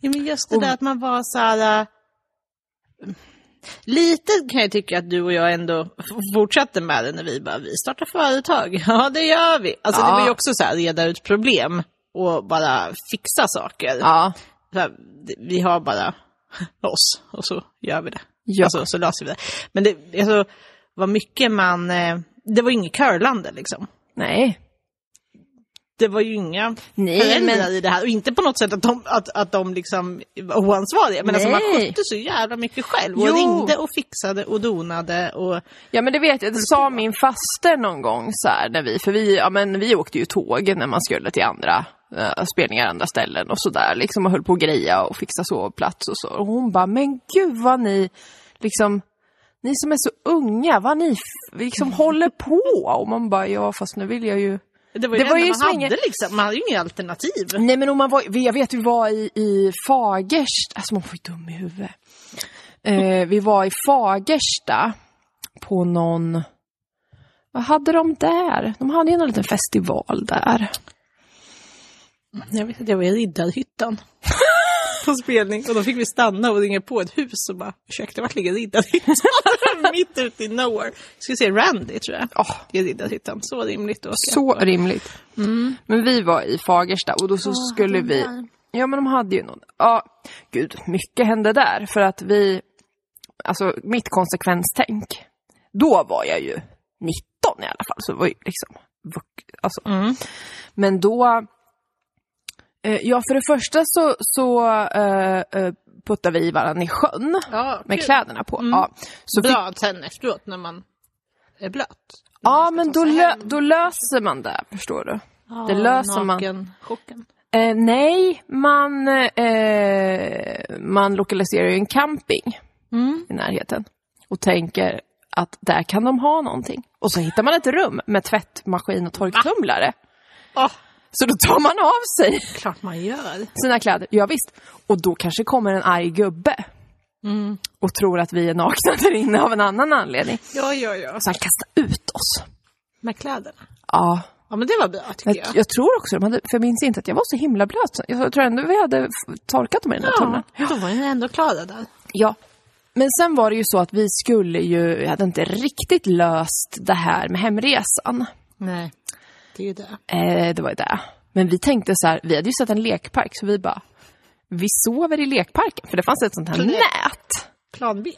B: ja men just det
A: Och-
B: där att man var så här... äh, Lite kan jag tycka att du och jag ändå fortsatte med det när vi bara, vi startar företag. Ja, det gör vi. Alltså det
A: Ja.
B: var ju också så här, reda ut problem och bara fixa saker.
A: ja.
B: så här, det- vi har bara oss och så gör vi det.
A: Ja.
B: Alltså, så löser vi det. Men det alltså, var mycket man... eh, Det var ju inget curlande liksom.
A: Nej.
B: Det var ju inga
A: Nej,
B: föräldrar
A: men-
B: i det här. Och inte på något sätt att de, att, att de liksom var oansvariga. Men alltså, man
A: Nej.
B: skötte så jävla mycket själv. Och
A: Jo.
B: ringde och fixade och donade. Och,
A: Ja men det vet jag, det sa min faster någon gång så här när vi, för vi, ja men vi åkte ju tåg när man skulle till andra eh, spelningar, andra ställen och sådär liksom och höll på att greja och fixa sovplats och så. Och hon bara, men gud vad ni liksom, ni som är så unga, vad ni f- liksom håller på! Och man bara, ja fast nu vill jag ju
B: det var ju det, var ju man
A: så
B: hade
A: länge-
B: liksom. Man hade ju inga alternativ.
A: Nej men om man var, jag vet vi var i, i Fagersta, alltså man får ju dum i huvudet. Eh, vi var i Fagersta på någon, vad hade de där? De hade ju någon liten festival där.
B: Jag vet att jag var i Riddarhyttan. på spelning. Och då fick vi stanna och ringa på ett hus och bara, ursäkta vart ligger Riddarhyttan? Mitt ute i nowhere. Jag skulle se Randy tror jag.
A: Ja,
B: I Riddarhyttan. Så rimligt att åka.
A: så rimligt. Men vi var i Fagersta och då så skulle
B: de
A: vi,
B: Mm. där.
A: ja men de hade ju någon, ja gud, mycket hände där för att vi, alltså mitt konsekvenstänk, då var jag ju 19 i alla fall, så det var ju liksom, vux- alltså
B: Mm.
A: Men då... Eh, ja, för det första så, så eh, eh, puttar vi varandra i sjön
B: Ja,
A: med
B: kul. Mm.
A: kläderna på. Ja, så fick,
B: Bra sen efteråt när man är blöt.
A: ja men då,
B: ta sig
A: lö,
B: hem.
A: då löser man det, förstår du.
B: Ja,
A: Det löser man.
B: naken. Chocken.
A: Eh, nej, man, eh, man lokaliserar ju en camping
B: Mm.
A: i närheten och tänker att där kan de ha någonting. Och så hittar man ett rum med tvättmaskin och torktumlare.
B: Ja,
A: Så då tar man av sig
B: Ah, klart man gör.
A: sina kläder. Ja, visst. Och då kanske kommer en arg gubbe.
B: Mm.
A: Och tror att vi är nakna där inne av en annan anledning.
B: Ja, ja, ja.
A: Så han kastar ut oss.
B: Med kläderna.
A: Ja,
B: Ja, men det var bra tycker
A: jag,
B: jag.
A: jag tror också de hade, för jag minns inte att jag var så himla blöt. Jag tror ändå vi hade f- torkat dem i den här tunnan.
B: Ja, då var ni ändå klara där.
A: Ja. Men sen var det ju så att vi skulle ju, jag hade inte riktigt löst det här med hemresan.
B: Nej, det är ju det.
A: Eh, det var ju det. Men vi tänkte så här, vi hade ju sett en lekpark så vi bara, vi sover i lekparken. För det fanns ett sånt här
B: Planet.
A: nät.
B: Plan B.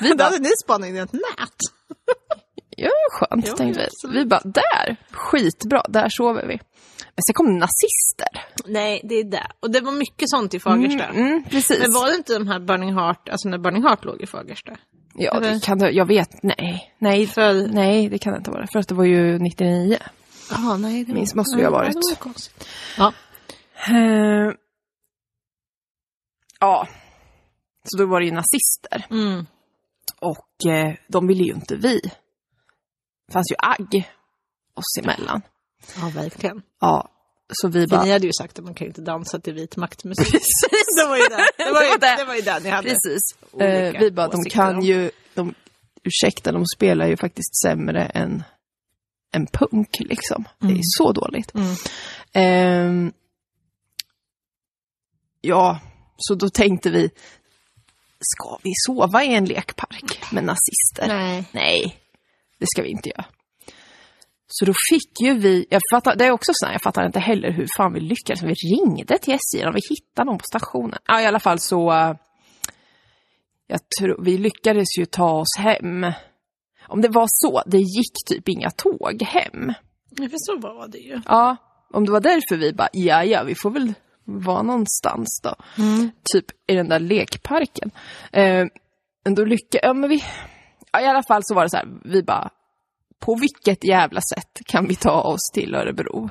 A: Vi
B: Då
A: bara,
B: hade ni spanat in i ett nät.
A: Ja, skönt
B: Ja,
A: tänkte vi.
B: absolut.
A: Vi bara, där! Skitbra, där sover vi. Men sen kom nazister.
B: Nej, det är det. Och det var mycket sånt i Fagersta.
A: Mm, precis.
B: Men var det inte de här Burning Heart, alltså när Burning Heart låg i Fagersta?
A: ja, det
B: eller?
A: kan det, jag vet, nej. Nej,
B: För-
A: nej, det kan det inte vara. För att det var ju 99.
B: Ja, nej. Det
A: Minst måste vi ha varit.
B: Ja, det var konstigt. Ja.
A: Eh, ja. Så då var det ju nazister.
B: Mm.
A: Och eh, de ville ju inte vi. Det fanns ju agg oss emellan.
B: ja, verkligen.
A: Ja, så vi
B: För
A: bara...
B: ni hade ju sagt att man kan ju inte dansa till vit maktmusik. Precis! Det var ju det. Det var ju
A: Det var det.
B: det, det, var ju det ni hade.
A: Precis.
B: olika
A: Eh, vi bara, de
B: åsikter om.
A: kan ju, de, ursäkta, de spelar ju faktiskt sämre än, än punk liksom. Det är så dåligt.
B: Mm.
A: Ehm, ja, så då tänkte vi, ska vi sova i en lekpark med nazister?
B: Nej.
A: Nej, det ska vi inte göra. Så då fick ju vi, jag fattar, det är också sådär, jag fattar inte heller hur fan vi lyckades. Vi ringde till SJ och vi hittade någon på stationen. Ja, i alla fall så, eh, jag tror, vi lyckades ju ta oss hem. Om det var så, det gick typ inga tåg hem.
B: Ja, för så var det ju.
A: Ja, om det var därför vi bara, ja ja, vi får väl vara någonstans då.
B: Mm.
A: Typ i den där lekparken. Eh, men då lycka, ja men vi, ja, i alla fall så var det så här, vi bara, på vilket jävla sätt kan vi ta oss till Örebro?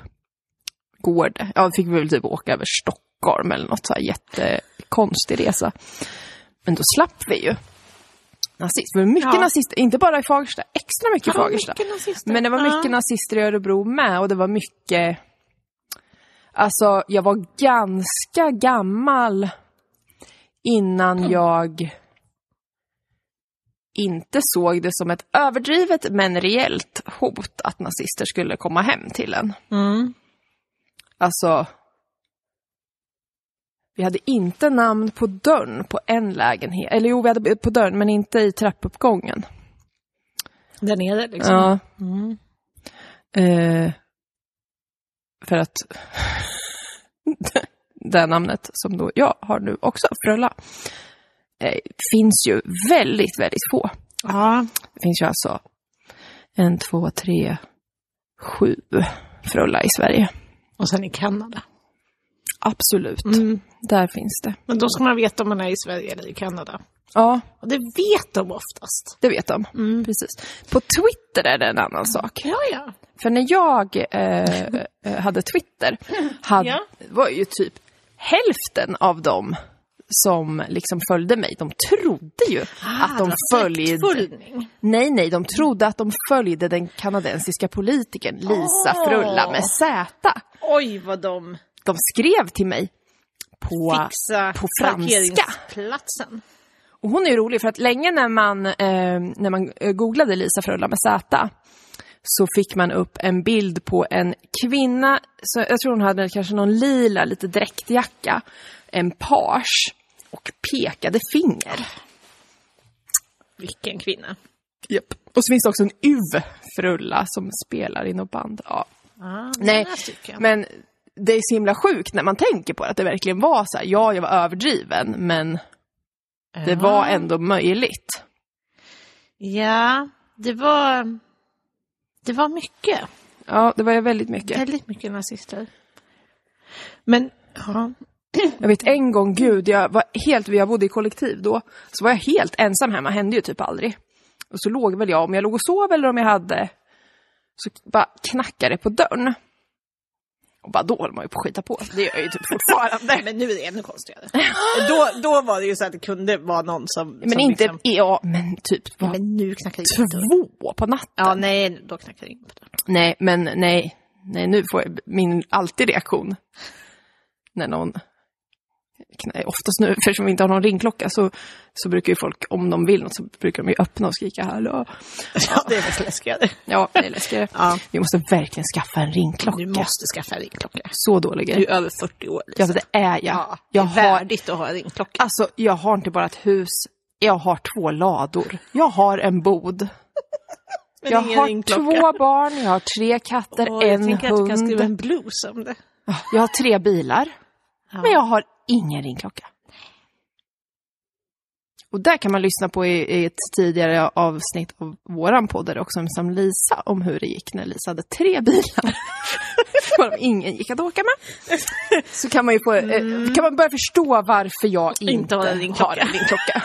A: Går det? Ja, fick vi väl typ åka över Stockholm eller något så här jättekonstig resa. Men då slapp vi ju. Nazist, men mycket
B: Ja.
A: nazister, inte bara i Fagersta, extra mycket i
B: Ja,
A: Fagersta.
B: mycket nazister.
A: Men det var
B: Ja.
A: mycket nazister i Örebro med och det var mycket... Alltså, jag var ganska gammal innan jag inte såg det som ett överdrivet men reellt hot att nazister skulle komma hem till en.
B: Mm.
A: Alltså, vi hade inte namn på dörren på en lägenhet. Eller jo, vi hade på dörren men inte i trappuppgången.
B: Där nere liksom.
A: Ja.
B: Mm.
A: Eh, för att det här namnet som då jag har nu också, Frölla, eh, finns ju väldigt, väldigt få.
B: ja.
A: Det finns ju alltså en, två, tre, sju Frölla i Sverige.
B: Och sen i Kanada. Mm.
A: Absolut, Mm. där finns det.
B: Men då ska man veta om man är i Sverige eller i Kanada.
A: Ja,
B: Och det vet de oftast.
A: det vet de.
B: Mm.
A: Precis. På Twitter är det en annan sak.
B: Ja, ja.
A: För när jag eh, eh, hade Twitter hade,
B: Ja.
A: var ju typ hälften av dem som liksom följde mig, de trodde ju
B: Ah,
A: att de följde...
B: Följning.
A: Nej, nej, de trodde att de följde den kanadensiska politikern Lisa
B: Åh.
A: Frulla med Z.
B: Oj, vad de
A: De skrev till mig på...
B: fixar
A: på franska.
B: parkeringsplatsen.
A: Och hon är ju rolig för att länge när man, eh, när man eh, googlade Lisa Frölla med Z så fick man upp en bild på en kvinna, så jag tror hon hade kanske någon lila, lite dräktjacka, en page och pekade finger.
B: Vilken kvinna.
A: Yep. Och så finns det också en Uv Frulla som spelar i något band. Ja.
B: Ah,
A: Nej,
B: några stycken.
A: men det är så himla sjukt när man tänker på det, att det verkligen var så här, ja, jag var överdriven, men det
B: Ja.
A: var ändå möjligt.
B: Ja, det var... Det var mycket.
A: Ja, det var ju väldigt mycket.
B: Väldigt mycket nazister. Men, ja.
A: Jag vet en gång, gud, jag var helt, jag bodde i kollektiv då, så var jag helt ensam hemma, hände ju typ aldrig. Och så låg väl jag, om jag låg och sov eller om jag hade, så bara knackade det på dörren. Och bara då höll man ju på att skita på sig. det gör jag ju typ fortfarande.
B: Men nu är det ännu konstigare. då, då var det ju så att det kunde vara någon som...
A: Men
B: som
A: inte,
B: liksom-
A: ja, men typ
B: Ja,
A: var
B: Men nu knackar det inte.
A: två på natten.
B: Ja, nej, då knackar det in på det.
A: Nej, men nej, nej, nu får jag min alltid reaktion när någon Nej, oftast nu, eftersom vi inte har någon ringklocka, så, så brukar ju folk, om de vill något, så brukar de ju öppna och skrika hallå.
B: Ja, det är väl läskigare.
A: Ja, det är läskigare.
B: Ja.
A: Vi måste verkligen skaffa en ringklocka.
B: Du måste skaffa en ringklocka.
A: Så dålig är jag.
B: över 40 år.
A: Ja, men det är jag.
B: Ja, det
A: jag,
B: är
A: har,
B: värdigt att ha en ringklocka.
A: alltså, jag har inte bara ett hus, jag har två lador. Jag har en bod.
B: Men
A: jag
B: ingen
A: har
B: ringklocka.
A: två barn, jag har tre katter,
B: Åh, jag
A: en
B: tänker att du
A: hund.
B: kan skriva en blues om det.
A: Jag har tre bilar, men jag har ingen ringklocka. Och där kan man lyssna på i, i ett tidigare avsnitt av våran podd, där det också som Lisa, om hur det gick när Lisa hade tre bilar. Varav ingen gick att åka med. Så kan man ju få, eh, kan man börja förstå varför jag inte,
B: har Mm. en ringklocka.
A: har en ringklocka.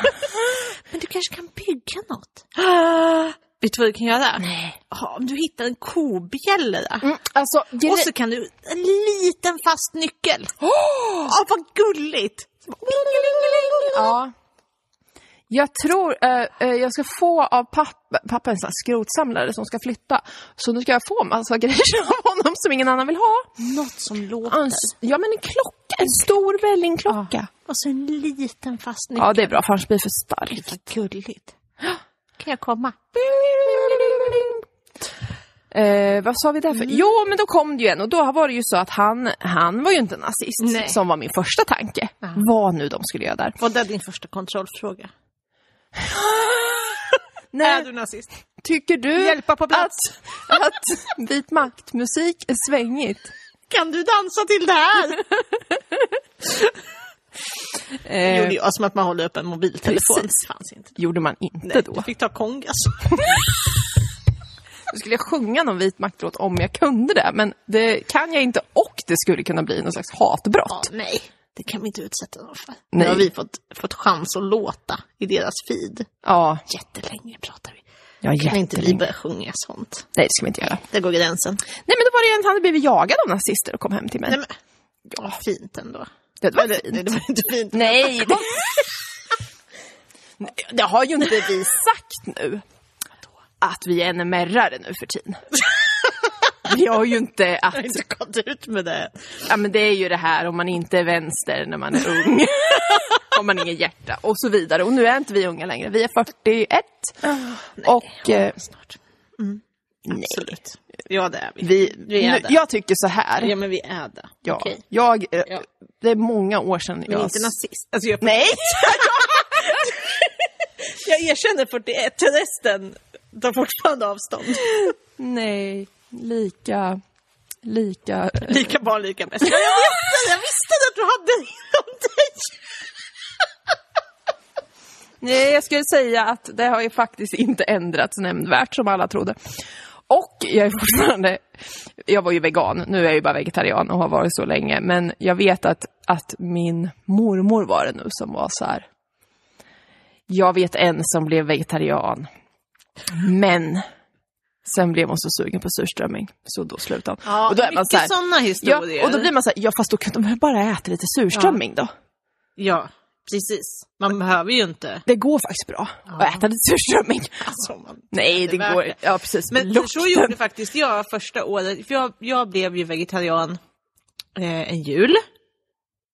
B: Men du kanske kan bygga något? Vet du vad du kan göra? Nej. om du hittar en kobjällra.
A: Mm, alltså, gre-
B: Och så kan du, en liten fast nyckel. Åh, vad gulligt!
A: Ja. Jag tror eh, eh, jag ska få av pappa, pappa är en sån här skrotsamlare som ska flytta. Så nu ska jag få massa grejer av honom som ingen annan vill ha.
B: Något som låter.
A: Ans- ja men en klocka, en stor vällingklocka.
B: Och så Alltså, en liten fast nyckel.
A: Ja det är bra för annars blir det för starkt.
B: Vad gulligt. Kan jag komma?
A: Eh, vad sa vi där för? Jo men då kom det ju en och då var det ju så att han, han var ju inte nazist
B: Nej.
A: som var min första tanke.
B: Ja.
A: Vad nu de skulle göra där.
B: Var det din första kontrollfråga?
A: Nej.
B: Äh. Är du nazist?
A: Tycker du
B: Hjälpa på plats.
A: att, att vit makt-musik är svängigt?
B: Kan du dansa till det här?
A: Eh,
B: Gjorde jag som att man håller upp en mobiltelefon.
A: Precis.
B: Fanns inte.
A: gjorde man inte
B: Nej,
A: då.
B: du fick ta kongas.
A: Då skulle jag sjunga någon vit maktlåt om jag kunde det, men det kan jag inte och det skulle kunna bli någon slags hatbrott.
B: nej, det kan vi inte utsätta dem för. Nu
A: Nej.
B: har vi fått, fått chans att låta i deras feed.
A: Ja,
B: Jättelänge pratar vi.
A: ja
B: Kan inte vi
A: jättelänge.
B: börja sjunga sånt?
A: Nej, det ska vi inte göra.
B: Där går gränsen.
A: Nej, men då var det en som hade blivit jagad av nazister och kom hem till mig.
B: Nej, men, ja, fint ändå.
A: det var
B: Eller, nej,
A: fint.
B: det var inte fint.
A: Nej, det... Nej, det har ju inte vi sagt nu. Att vi är NMR-are nu för tiden. Vi har ju inte att...
B: Jag har inte gått ut med det.
A: Ja, men det är ju det här om man inte är vänster när man är ung. om man inget hjärta och så vidare. Och nu är inte vi unga längre. Vi är 41. och... Eh,
B: Ah, Snart. Mm.
A: nej.
B: Absolut. Ja, det är vi.
A: Vi,
B: Vi är
A: nu,
B: där.
A: jag tycker så här.
B: Ja, men vi är det.
A: Ja,
B: Okej.
A: jag, eh,
B: Ja.
A: Det är många år sedan
B: Men
A: jag...
B: inte nazist. Alltså, jag,
A: Nej!
B: jag erkänner 41, resten tar fortfarande avstånd.
A: Nej, lika... Lika...
B: Lika barn, lika bäst. Ja, jag visste, jag visste att du hade det inom dig!
A: Nej, jag skulle säga att det har ju faktiskt inte ändrats nämnvärt som alla trodde. Och jag är fortfarande... Jag var ju vegan, nu är jag ju bara vegetarian och har varit så länge. Men jag vet att, att min mormor var det nu som var så här... Jag vet en som blev vegetarian, men sen blev hon så sugen på surströmming, så då slutade hon.
B: Ja,
A: och då är man så här,
B: sådana
A: ja,
B: historier.
A: och då blir man så här, ja fast då kan de bara äta lite surströmming då.
B: ja, precis. Man behöver ju inte.
A: Det går faktiskt bra att äta lite surströmming.
B: Alltså, man...
A: Nej, det,
B: Det är värt
A: går
B: det.
A: Ja, precis.
B: Men
A: Lukten.
B: så gjorde faktiskt jag första året. För jag, jag blev ju vegetarian eh, en jul.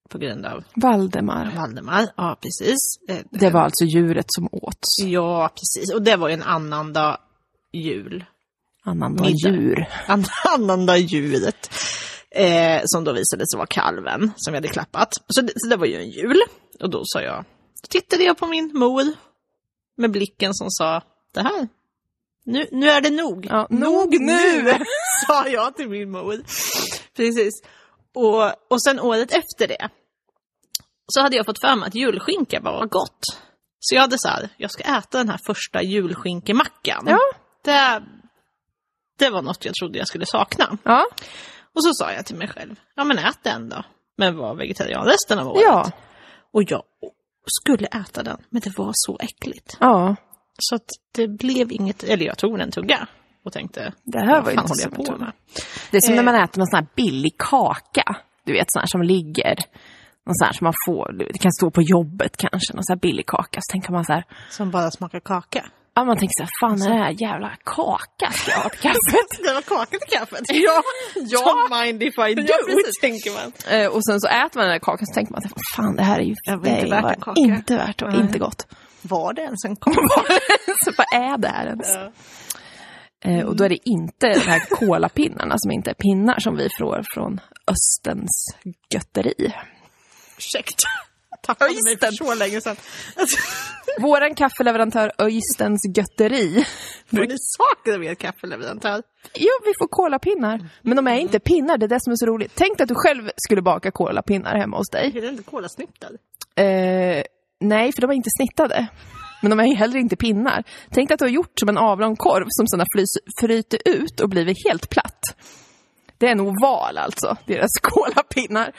B: På grund av
A: Valdemar.
B: Valdemar. Ja, precis. Eh,
A: Det var alltså djuret som åts.
B: Ja, precis. Och det var ju en annandag jul.
A: Annandag
B: Middag.
A: djur.
B: An- Annandag djuret. Eh, som då visade sig vara kalven som vi hade klappat. Så det, så det var ju en jul. Och då sa jag, då tittade jag på min mor med blicken som sa, det här, nu, nu är det nog.
A: Ja, nog nu!
B: sa jag till min mor. Precis. Och, och sen året efter det så hade jag fått för mig att julskinka var gott. Så jag hade så här, jag ska äta den här första julskinkemackan.
A: Ja.
B: Det, det var något jag trodde jag skulle sakna.
A: Ja.
B: Och så sa jag till mig själv, ja men ät den då. Men var vegetarian resten av året.
A: Ja.
B: Och jag skulle äta den, men det var så äckligt.
A: ja.
B: Så att det blev inget, eller jag tog en tugga och tänkte,
A: Det här var
B: vad
A: ju
B: fan
A: inte
B: håller
A: så
B: jag på
A: mycket.
B: med?
A: Det är som
B: Eh.
A: när man äter någon sån här billig kaka. Du vet, sån här som ligger. Någon sån här som man får. Det kan stå på jobbet kanske. Någon sån här billig kaka. Så tänker man så här.
B: Som bara smakar kaka.
A: Ja, man tänker så här. Fan, är det här jävla kaka ska jag ha till kaffet?
B: Det var kaka till kaffet. Ja,
A: ja.
B: Don't mind if I do,
A: Ja, precis.
B: tänker man.
A: Eh, Och sen så äter man den där kakan så tänker man att fan det här är ju
B: Jag var
A: det
B: inte
A: är
B: värt
A: bara
B: en kaka.
A: Inte värt och
B: Nej.
A: inte gott.
B: Var det ens en kaka?
A: så vad är det här ens?
B: Ja.
A: Eh, Och då är det inte de här kolapinnarna som inte är pinnar som vi får från Östens götteri.
B: Ursäkta. Tappade mig för
A: Öysten.
B: så länge sedan. Alltså,
A: Våran kaffeleverantör Östens götteri.
B: får ni saker med kaffeleverantör?
A: Jo, vi får kolapinnar. Men de är inte pinnar, det är det som är så roligt. Tänk dig att du själv skulle baka kolapinnar hemma hos dig.
B: Är det inte kolasnittar?
A: Eh, nej, för de är inte snittade. Men de är ju heller inte pinnar. Tänk dig att du har gjort som en avlång korv som sedan har flys- fryter ut och blivit helt platt. Det är en oval alltså, deras kolapinnar.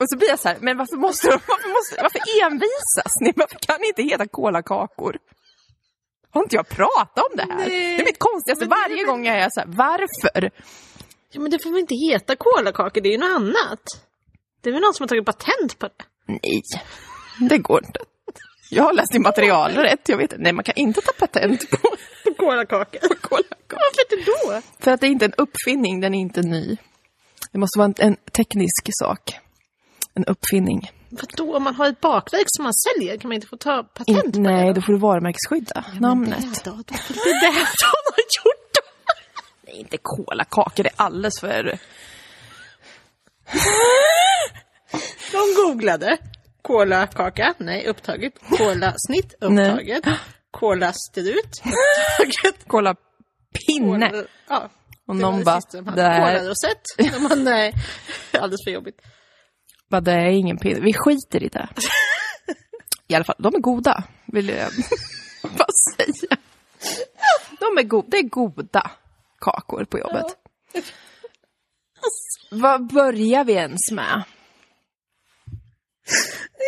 A: Och så blir jag så här, men varför måste de, varför, måste, varför envisas ni? Varför kan ni inte heta kolakakor? Har inte jag pratat om det här?
B: Nej.
A: Det är mitt konstigaste,
B: Men det är
A: varje
B: väl-
A: gång jag är så här, varför?
B: Ja, men det får väl inte heta kolakakor, det är ju något annat. Det är väl någon som har tagit patent på det?
A: Nej, det går inte. Jag har läst i materialrätt, jag vet Nej, man kan inte ta patent på
B: På kolakakor. Varför inte då?
A: För att det är inte en uppfinning, den är inte ny. Det måste vara en, en teknisk sak. En uppfinning.
B: Vadå, om man har ett bakverk som man säljer, kan man inte få ta
A: In,
B: patent på det?
A: nej, då får du varumärkesskydda namnet.
B: Det är det som har gjort det.
A: Nej, inte kolakakor, det är alldeles för...
B: De googlade. Kolakaka, nej upptaget. Kolasnitt, upptaget. Cola stod ut. Taget.
A: Kolla pinne.
B: Cola- Ja.
A: Och
B: det var
A: någon
B: det
A: bara,
B: sista de hade.
A: det här-
B: Colarosett. De bara, nej, alldeles för jobbigt.
A: Bara, det är ingen pinne. Vi skiter i det. I alla fall, de är goda. Vill jag bara säga. De är go- det är goda kakor på jobbet. Vad börjar vi ens med?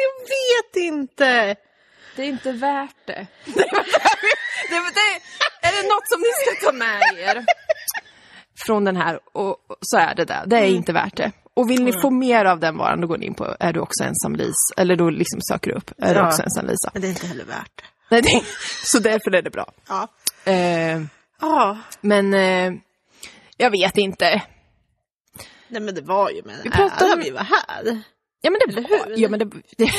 B: Jag vet inte.
A: Det är inte värt det. det, det är det något som ni ska ta med er från den här, och, och så är det det. Det är inte värt det. Och vill ni få mer av den varan, då går ni in på Är du också ensam Lis? Eller då liksom söker du upp Är du
B: Ja.
A: också ensam Lisa?
B: Men det är inte heller värt det.
A: Nej, det, så därför är det bra.
B: Ja.
A: Eh,
B: Ja.
A: men eh, jag vet inte.
B: Nej men det var ju med en
A: pratade
B: ära
A: om-
B: vi var här.
A: Ja men det var,
B: hur?
A: ja, men det, det,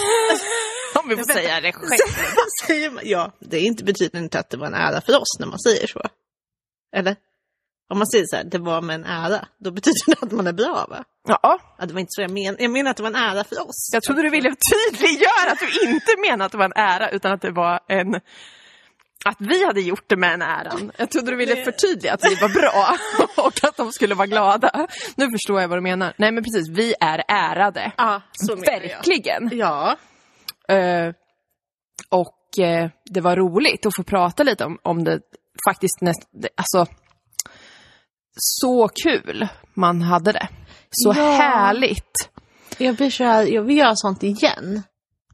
A: om vi får säga det själv.
B: Vad säger man? Ja, det är inte betyder inte att det var en ära för oss när man säger så. Eller? Om man säger så här, det var med en ära, då betyder det att man är bra va?
A: Ja,
B: Ja, det var inte så jag menade. Jag menar att det var en ära för oss.
A: jag trodde du ville tydliggöra att du inte menade att det var en ära utan att det var en... Att vi hade gjort det med en äran. Jag trodde du ville förtydliga att vi var bra och att de skulle vara glada. Nu förstår jag vad du menar. Nej men precis, vi är ärade.
B: Ja, så menar jag.
A: Verkligen.
B: Ja.
A: Eh, och eh, det var roligt att få prata lite om, om det faktiskt näst, det- alltså så kul man hade det. Så
B: Ja.
A: härligt.
B: Jag blir så här, jag vill göra sånt igen.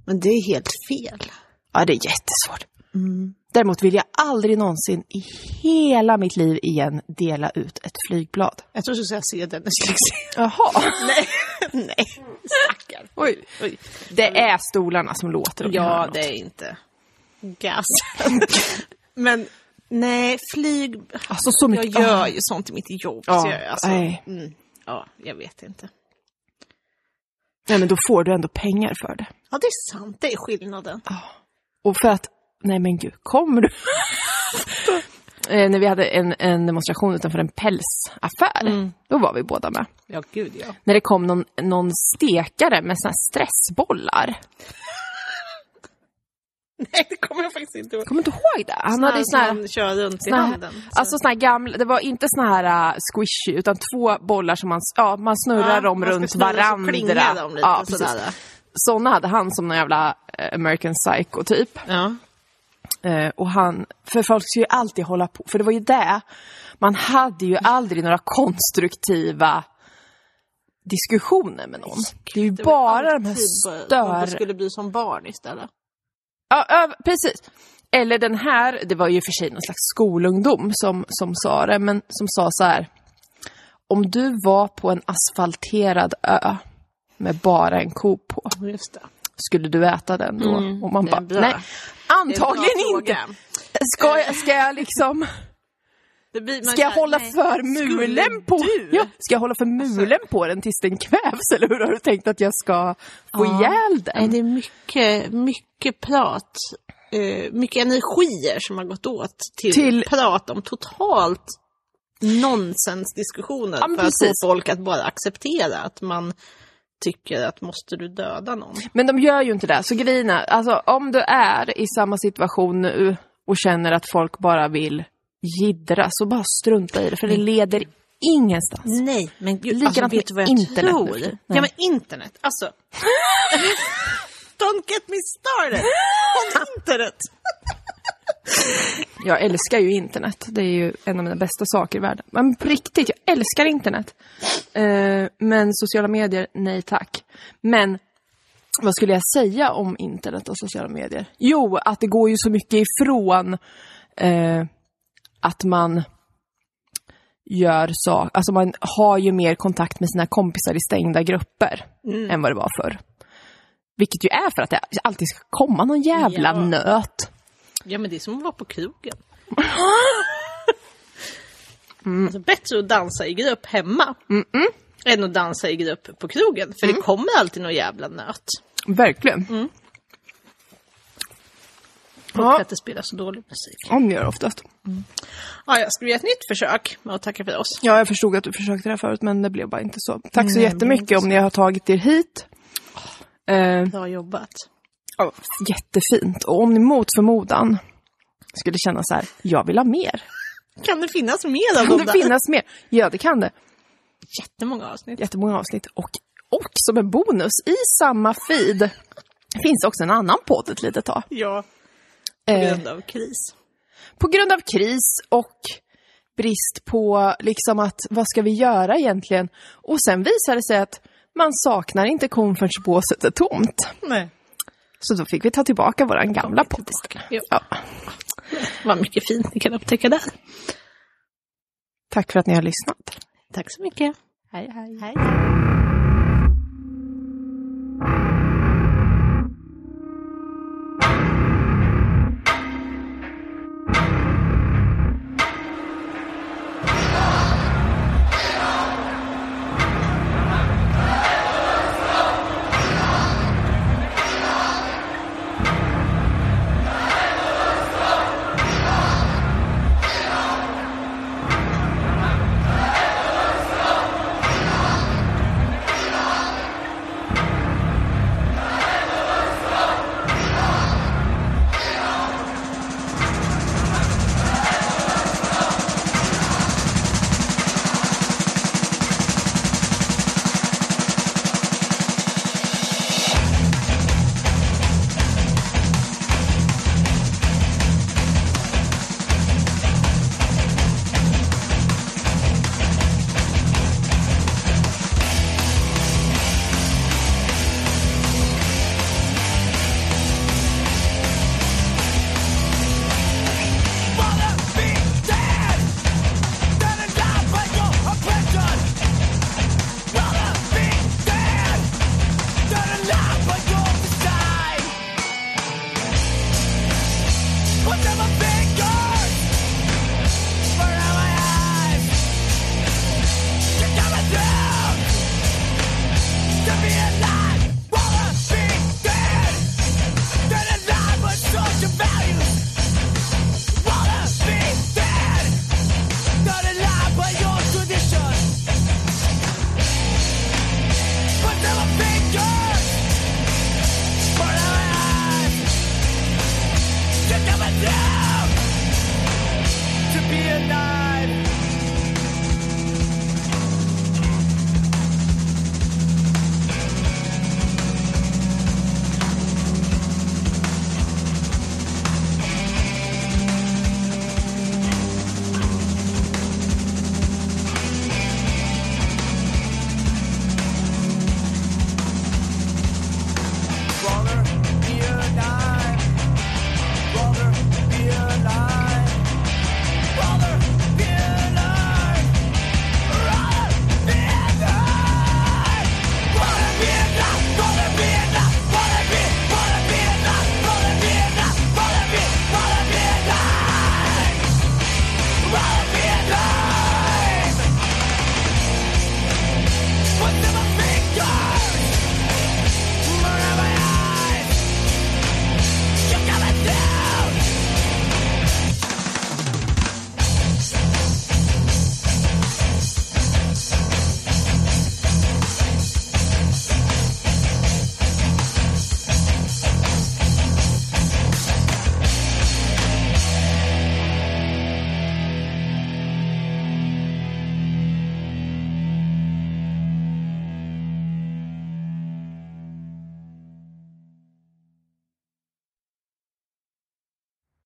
B: Men det är helt fel.
A: Ja, det är jättesvårt. Mm. Däremot vill jag aldrig någonsin i hela mitt liv igen dela ut ett flygblad.
B: Jag tror du ska se Dennis Lyxzén.
A: Jaha.
B: Nej, nej. Stackarn.
A: Oj.
B: Oj.
A: Det är stolarna som låter. om ni hör
B: Ja,
A: något.
B: det är inte gas. Men nej, flyg...
A: Alltså så
B: Jag
A: mycket.
B: gör ju sånt i mitt jobb.
A: Ja,
B: så jag, alltså,
A: nej.
B: mm, ja, jag vet inte.
A: Nej, men då får du ändå pengar för det.
B: Ja, det är sant. Det är skillnaden.
A: Och för att, nej men gud, kommer du? eh, när vi hade en, en demonstration utanför en pälsaffär, då var vi båda med.
B: Ja, gud ja.
A: När det kom någon, någon stekare med såna här stressbollar.
B: Nej, det kommer jag faktiskt inte ihåg.
A: Kommer du inte ihåg det? Han hade ju såna här,
B: Man kör runt i
A: såna
B: handen.
A: här,
B: så-
A: alltså såna här gamla, det var inte såna här uh, squishy, utan två bollar som man, s- ja, man snurrar
B: Ja,
A: dem
B: man ska
A: runt
B: snurra så
A: varandra.
B: klingar de lite
A: ja, precis.
B: sådär.
A: Såna hade han som någon jävla eh, American Psycho typ.
B: Ja.
A: Eh, och han, för folk skulle ju alltid hålla på, för det var ju det. Man hade ju aldrig några konstruktiva diskussioner med någon. Det är ju
B: Det var
A: bara de här
B: alltid bara- Man
A: stör...
B: skulle bli som barn istället.
A: Ja, ja, precis. Eller den här, det var ju i och för sig någon slags skolungdom som, som sa det, men som sa så här. Om du var på en asfalterad ö med bara en ko på,
B: Just det.
A: skulle du äta den då? och man
B: Mm, det är
A: bara,
B: bra.
A: nej,
B: Det är en bra
A: antagligen inte.
B: fråga.
A: Ska jag, ska jag liksom...
B: Det blir, man
A: Ska jag
B: känner-
A: hålla
B: nej.
A: för mulen på...
B: du? Alltså.
A: Ja, ska jag hålla för mulen på den tills den kvävs? Eller hur har du tänkt att jag ska få
B: Ja.
A: ihjäl
B: Nej,
A: den?
B: det är mycket, mycket prat. eh, mycket energier som har gått åt till,
A: Till-
B: prat om totalt nonsensdiskussioner
A: Ja, men
B: för att få
A: precis.
B: folk att bara acceptera att man tycker att måste du döda någon?
A: Men de gör ju inte det. Så grejen är, alltså om du är i samma situation nu och känner att folk bara vill jiddra, så bara strunta i det. För det leder ingenstans.
B: Nej, men gud,
A: Likadant med internet nu för tiden.
B: Ja, men internet, alltså. Don't get me started on internet!
A: Jag älskar ju internet. Det är ju en av mina bästa saker i världen. Men på riktigt, jag älskar internet. Eh, men sociala medier, nej tack. Men vad skulle jag säga om internet och sociala medier? Jo, att det går ju så mycket ifrån eh, att man gör saker, alltså man har ju mer kontakt med sina kompisar i stängda grupper än vad det var förr. Vilket ju är för att det alltid ska komma någon jävla
B: Ja.
A: nöt.
B: Ja, men det är som att vara på krogen.
A: Mm.
B: Alltså, bättre att dansa i grupp hemma än att dansa i grupp på krogen. För
A: Mm.
B: det kommer alltid någon jävla nöt.
A: Verkligen.
B: Och
A: Ja.
B: att det spelar så dålig musik.
A: Om gör oftast.
B: Ja, jag ska vi göra ett nytt försök med att tacka för oss.
A: Ja, jag förstod att du försökte det här förut, men det blev bara inte så. Tack så jättemycket om ni har tagit er hit. Eh,
B: Bra jobbat.
A: jättefint. Och om ni mot förmodan skulle känna så här, jag vill ha mer.
B: Kan det finnas mer av
A: Kan
B: dem
A: det
B: där?
A: finnas mer? Ja, det kan det.
B: jättemånga avsnitt.
A: Jättemånga avsnitt. Och, och som en bonus, i samma feed finns också en annan podd ett litet tag.
B: Ja, på
A: Eh,
B: grund av kris.
A: på grund av kris och brist på liksom att vad ska vi göra egentligen? Och sen visade det sig att man saknar inte kon förrän båset är tomt.
B: Nej.
A: Så då fick vi ta tillbaka våran gamla podd istället.
B: Ja.
A: Ja.
B: Vad mycket fint ni kan upptäcka där.
A: Tack för att ni har lyssnat.
B: Tack så mycket. Hej, hej. hej.